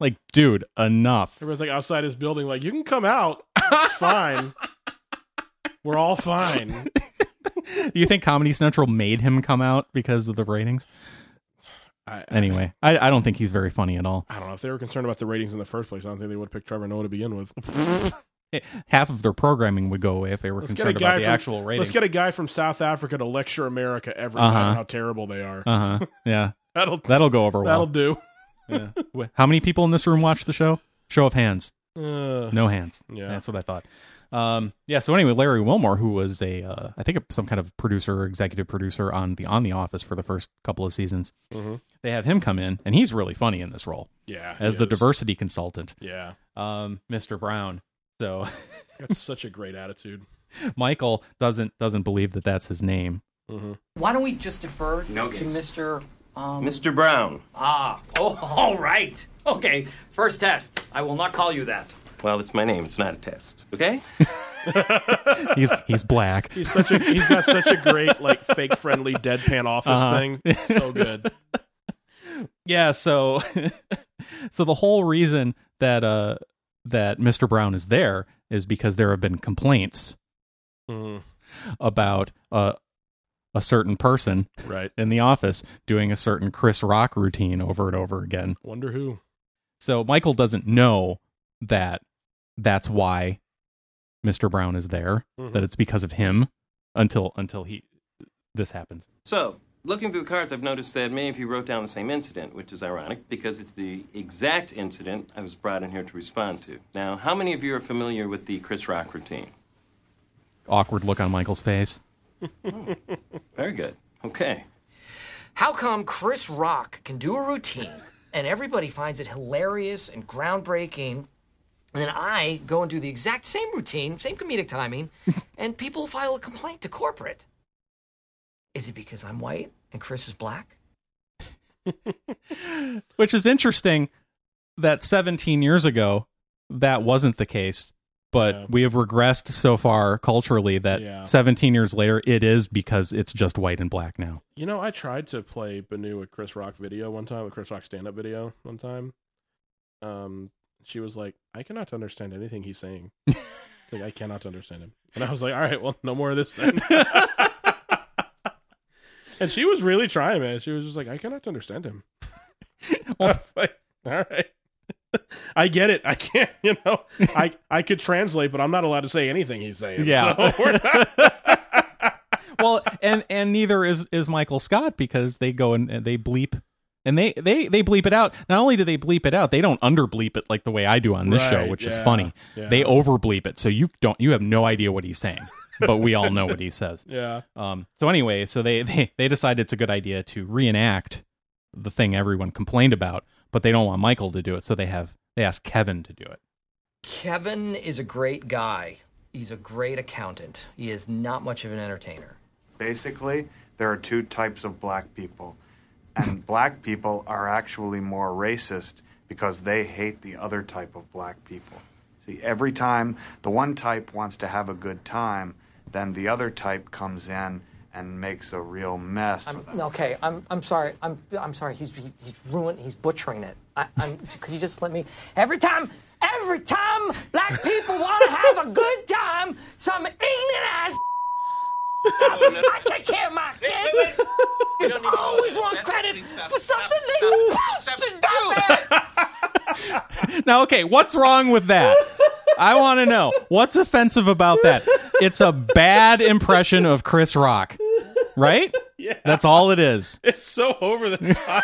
Speaker 2: Like, dude, enough.
Speaker 1: everyone's like outside his building. Like you can come out. It's fine. We're all fine.
Speaker 2: Do you think Comedy Central made him come out because of the ratings?
Speaker 1: I, I
Speaker 2: Anyway, I, I don't think he's very funny at all.
Speaker 1: I don't know if they were concerned about the ratings in the first place. I don't think they would pick Trevor Noah to begin with.
Speaker 2: Eh, Half of their programming would go away if they were
Speaker 1: Let's get a
Speaker 2: concerned
Speaker 1: guy
Speaker 2: about the
Speaker 1: from-
Speaker 2: actual ratings.
Speaker 1: Let's get a guy from South Africa to lecture America every
Speaker 2: Uh-huh.
Speaker 1: night on how terrible they are.
Speaker 2: uh huh. Yeah,
Speaker 1: That'll
Speaker 2: that'll go over
Speaker 1: that'll
Speaker 2: well.
Speaker 1: do.
Speaker 2: Yeah. Wh- How many people in this room watch the show? Show of hands.
Speaker 1: Uh,
Speaker 2: No hands.
Speaker 1: Yeah.
Speaker 2: That's what I thought. Um, yeah. So anyway, Larry Wilmore, who was a, uh, I think some kind of producer, executive producer on the on the Office for the first couple of seasons,
Speaker 1: Mhm.
Speaker 2: they have him come in, and he's really funny in this role
Speaker 1: Yeah,
Speaker 2: as
Speaker 1: he
Speaker 2: the
Speaker 1: is.
Speaker 2: diversity consultant,
Speaker 1: Yeah,
Speaker 2: um, Mr. Brown. So
Speaker 1: that's such a great attitude.
Speaker 2: Michael doesn't doesn't believe that that's his name.
Speaker 8: Why don't we just defer
Speaker 6: No
Speaker 8: to
Speaker 6: gates.
Speaker 8: Mr. Um,
Speaker 7: Mr. Brown.
Speaker 8: Ah, oh, all right. Okay, first test. I will not call you that.
Speaker 7: Well, it's my name. It's not a test. Okay.
Speaker 2: He's he's black.
Speaker 1: He's such a he's got such a great like fake friendly deadpan office
Speaker 2: Uh-huh.
Speaker 1: thing. So good.
Speaker 2: yeah so so the whole reason that uh that Mr. Brown is there is because there have been complaints
Speaker 1: Mm,
Speaker 2: about uh, a certain person
Speaker 1: right.
Speaker 2: in the office doing a certain Chris Rock routine over and over again.
Speaker 1: Wonder who.
Speaker 2: So Michael doesn't know that that's why Mr. Brown is there,
Speaker 1: Mhm.
Speaker 2: that it's because of him until until he this happens.
Speaker 9: So, looking through the cards, I've noticed that many of you wrote down the same incident, which is ironic because it's the exact incident I was brought in here to respond to. Now, how many of you are familiar with the Chris Rock routine?
Speaker 2: Awkward look on Michael's face.
Speaker 9: Very good. Okay.
Speaker 10: How come Chris Rock can do a routine and everybody finds it hilarious and groundbreaking? And then I go and do the exact same routine, same comedic timing, and people file a complaint to corporate. Is it because I'm white and Chris is black?
Speaker 2: Which is interesting that 17 years ago that wasn't the case, but
Speaker 1: Yeah.
Speaker 2: we have regressed so far culturally that
Speaker 1: Yeah.
Speaker 2: 17 years later it is because it's just white and black now.
Speaker 1: You know, I tried to play Banu a Chris Rock video one time, a Chris Rock stand up video one time. Um, she was like, I cannot understand anything he's saying. like, I cannot understand him. And I was like, all right, well, no more of this then. and she was really trying, man. She was just like, I cannot understand him. I was like, all right. I get it. I can't, you know, I I could translate, but I'm not allowed to say anything he's saying.
Speaker 2: Yeah.
Speaker 1: So we're not-
Speaker 2: well, and and neither is is Michael Scott because they go and, and they bleep and they they they bleep it out. Not only do they bleep it out, they don't under bleep it like the way I do on this show,
Speaker 1: Right,
Speaker 2: which is
Speaker 1: yeah,
Speaker 2: funny.
Speaker 1: yeah.
Speaker 2: They over bleep it, so you don't you have no idea what he's saying, but we all know what he says.
Speaker 1: yeah.
Speaker 2: Um, so anyway, so they, they they decide it's a good idea to reenact the thing everyone complained about, but they don't want Michael to do it, so they have they ask Kevin to do it.
Speaker 10: Kevin is a great guy. He's a great accountant. He is not much of an entertainer.
Speaker 11: Basically, there are two types of black people. And black people are actually more racist because they hate the other type of black people. See, every time the one type wants to have a good time, then the other type comes in and makes a real mess
Speaker 10: I'm,
Speaker 11: with them.
Speaker 10: okay, I'm, I'm sorry. I'm, I'm sorry. He's, he, he's ruined. He's butchering it. I, I'm, could you just let me? Every time, every time black people want to have a good time, some ignorant ass. I take care of my kids. Just always want credit for something they're supposed to do.
Speaker 2: Now, okay, what's wrong with that? I want to know what's offensive about that. It's a bad impression of Chris Rock, right? Yeah, that's all it is.
Speaker 1: It's so over the top.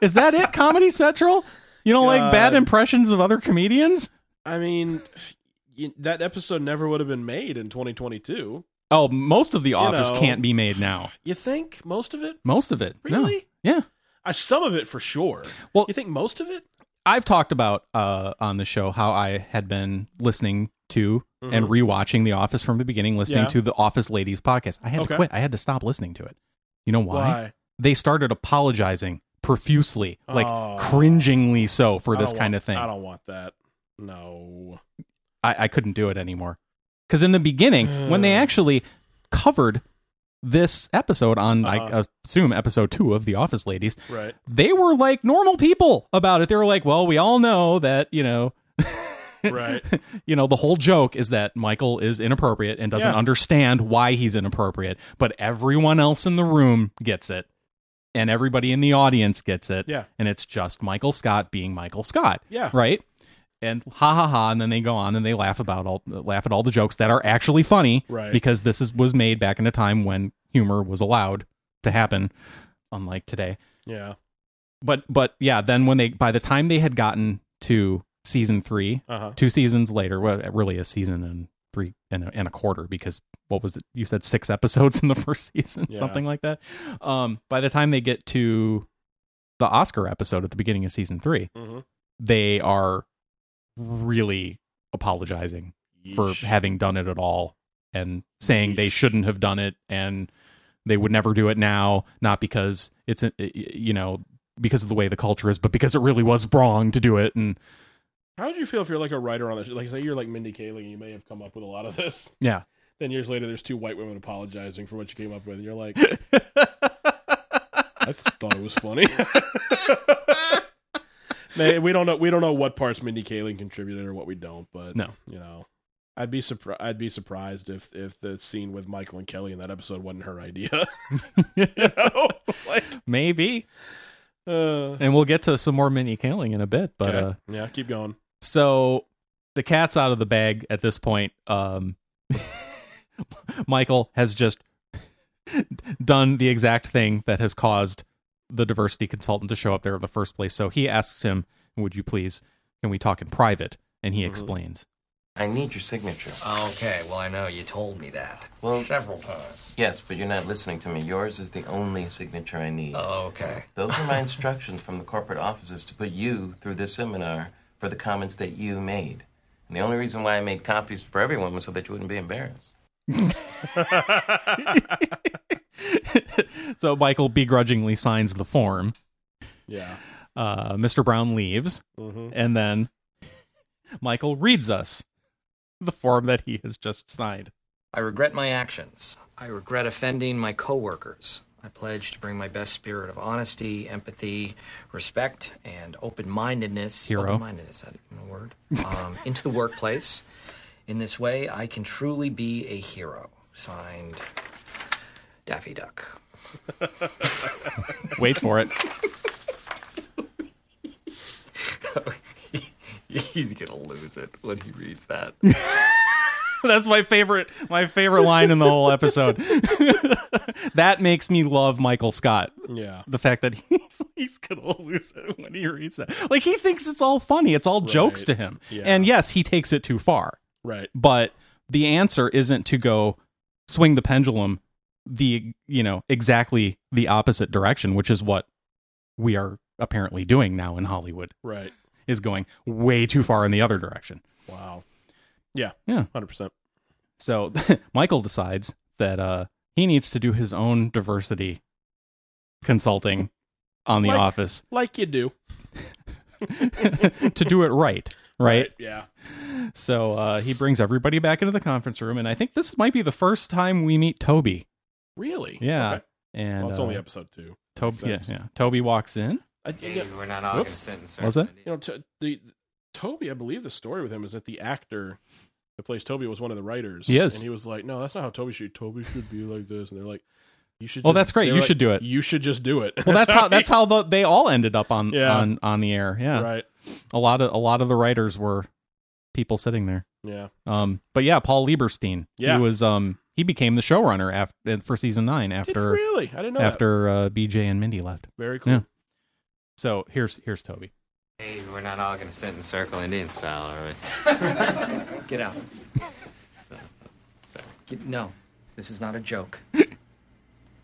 Speaker 2: Is that it? Comedy Central? You don't like bad
Speaker 1: God.
Speaker 2: impressions of other comedians?
Speaker 1: I mean, you, that episode never would have been made in 2022.
Speaker 2: Oh, most of The Office
Speaker 1: know.
Speaker 2: can't be made now.
Speaker 1: You think most of it?
Speaker 2: Most of it, No.
Speaker 1: Really?
Speaker 2: Yeah.
Speaker 1: Uh, some of it for sure.
Speaker 2: Well-
Speaker 1: you think most of it?
Speaker 2: I've talked about uh, on the show how I had been listening to and rewatching The Office from the beginning, listening
Speaker 1: Mm-hmm. Yeah.
Speaker 2: to the Office Ladies podcast. I had to
Speaker 1: Okay.
Speaker 2: quit. I had to stop listening to it. You know why? They started apologizing profusely, like
Speaker 1: Oh.
Speaker 2: cringingly so for
Speaker 1: I
Speaker 2: this
Speaker 1: don't
Speaker 2: kind
Speaker 1: want-
Speaker 2: of thing.
Speaker 1: I don't want that. No.
Speaker 2: I, I couldn't do it anymore. Because in the beginning, when
Speaker 1: Mm.
Speaker 2: they actually covered this episode on, I
Speaker 1: Uh-huh.
Speaker 2: assume, episode two of The Office Ladies,
Speaker 1: Right.
Speaker 2: they were like normal people about it. They were like, well, we all know that, you know,
Speaker 1: Right.
Speaker 2: you know, the whole joke is that Michael is inappropriate and doesn't
Speaker 1: Yeah.
Speaker 2: understand why he's inappropriate, but everyone else in the room gets it. And everybody in the audience gets it.
Speaker 1: Yeah.
Speaker 2: And it's just Michael Scott being Michael Scott.
Speaker 1: Yeah.
Speaker 2: Right? And ha ha ha, and then they go on and they laugh about all laugh at all the jokes that are actually funny.
Speaker 1: Right.
Speaker 2: Because this is was made back in a time when humor was allowed to happen, unlike today
Speaker 1: Yeah.
Speaker 2: but but yeah then when they by the time they had gotten to season three
Speaker 1: Uh huh.
Speaker 2: two seasons later well it really a season and three and a, and a quarter because what was it you said six episodes in the first season
Speaker 1: Yeah.
Speaker 2: something like that um by the time they get to the oscar episode at the beginning of season three
Speaker 1: Mm-hmm.
Speaker 2: they are really apologizing for having done it at all and saying they
Speaker 1: Yeesh.
Speaker 2: shouldn't have done it and they would never do it now not because it's uh, you know because of the way the culture is but because it really was wrong to do it and
Speaker 1: How would you feel if you're like a writer on this? Like, say you're like Mindy Kaling, and you may have come up with a lot of this.
Speaker 2: yeah
Speaker 1: Then years later, there's two white women apologizing for what you came up with, and you're like, I just thought it was funny. They- we don't know. We don't know what parts Mindy Kaling contributed or what we don't. But
Speaker 2: No.
Speaker 1: you know, I'd be surprised. I'd be surprised if if the scene with Michael and Kelly in that episode wasn't her idea. You know? Like,
Speaker 2: Maybe.
Speaker 1: Uh,
Speaker 2: and we'll get to some more mini killing in a bit, but
Speaker 1: okay.
Speaker 2: uh
Speaker 1: yeah, keep going.
Speaker 2: so the cat's out of the bag at this point. Um Michael has just done the exact thing that has caused the diversity consultant to show up there in the first place. So he asks him, "Would you please can we talk in private?" and he explains.
Speaker 9: I need your signature.
Speaker 10: Okay, well, I know you told me that.
Speaker 9: Well,
Speaker 10: several times.
Speaker 9: Yes, but you're not listening to me. Yours is the only signature I need.
Speaker 10: Oh, okay.
Speaker 9: Those are my instructions from the corporate offices to put you through this seminar for the comments that you made. And the only reason why I made copies for everyone was so that you wouldn't be embarrassed.
Speaker 2: So Michael begrudgingly signs the form.
Speaker 1: Yeah.
Speaker 2: Uh, Mr. Brown leaves,
Speaker 1: Mhm.
Speaker 2: and then Michael reads us the form that he has just signed.
Speaker 10: I regret my actions. I regret offending my coworkers. I pledge to bring my best spirit of honesty, empathy, respect, and open-mindedness.
Speaker 2: Hero.
Speaker 10: Open-mindedness, that even a word. Um, into the workplace. In this way, I can truly be a hero. Signed, Daffy Duck.
Speaker 2: Wait for it.
Speaker 10: He's gonna lose it when he reads that.
Speaker 2: That's my favorite my favorite line in the whole episode. that makes me love Michael Scott.
Speaker 1: Yeah.
Speaker 2: The fact that he's he's gonna lose it when he reads that. Like he thinks it's all funny, it's all jokes
Speaker 1: Right.
Speaker 2: to him.
Speaker 1: Yeah.
Speaker 2: And yes, he takes it too far.
Speaker 1: Right.
Speaker 2: But the answer isn't to go swing the pendulum the you know, exactly the opposite direction, which is what we are apparently doing now in Hollywood.
Speaker 1: Right.
Speaker 2: Is going way too far in the other direction.
Speaker 1: Wow. Yeah.
Speaker 2: Yeah.
Speaker 1: Hundred percent.
Speaker 2: So Michael decides that uh, he needs to do his own diversity consulting on the
Speaker 1: Like-
Speaker 2: office
Speaker 1: Like you do.
Speaker 2: to do it right, right?
Speaker 1: Yeah.
Speaker 2: So uh, he brings everybody back into the conference room, and I think this might be the first time we meet Toby.
Speaker 1: Really?
Speaker 2: Yeah,
Speaker 1: Okay.
Speaker 2: and
Speaker 1: Well, it's only
Speaker 2: uh,
Speaker 1: episode two.
Speaker 2: Toby,
Speaker 1: Makes
Speaker 2: yeah,
Speaker 1: sense.
Speaker 2: yeah. Toby walks in.
Speaker 1: I, you know,
Speaker 10: we're not
Speaker 1: all Whoops.
Speaker 10: sentence.
Speaker 2: Was it?
Speaker 1: you know, to, the Toby. I believe the story with him is that the actor that plays Toby was one of the writers.
Speaker 2: He is.
Speaker 1: and he was like, "No, that's not how Toby should. Toby should be like this." And they're like, "You should."
Speaker 2: Oh,
Speaker 1: just-
Speaker 2: that's great.
Speaker 1: they were
Speaker 2: You
Speaker 1: like,
Speaker 2: should do it.
Speaker 1: You should just do it.
Speaker 2: Well, that's how
Speaker 1: he-
Speaker 2: that's how the, they all ended up on
Speaker 1: Yeah.
Speaker 2: on on the air. Yeah,
Speaker 1: Right.
Speaker 2: A lot of a lot of the writers were people sitting there.
Speaker 1: Yeah.
Speaker 2: Um, but yeah, Paul Lieberstein.
Speaker 1: Yeah.
Speaker 2: He was um he became the showrunner after for season nine after
Speaker 1: really? I didn't know that.
Speaker 2: after uh, BJ and Mindy left.
Speaker 1: Very cool.
Speaker 2: Yeah. So here's here's Toby.
Speaker 12: Hey, we're not all gonna sit in circle Indian style, are we?
Speaker 10: Get out. Get- no, this is not a joke.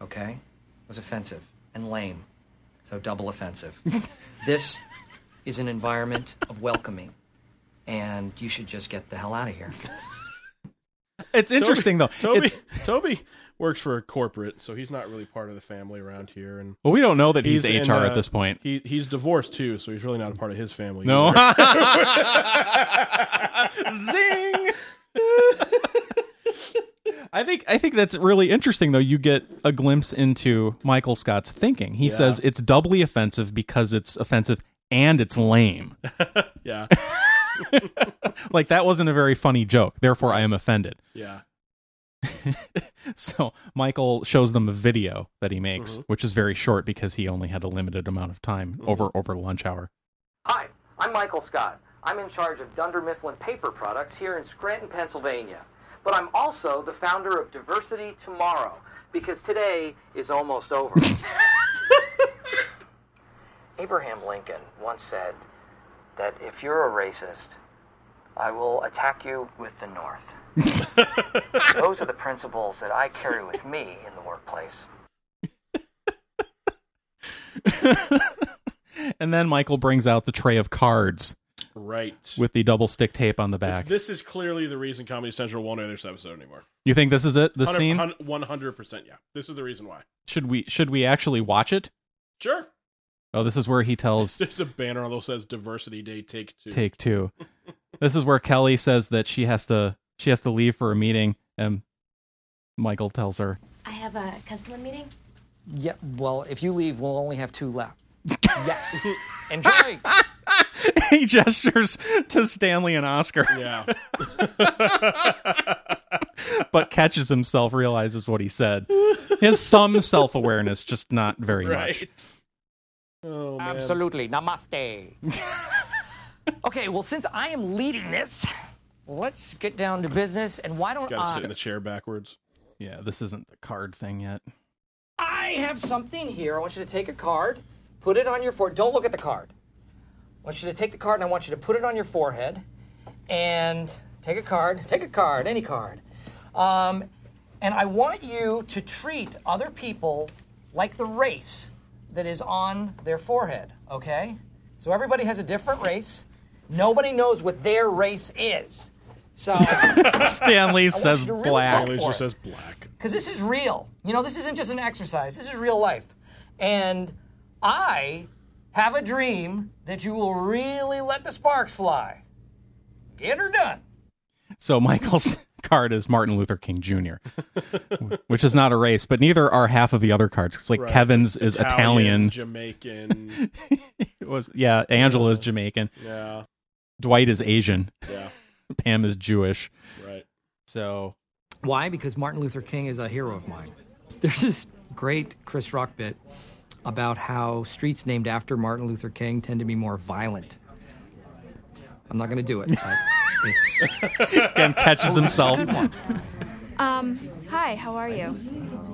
Speaker 10: Okay? It was offensive and lame, so double offensive. this is an environment of welcoming, and you should just get the hell out of here.
Speaker 2: It's interesting though.
Speaker 1: Toby
Speaker 2: It's-
Speaker 1: Toby works for a corporate, so he's not really part of the family around here. And
Speaker 2: well, we don't know that he's,
Speaker 1: in,
Speaker 2: HR
Speaker 1: uh,
Speaker 2: at this point.
Speaker 1: He he's divorced too, so he's really not a part of his family.
Speaker 2: No.
Speaker 1: either.
Speaker 2: Zing. I think I think that's really interesting though. You get a glimpse into Michael Scott's thinking. He
Speaker 1: Yeah.
Speaker 2: says it's doubly offensive because it's offensive and it's lame.
Speaker 1: yeah.
Speaker 2: like that wasn't a very funny joke. Therefore, I am offended.
Speaker 1: Yeah.
Speaker 2: So Michael shows them a video that he makes,
Speaker 1: Mm-hmm.
Speaker 10: Mhm.
Speaker 2: which is very short because he only had a limited amount of time over over lunch hour.
Speaker 10: Hi, I'm Michael Scott. I'm in charge of Dunder Mifflin Paper Products here in Scranton, Pennsylvania. But I'm also the founder of Diversity Tomorrow, because today is almost over. Abraham Lincoln once said that if you're a racist, I will attack you with the North. Those are the principles that I carry with me in the workplace.
Speaker 2: And then Michael brings out the tray of cards
Speaker 1: Right.
Speaker 2: with the double stick tape on the back.
Speaker 1: This is clearly the reason Comedy Central won't air this episode anymore.
Speaker 2: You think this is it? The scene?
Speaker 1: One hundred percent. Yeah. This is the reason why.
Speaker 2: Should we should we actually watch it?
Speaker 1: Sure.
Speaker 2: Oh, this is where he tells
Speaker 1: There's a banner on that says Diversity Day Take Two.
Speaker 2: take two. this is where Kelly says that she has to she has to leave for a meeting, and Michael tells her,
Speaker 4: I have a customer meeting.
Speaker 10: Yeah, well, if you leave, we'll only have two left. yes. Enjoy.
Speaker 2: he gestures to Stanley and Oscar.
Speaker 1: Yeah.
Speaker 2: but catches himself, realizes what he said. He has some self awareness, just not very much.
Speaker 1: Oh,
Speaker 2: man.
Speaker 10: Absolutely. Namaste. okay, well, since I am leading this, let's get down to business. And why don't
Speaker 1: Gotta sit
Speaker 10: I,
Speaker 1: in the chair backwards.
Speaker 2: Yeah, this isn't the card thing yet.
Speaker 10: I have something here. I want you to take a card, put it on your forehead. Don't look at the card. I want you to take the card and I want you to put it on your forehead. And take a card, take a card, any card. Um, and I want you to treat other people like the race that is on their forehead, okay? So everybody has a different race. Nobody knows what their race is. So
Speaker 2: Stanley
Speaker 10: I want
Speaker 2: says
Speaker 10: you to really
Speaker 2: black.
Speaker 10: go for it.
Speaker 1: black.
Speaker 10: Because this is real. You know, this isn't just an exercise, this is real life. And I have a dream that you will really let the sparks fly. Get her done.
Speaker 2: So Michael's card is Martin Luther King Jr., which is not a race, but neither are half of the other cards. It's like
Speaker 1: Right.
Speaker 2: Kevin's is Italian.
Speaker 1: Jamaican.
Speaker 2: It was yeah, Angela's Jamaican.
Speaker 1: Yeah.
Speaker 2: Dwight is Asian.
Speaker 1: Yeah.
Speaker 2: Pam is Jewish.
Speaker 1: Right.
Speaker 2: So
Speaker 10: Why? Because Martin Luther King is a hero of mine. There's this great Chris Rock bit about how streets named after Martin Luther King tend to be more violent. I'm not going to do it. but it's...
Speaker 2: Again, catches
Speaker 10: Oh, that's a
Speaker 2: himself.
Speaker 10: good one.
Speaker 13: Um, hi, how are you?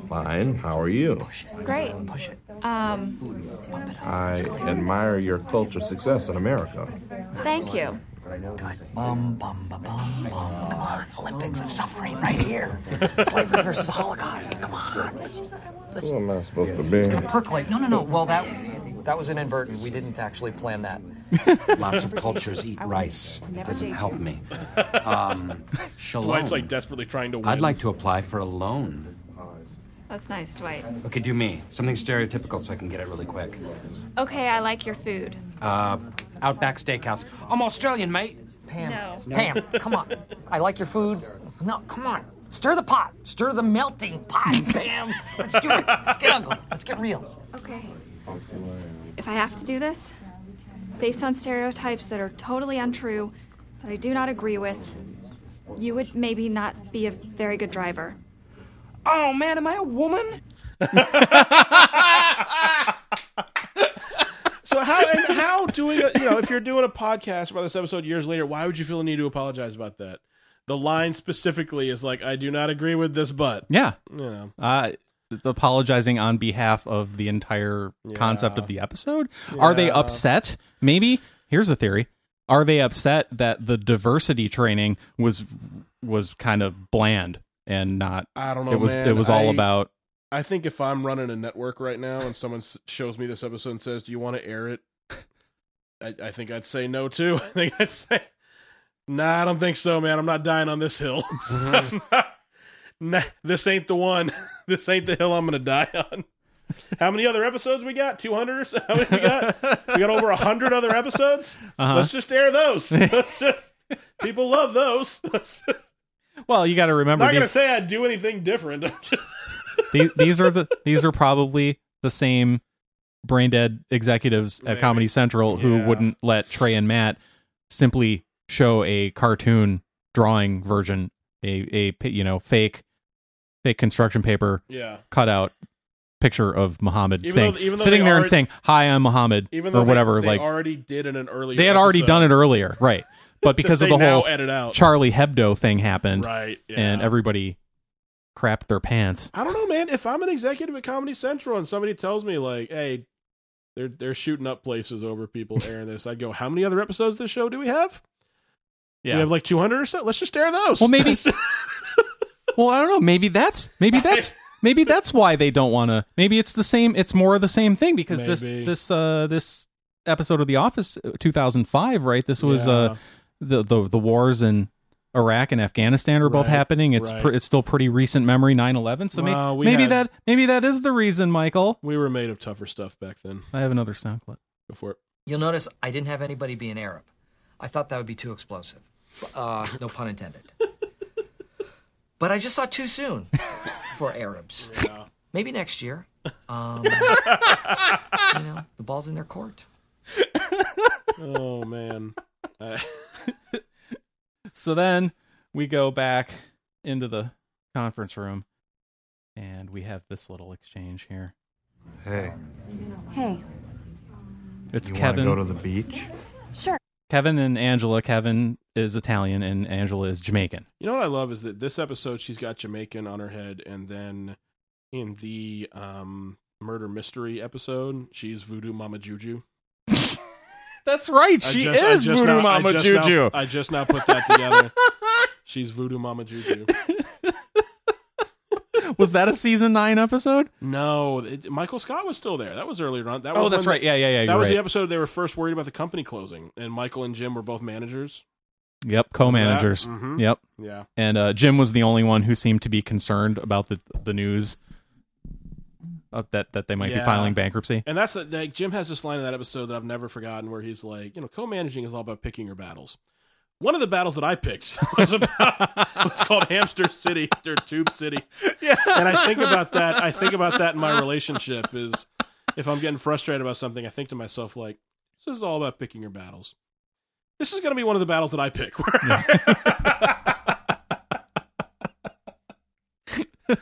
Speaker 14: Fine. How are you?
Speaker 13: Great. Push it. Um,
Speaker 14: I admire your culture success in America.
Speaker 13: thank you.
Speaker 10: Bum, bum, bum, bum, bum. Come on. Olympics of suffering right here. Slavery versus the Holocaust. Come on.
Speaker 14: Who am I supposed to be?
Speaker 10: It's gonna percolate. No, no, no. Well, that that was an inadvertent. We didn't actually plan that.
Speaker 15: Lots of cultures eat rice. It doesn't help me. Um, shalom.
Speaker 1: Dwight's like desperately trying to win.
Speaker 15: I'd like to apply for a loan.
Speaker 13: That's nice, Dwight.
Speaker 15: Okay, do me. Something stereotypical so I can get it really quick.
Speaker 13: Okay, I like your food.
Speaker 15: Uh, Outback Steakhouse. I'm Australian, mate.
Speaker 10: Pam,
Speaker 13: No.
Speaker 10: Pam, come on. I like your food. No, come on. Stir the pot. Stir the melting pot. Pam. Let's do it. Let's get ugly. Let's get real.
Speaker 13: Okay. If I have to do this, based on stereotypes that are totally untrue, that I do not agree with, you would maybe not be a very good driver.
Speaker 15: Oh man, am I a woman?
Speaker 1: So how and how doing a, you know if you're doing a podcast about this episode years later, why would you feel the need to apologize about that? The line specifically is like, "I do not agree with this," but
Speaker 2: Yeah.
Speaker 1: you know,
Speaker 2: Uh, apologizing on behalf of the entire concept of the episode. Are they
Speaker 1: Yeah.
Speaker 2: upset? Maybe. Here's a theory. Are they upset that the diversity training was was kind of bland and not
Speaker 1: I don't know.
Speaker 2: It was
Speaker 1: Oh, man.
Speaker 2: it was all
Speaker 1: I-
Speaker 2: about
Speaker 1: I think if I'm running a network right now and someone s- shows me this episode and says, "Do you want to air it?" I, I think I'd say no too. I think I'd say, "Nah, I don't think so, man. I'm not dying on this hill.
Speaker 2: Mm-hmm.
Speaker 1: nah, this ain't the one. This ain't the hill I'm gonna die on." How many other episodes we got? Two hundred or so? How many we got? We got over hundred other episodes.
Speaker 2: Uh-huh.
Speaker 1: Let's just air those. Let's just- people love those.
Speaker 2: Well, you got to
Speaker 1: I'm
Speaker 2: remember
Speaker 1: not gonna
Speaker 2: these
Speaker 1: say I'd do anything different. I'm just
Speaker 2: these, these are the these are probably the same brain dead executives at Comedy Central who wouldn't let Trey and Matt simply show a cartoon drawing version, a a pi- you know fake fake construction paper
Speaker 1: Yeah.
Speaker 2: cutout picture of Muhammad
Speaker 1: Even
Speaker 2: saying
Speaker 1: though- even though
Speaker 2: sitting
Speaker 1: they
Speaker 2: there and
Speaker 1: already-
Speaker 2: saying hi I'm Muhammad
Speaker 1: even though
Speaker 2: or
Speaker 1: they-
Speaker 2: whatever
Speaker 1: they
Speaker 2: like
Speaker 1: already did in an earlier
Speaker 2: they had already
Speaker 1: episode.
Speaker 2: done it earlier right but because of
Speaker 1: they
Speaker 2: the
Speaker 1: now
Speaker 2: whole
Speaker 1: edit out.
Speaker 2: Charlie Hebdo thing happened
Speaker 1: Right,
Speaker 2: and everybody crapped their pants
Speaker 1: I don't know, man. If I'm an executive at Comedy Central and somebody tells me like, "Hey, they're they're shooting up places over people airing this," I'd go, "How many other episodes of this show do we have?
Speaker 2: yeah
Speaker 1: We have like 200 or so. Let's just air those."
Speaker 2: Well, maybe. well, I don't know. Maybe that's maybe that's maybe that's why they don't want to. Maybe it's the same. It's more of the same thing because this
Speaker 1: Maybe.
Speaker 2: this uh this episode of The Office, uh, 2005, right? This was uh the the the wars in Iraq and Afghanistan are both
Speaker 1: Right,
Speaker 2: happening. It's
Speaker 1: right.
Speaker 2: pr- it's still pretty recent memory, 9/11. So may-
Speaker 1: Well, we
Speaker 2: maybe
Speaker 1: had-
Speaker 2: that maybe that is the reason, Michael.
Speaker 1: we were made of tougher stuff back then.
Speaker 2: I have another sound clip.
Speaker 1: Go for it.
Speaker 10: You'll notice I didn't have anybody be an Arab. I thought that would be too explosive. Uh, no pun intended. but I just saw too soon for Arabs. Maybe next year. Um, you know, the ball's in their court.
Speaker 1: oh man. Uh,
Speaker 2: So then we go back into the conference room and we have this little exchange here.
Speaker 11: Hey.
Speaker 13: Hey.
Speaker 2: It's
Speaker 11: You wanna
Speaker 2: Kevin.
Speaker 11: go to the beach?
Speaker 13: Sure.
Speaker 2: Kevin and Angela. Kevin is Italian and Angela is Jamaican.
Speaker 1: You know what I love is that this episode she's got Jamaican on her head, and then in the um, murder mystery episode she's Voodoo Mama Juju.
Speaker 2: That's right.
Speaker 1: I
Speaker 2: She
Speaker 1: just- I
Speaker 2: is
Speaker 1: just
Speaker 2: Voodoo
Speaker 1: now- I
Speaker 2: Mama
Speaker 1: just now-
Speaker 2: Juju.
Speaker 1: I just now put that together. she's Voodoo Mama Juju.
Speaker 2: Was that a season nine episode?
Speaker 1: No, it, Michael Scott was still there. That was earlier on. That
Speaker 2: Oh,
Speaker 1: was
Speaker 2: that's
Speaker 1: when
Speaker 2: right. Yeah, yeah, yeah,
Speaker 1: That
Speaker 2: you're
Speaker 1: was the
Speaker 2: right.
Speaker 1: episode they were first worried about the company closing, and Michael and Jim were both managers.
Speaker 2: Yep, co-managers.
Speaker 1: Yeah, mhm.
Speaker 2: Yep.
Speaker 1: Yeah.
Speaker 2: And uh, Jim was the only one who seemed to be concerned about the the news of that that they might be
Speaker 1: Yeah.
Speaker 2: filing bankruptcy.
Speaker 1: And that's like Jim has this line in that episode that I've never forgotten, where he's like, you know, co-managing is all about picking your battles. One of the battles that I picked was about was called Hamster City or Tube City. Yeah. And I think about that. I think about that in my relationship is if I'm getting frustrated about something, I think to myself like, this is all about picking your battles. This is going to be one of the battles that I pick.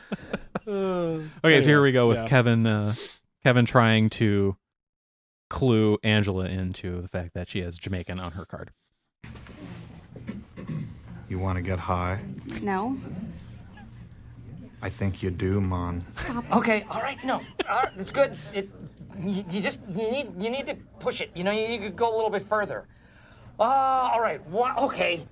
Speaker 1: okay,
Speaker 2: Okay, so here we go with
Speaker 1: Kevin.
Speaker 2: Kevin. Uh, Kevin trying to clue Angela into the fact that she has Jamaican on her card.
Speaker 11: You want to get high?
Speaker 16: No.
Speaker 11: I think you do, Mon.
Speaker 10: Okay, all right, no, all right, it's good. It, you, you just you need you need to push it. You know, you, you could go a little bit further. Uh, all right, wha- okay.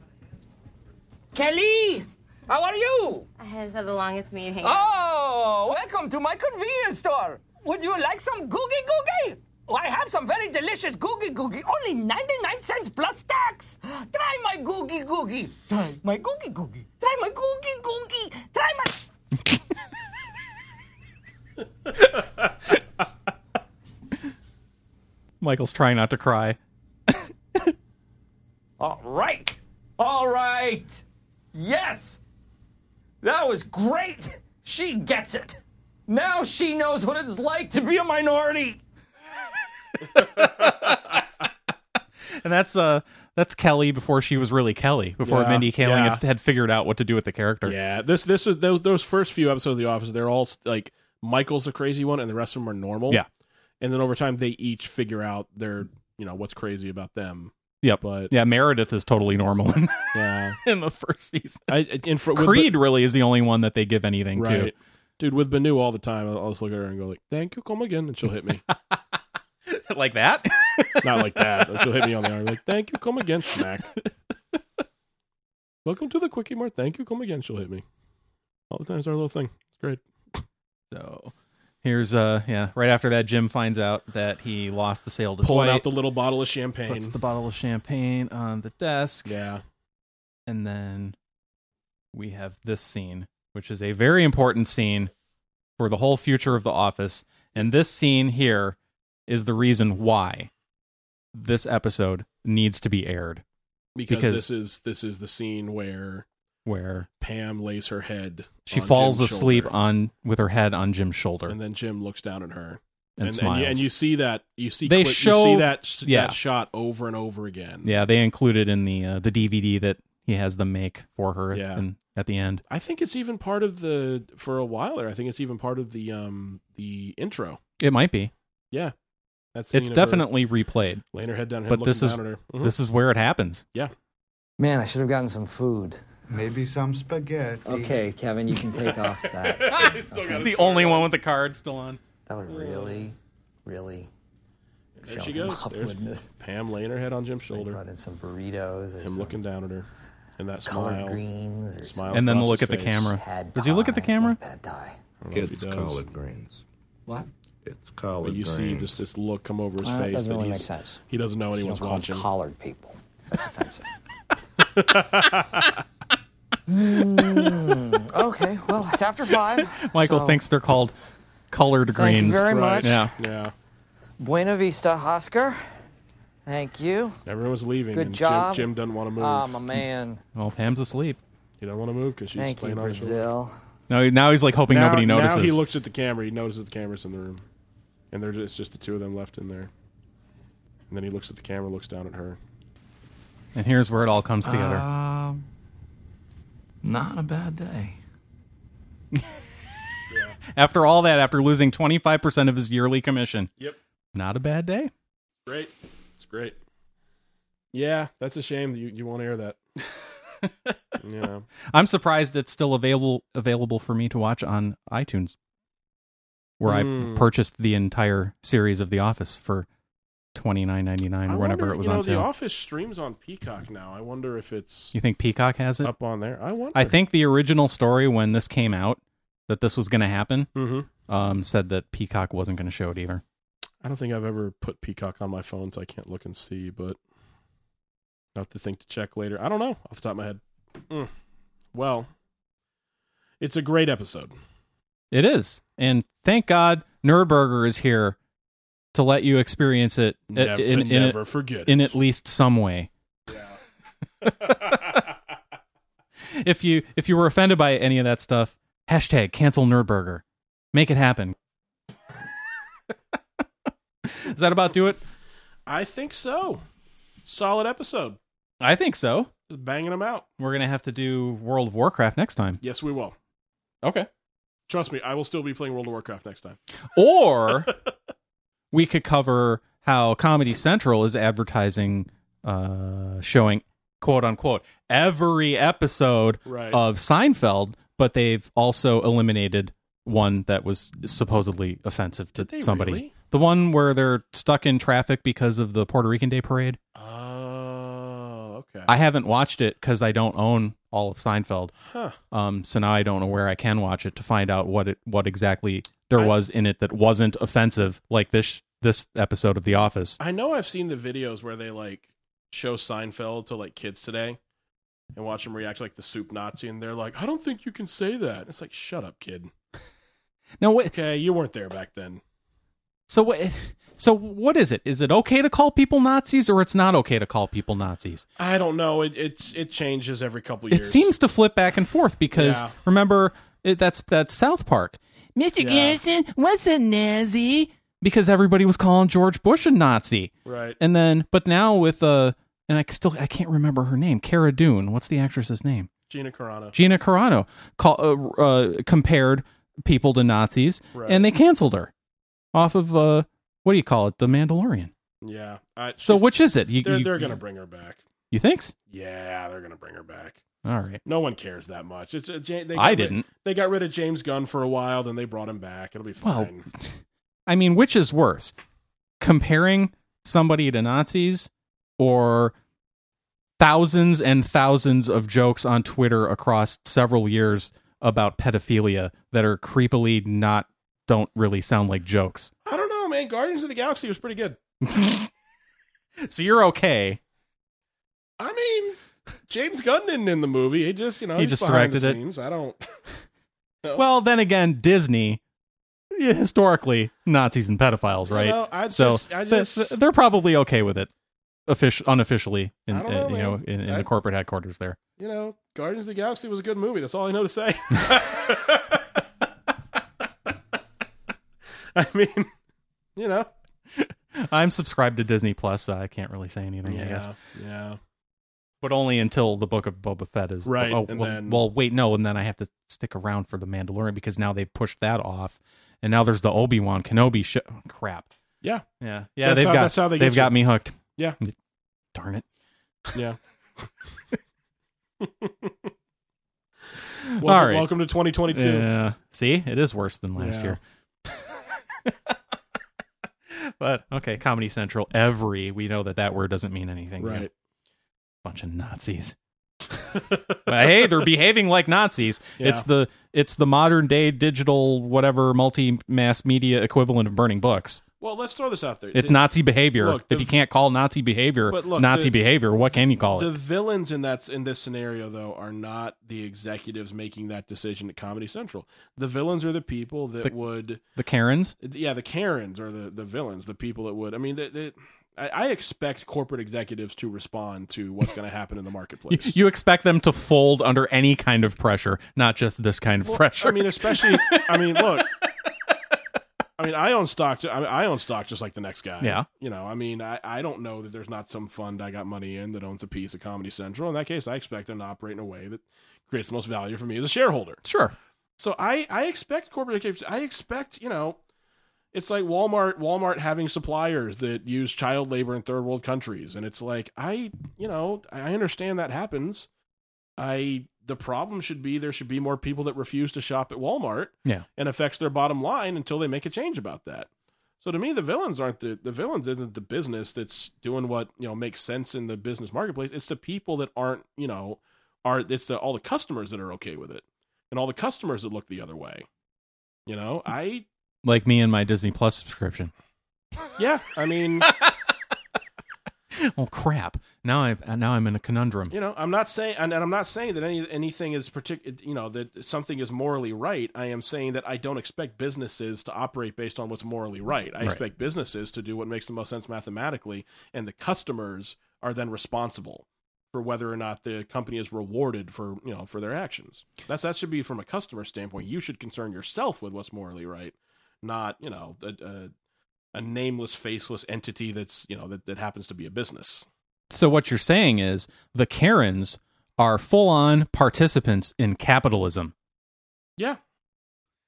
Speaker 10: Kelly, how are you?
Speaker 16: I had the longest meeting.
Speaker 10: Oh, welcome to my convenience store. Would you like some googie googie? Oh, I have some very delicious googie googie, only 99 cents plus tax. Try my googie googie. Try my googie googie. Try my googie googie. Try my.
Speaker 2: Michael's trying not to cry.
Speaker 8: All right. All right. Yes. That was great. She gets it. Now she knows what it's like to be a minority.
Speaker 2: And that's uh that's Kelly before she was really Kelly, before
Speaker 1: Yeah,
Speaker 2: Mindy Kaling
Speaker 1: yeah.
Speaker 2: had, had figured out what to do with the character.
Speaker 1: Yeah, this this was those those first few episodes of The Office. They're all like Michael's the crazy one, and the rest of them are normal.
Speaker 2: Yeah.
Speaker 1: and then over time they each figure out their you know what's crazy about them.
Speaker 2: Yep.
Speaker 1: But
Speaker 2: yeah, Meredith is totally normal. In,
Speaker 1: Yeah,
Speaker 2: in the first season,
Speaker 1: I, I- and for, with-
Speaker 2: Creed really is the only one that they give anything
Speaker 1: right, dude, with Benu all the time. I'll, I'll just look at her and go like, "Thank you, come again," and she'll hit me.
Speaker 2: to. like that?
Speaker 1: Not like that. but She'll hit me on the arm like, "Thank you, come again, smack." Welcome to the quickie mart. Thank you, come again. She'll hit me all the time. It's our little thing. It's great.
Speaker 2: So here's uh yeah, right after that Jim finds out that he lost the sale to
Speaker 1: Pulling
Speaker 2: Dwight,
Speaker 1: out the little bottle of champagne.
Speaker 2: Puts the bottle of champagne on the desk.
Speaker 1: Yeah.
Speaker 2: And then we have this scene, which is a very important scene for the whole future of the office. And this scene here is the reason why this episode needs to be aired.
Speaker 1: because, this is this is the scene where
Speaker 2: where
Speaker 1: Pam lays her head.
Speaker 2: she
Speaker 1: on
Speaker 2: falls
Speaker 1: Jim's
Speaker 2: asleep
Speaker 1: shoulder,
Speaker 2: on with her head on Jim's shoulder.
Speaker 1: and then Jim looks down at her
Speaker 2: And
Speaker 1: and
Speaker 2: smiles.
Speaker 1: you, and you see that you see
Speaker 2: They
Speaker 1: clip-
Speaker 2: show-
Speaker 1: you see that
Speaker 2: yeah.
Speaker 1: that shot over and over again.
Speaker 2: Yeah, they included in the uh, the DVD that he has them make for her
Speaker 1: Yeah.
Speaker 2: in, at the end.
Speaker 1: I think it's even part of the for a while there. I think it's even part of the um the intro.
Speaker 2: It might be.
Speaker 1: Yeah, that's
Speaker 2: It's definitely replayed.
Speaker 1: Laying her head down, and
Speaker 2: but
Speaker 1: him
Speaker 2: this
Speaker 1: looking
Speaker 2: is
Speaker 1: down at her. Mhm.
Speaker 2: this is where it happens.
Speaker 1: Yeah.
Speaker 17: Man, I should have gotten some food.
Speaker 11: Maybe some spaghetti.
Speaker 17: Okay, Kevin, you can take off that.
Speaker 2: He's the only one with the card still on.
Speaker 17: That would really, really.
Speaker 1: There she
Speaker 17: show him
Speaker 1: goes.
Speaker 17: up,
Speaker 1: There's
Speaker 17: wouldn't it?
Speaker 1: Pam laying her head on Jim's shoulder.
Speaker 17: Brought in some burritos. Or
Speaker 1: Him
Speaker 17: some
Speaker 1: looking down at her, and that
Speaker 17: colored
Speaker 1: smile.
Speaker 17: greens or
Speaker 1: smile
Speaker 2: and then
Speaker 1: across
Speaker 2: look
Speaker 1: his
Speaker 2: at the
Speaker 1: face.
Speaker 2: camera. Does he look at the camera?
Speaker 1: I don't know if he
Speaker 14: It's
Speaker 1: does.
Speaker 14: collard greens.
Speaker 17: What?
Speaker 14: It's collard
Speaker 1: But you
Speaker 14: greens.
Speaker 1: see just this look come over his
Speaker 17: Well, that
Speaker 1: face.
Speaker 17: doesn't
Speaker 1: that
Speaker 17: really
Speaker 1: he's-
Speaker 17: make sense.
Speaker 1: He doesn't know
Speaker 17: You
Speaker 1: anyone's
Speaker 17: don't call 'em
Speaker 1: watching.
Speaker 17: Collared people. That's offensive.
Speaker 10: Hmm, okay, well, it's after five.
Speaker 2: Michael
Speaker 10: so-
Speaker 2: thinks they're called colored
Speaker 10: Thank you
Speaker 2: greens.
Speaker 10: very Right. much.
Speaker 2: Yeah.
Speaker 1: Yeah.
Speaker 10: Buena Vista, Oscar. Thank you.
Speaker 1: Everyone was leaving.
Speaker 10: Good
Speaker 1: and
Speaker 10: job.
Speaker 1: Jim, Jim doesn't want to move.
Speaker 17: Um,
Speaker 10: Ah, my man.
Speaker 2: Well, Pam's asleep.
Speaker 1: He doesn't want to move because she's
Speaker 10: Thank you,
Speaker 1: playing on his shoulder.
Speaker 10: Brazil.
Speaker 2: Now, now he's like hoping
Speaker 1: Now-
Speaker 2: nobody notices.
Speaker 1: Now he looks at the camera. He notices the cameras in the room, and there's it's just the two of them left in there. And then he looks at the camera, looks down at her.
Speaker 2: And here's where it all comes together.
Speaker 10: Ah.
Speaker 7: Um, not a bad day.
Speaker 2: after all that, after losing 25% of his yearly commission.
Speaker 1: Yep.
Speaker 2: Not a bad day.
Speaker 1: Great. It's great. Yeah, that's a shame that you, you won't air that. yeah.
Speaker 2: I'm surprised it's still available available for me to watch on iTunes where
Speaker 1: Mm.
Speaker 2: I purchased the entire series of The Office for 29.99
Speaker 1: I
Speaker 2: or whenever
Speaker 1: wonder,
Speaker 2: it was
Speaker 1: you know,
Speaker 2: on sale.
Speaker 1: The Office streams on Peacock now. I wonder if it's
Speaker 2: You think Peacock has it
Speaker 1: up on there? I wonder.
Speaker 2: I think the original story when this came out that this was going to happen
Speaker 1: Mhm.
Speaker 2: um, said that Peacock wasn't going to show it either.
Speaker 1: I don't think I've ever put Peacock on my phone, so I can't look and see. But I'll have to think to check later. I don't know off the top of my head. Mm. Well, it's a great episode.
Speaker 2: Uh, It is, and thank God Nerdburger is here to let you experience it i-
Speaker 1: Nev- to
Speaker 2: in, in
Speaker 1: never forget
Speaker 2: in at least some way. if you if you were offended by any of that stuff, hashtag cancel Nerdburger, make it happen. Does that about do it?
Speaker 1: I think so. Solid episode.
Speaker 2: I think so.
Speaker 1: Just banging them out.
Speaker 2: We're gonna have to do World of Warcraft next time,
Speaker 1: Yes, we will.
Speaker 2: Okay.
Speaker 1: Trust me, I will still be playing World of Warcraft next time.
Speaker 2: or we could cover how Comedy Central is advertising, uh, showing quote unquote every episode
Speaker 1: Right.
Speaker 2: of Seinfeld, but they've also eliminated one that was supposedly offensive to
Speaker 1: Did they
Speaker 2: somebody.
Speaker 1: really?
Speaker 2: The one where they're stuck in traffic because of the Puerto Rican Day Parade.
Speaker 1: Oh, okay.
Speaker 2: I haven't watched it because I don't own all of Seinfeld.
Speaker 1: Huh.
Speaker 2: Um, so now I don't know where I can watch it to find out what it what exactly there
Speaker 1: I-
Speaker 2: was in it that wasn't offensive, like this this episode of The Office.
Speaker 1: I know I've seen the videos where they like show Seinfeld to like kids today and watch them react like the soup Nazi, and they're like, "I don't think you can say that." It's like, "Shut up, kid."
Speaker 2: No, wait.
Speaker 1: Okay, you weren't there back then.
Speaker 2: So what? So what is it? Is it okay to call people Nazis, or it's not okay to call people Nazis?
Speaker 1: I don't know. It it's it changes every couple
Speaker 2: It
Speaker 1: years.
Speaker 2: seems to flip back and forth because
Speaker 1: Yeah.
Speaker 2: remember it, that's that's South Park
Speaker 3: Mr.
Speaker 1: Yeah.
Speaker 3: Garrison, what's a Nazi?
Speaker 2: because everybody was calling George Bush a Nazi,
Speaker 1: Right.
Speaker 2: And then, but now with uh, and I still I can't remember her name. Cara Dune. What's the actress's name?
Speaker 1: Gina Carano.
Speaker 2: Gina Carano call, uh, uh, compared people to Nazis,
Speaker 1: Right.
Speaker 2: and they canceled her off of uh, what do you call it, The Mandalorian.
Speaker 1: yeah. I,
Speaker 2: So
Speaker 1: she's-
Speaker 2: which is it? You-
Speaker 1: they're
Speaker 2: you-
Speaker 1: they're gonna bring her back.
Speaker 2: You thinks?
Speaker 1: Yeah, they're gonna bring her back.
Speaker 2: All right.
Speaker 1: No one cares that much. It's a, Ja- they got
Speaker 2: I
Speaker 1: rid-
Speaker 2: didn't.
Speaker 1: they got rid of James Gunn for a while, then they brought him back. It'll be
Speaker 2: Well,
Speaker 1: fine.
Speaker 2: I mean, which is worse, comparing somebody to Nazis or thousands and thousands of jokes on Twitter across several years about pedophilia that are creepily not don't really sound like jokes.
Speaker 1: I don't know, man. Guardians of the Galaxy was pretty good.
Speaker 2: So you're okay.
Speaker 1: I mean, James Gunn didn't in the movie. He just, you know,
Speaker 2: He
Speaker 1: he's
Speaker 2: just
Speaker 1: behind the
Speaker 2: directed it.
Speaker 1: Scenes. I don't. No.
Speaker 2: Well, then again, Disney yeah, historically Nazis and pedophiles,
Speaker 1: You
Speaker 2: right?
Speaker 1: know, I
Speaker 2: so
Speaker 1: just- I
Speaker 2: th-
Speaker 1: just-
Speaker 2: they're probably okay with it, offici- unofficially, in,
Speaker 1: I don't
Speaker 2: uh,
Speaker 1: know,
Speaker 2: you
Speaker 1: man.
Speaker 2: know, in, in
Speaker 1: I-
Speaker 2: the corporate headquarters there.
Speaker 1: you know, Guardians of the Galaxy was a good movie. That's all I know to say. I mean, you know,
Speaker 2: I'm subscribed to Disney Plus, so I can't really say anything. I guess,
Speaker 1: yeah.
Speaker 2: but only until the Book of Boba Fett is
Speaker 1: Right,
Speaker 2: Oh,
Speaker 1: and
Speaker 2: well,
Speaker 1: then-
Speaker 2: well, wait, no, and then I have to stick around for the Mandalorian because now they've pushed that off, and now there's the Obi Wan Kenobi show. crap.
Speaker 1: Yeah.
Speaker 2: Yeah, yeah.
Speaker 1: That's
Speaker 2: they've
Speaker 1: how-
Speaker 2: got
Speaker 1: that's how they
Speaker 2: they have
Speaker 1: get
Speaker 2: got
Speaker 1: you.
Speaker 2: me hooked.
Speaker 1: Yeah.
Speaker 2: Darn it.
Speaker 1: Yeah. welcome,
Speaker 2: All right.
Speaker 1: welcome to 2022.
Speaker 2: Yeah. See, it is worse than last
Speaker 1: Yeah.
Speaker 2: year. but okay, Comedy Central. Every we know that that word doesn't mean anything. you know.
Speaker 1: Right.
Speaker 2: Bunch of Nazis. but hey, they're behaving like Nazis.
Speaker 1: Yeah.
Speaker 2: It's the it's the modern day digital whatever multi mass media equivalent of burning books.
Speaker 1: Well, let's throw this out there.
Speaker 2: It's
Speaker 1: The-
Speaker 2: Nazi behavior.
Speaker 1: Look,
Speaker 2: if
Speaker 1: the-
Speaker 2: you can't call Nazi behavior
Speaker 1: But look,
Speaker 2: Nazi
Speaker 1: the-
Speaker 2: behavior, what can you call
Speaker 1: The
Speaker 2: it?
Speaker 1: villains in that's in this scenario though are not the executives making that decision at Comedy Central. The villains are the people that
Speaker 2: The-
Speaker 1: would
Speaker 2: The Karens.
Speaker 1: yeah, the Karens are the the villains, the people that would. I mean, the, the, I, I expect corporate executives to respond to what's going to happen in the
Speaker 2: You,
Speaker 1: marketplace.
Speaker 2: you expect them to fold under any kind of pressure, not just this kind of
Speaker 1: Well,
Speaker 2: pressure.
Speaker 1: I mean, especially. I mean, look. I mean, I own stock. I, mean, I own stock just like the next guy.
Speaker 2: Yeah.
Speaker 1: You know, I mean, I, I don't know that there's not some fund I got money in that owns a piece of Comedy Central. In that case, I expect them to operate in a way that creates the most value for me as a shareholder.
Speaker 2: Sure.
Speaker 1: So I I expect corporate. I expect you know, it's like Walmart. Walmart having suppliers that use child labor in third world countries, and it's like I you know I understand that happens. I the problem should be there should be more people that refuse to shop at Walmart
Speaker 2: Yeah.
Speaker 1: and affects their bottom line until they make a change about that. So to me, the villains aren't the the villains isn't the business that's doing what you know makes sense in the business marketplace. It's the people that aren't you know are it's the all the customers that are okay with it and all the customers that look the other way. You know, I
Speaker 2: Like me and my Disney Plus subscription.
Speaker 1: yeah, I mean.
Speaker 2: Oh crap! Now I now I'm in a conundrum.
Speaker 1: You know, I'm not saying, and, and I'm not saying that any anything is particular. You know, that something is morally right. I am saying that I don't expect businesses to operate based on what's morally right. I
Speaker 2: Right.
Speaker 1: expect businesses to do what makes the most sense mathematically, and the customers are then responsible for whether or not the company is rewarded for you know for their actions. That's that should be from a customer standpoint. You should concern yourself with what's morally right, not you know a, a, a nameless, faceless entity that's you know that, that happens to be a business.
Speaker 2: So what you're saying is the Karens are full on participants in capitalism.
Speaker 1: Yeah.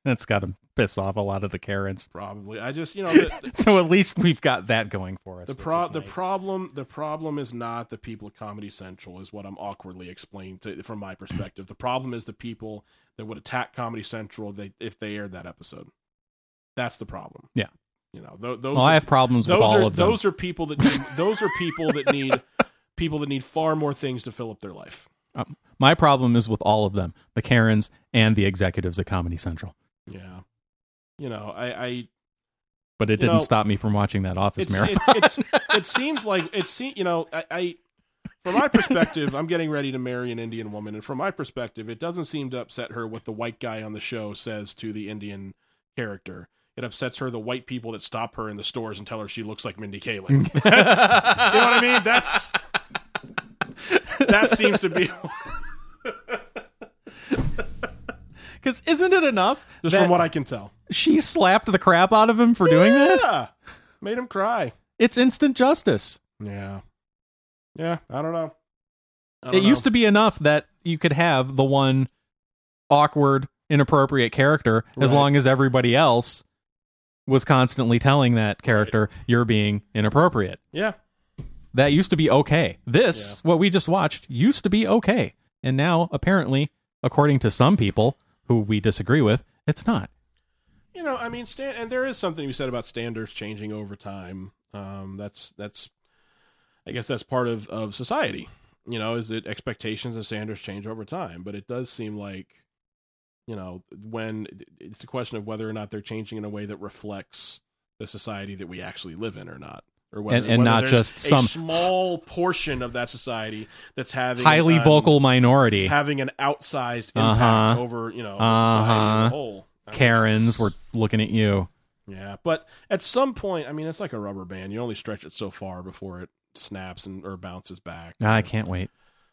Speaker 2: That's got to piss off a lot of the Karens.
Speaker 1: Probably. I just you know the,
Speaker 2: so at least we've got that going for us.
Speaker 1: the pro the problem the problem is not the people at Comedy Central is what I'm awkwardly explaining to, from my perspective. The problem is the people that would attack Comedy Central they, if they aired that episode. That's the problem.
Speaker 2: Yeah.
Speaker 1: You know, tho- those
Speaker 2: Well, I have problems with
Speaker 1: those
Speaker 2: all
Speaker 1: are,
Speaker 2: of them.
Speaker 1: Those are people that need, those are people that need people that need far more things to fill up their life.
Speaker 2: Um, my problem is with all of them, the Karens and the executives at Comedy Central.
Speaker 1: Yeah. You know, I I
Speaker 2: But it
Speaker 1: You
Speaker 2: didn't
Speaker 1: know,
Speaker 2: stop me from watching that office
Speaker 1: it's,
Speaker 2: marathon.
Speaker 1: it- it's- it seems like it seems you know I, I from my perspective i'm getting ready to marry an indian woman and from my perspective it doesn't seem to upset her what the white guy on the show says to the indian character it upsets her the white people that stop her in the stores and tell her she looks like mindy kaling That's- you know what i mean that's that seems to be
Speaker 2: Because isn't it enough?
Speaker 1: Just from what I can tell.
Speaker 2: She slapped the crap out of him for doing that?
Speaker 1: yeah made him cry
Speaker 2: It's instant justice.
Speaker 1: yeah yeah i don't know I
Speaker 2: It
Speaker 1: don't
Speaker 2: used
Speaker 1: know.
Speaker 2: to be enough that you could have the one awkward, inappropriate character as
Speaker 1: Right.
Speaker 2: long as everybody else was constantly telling that character, you're being inappropriate.
Speaker 1: yeah
Speaker 2: That used to be okay. This, what we just watched, used to be okay. And now, apparently, according to some people who we disagree with, it's not.
Speaker 1: you know, I mean, stand, and there is something you said about standards changing over time. Um, that's that's, I guess that's part of of society. You know, is that expectations and standards change over time? But it does seem like, you know, when it's a question of whether or not they're changing in a way that reflects the society that we actually live in or not. Or whether,
Speaker 2: And- and
Speaker 1: whether
Speaker 2: not
Speaker 1: there's
Speaker 2: just
Speaker 1: a
Speaker 2: some-
Speaker 1: small portion of that society that's having
Speaker 2: Highly
Speaker 1: an-
Speaker 2: vocal minority.
Speaker 1: having an outsized impact
Speaker 2: Uh-huh.
Speaker 1: over you know society
Speaker 2: Uh-huh.
Speaker 1: as a whole. I mean,
Speaker 2: Karens, we're looking at you.
Speaker 1: yeah, but at some point, I mean, it's like a rubber band. You only stretch it so far before it snaps and or bounces back.
Speaker 2: I can't wait.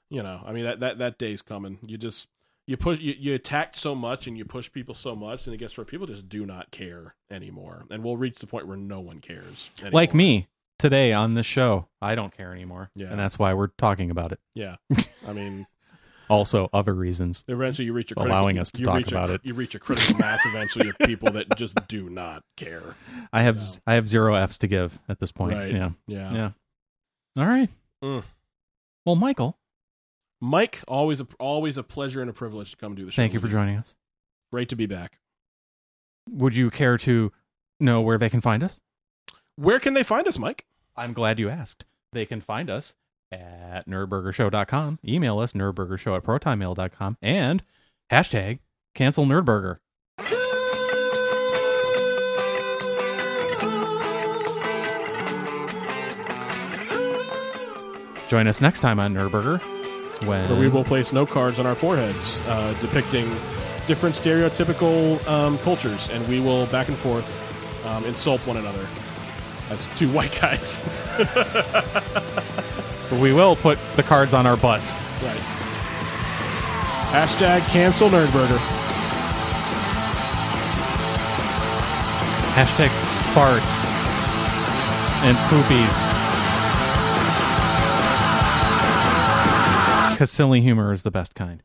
Speaker 1: You know, I mean that that that day's coming. You just you push you, you attack so much and you push people so much, and it gets where people just do not care anymore, and we'll reach the point where no one cares. Anymore.
Speaker 2: Like me today on this show, I don't care anymore.
Speaker 1: Yeah.
Speaker 2: And that's why we're talking about it.
Speaker 1: Yeah, I mean,
Speaker 2: Also, other reasons.
Speaker 1: eventually you reach a critical,
Speaker 2: allowing us to
Speaker 1: you
Speaker 2: talk
Speaker 1: reach a-
Speaker 2: about it.
Speaker 1: You reach a critical mass eventually of people that just do not care.
Speaker 2: I have z I have zero F's to give at this point.
Speaker 1: Right.
Speaker 2: Yeah.
Speaker 1: Yeah.
Speaker 2: Yeah. All right.
Speaker 1: Mm.
Speaker 2: Well, Michael,
Speaker 1: Mike, always a, always a pleasure and a privilege to come do the show.
Speaker 2: thank you
Speaker 1: with
Speaker 2: for joining us.
Speaker 1: Great to be back.
Speaker 2: Would you care to know where they can find us?
Speaker 1: Where can they find us, Mike?
Speaker 2: I'm glad you asked. They can find us at nerdburgershow.com. Email us nerdburgershow at protonmail.com and hashtag cancel nerdburger. Join us next time on Nerdburger when
Speaker 1: where we will place no cards on our foreheads uh, depicting different stereotypical um, cultures, and we will back and forth um, insult one another as two white guys.
Speaker 2: we will put the cards on our butts.
Speaker 1: right. Hashtag cancel Nerdburger.
Speaker 2: Hashtag farts and poopies. Because silly humor is the best kind.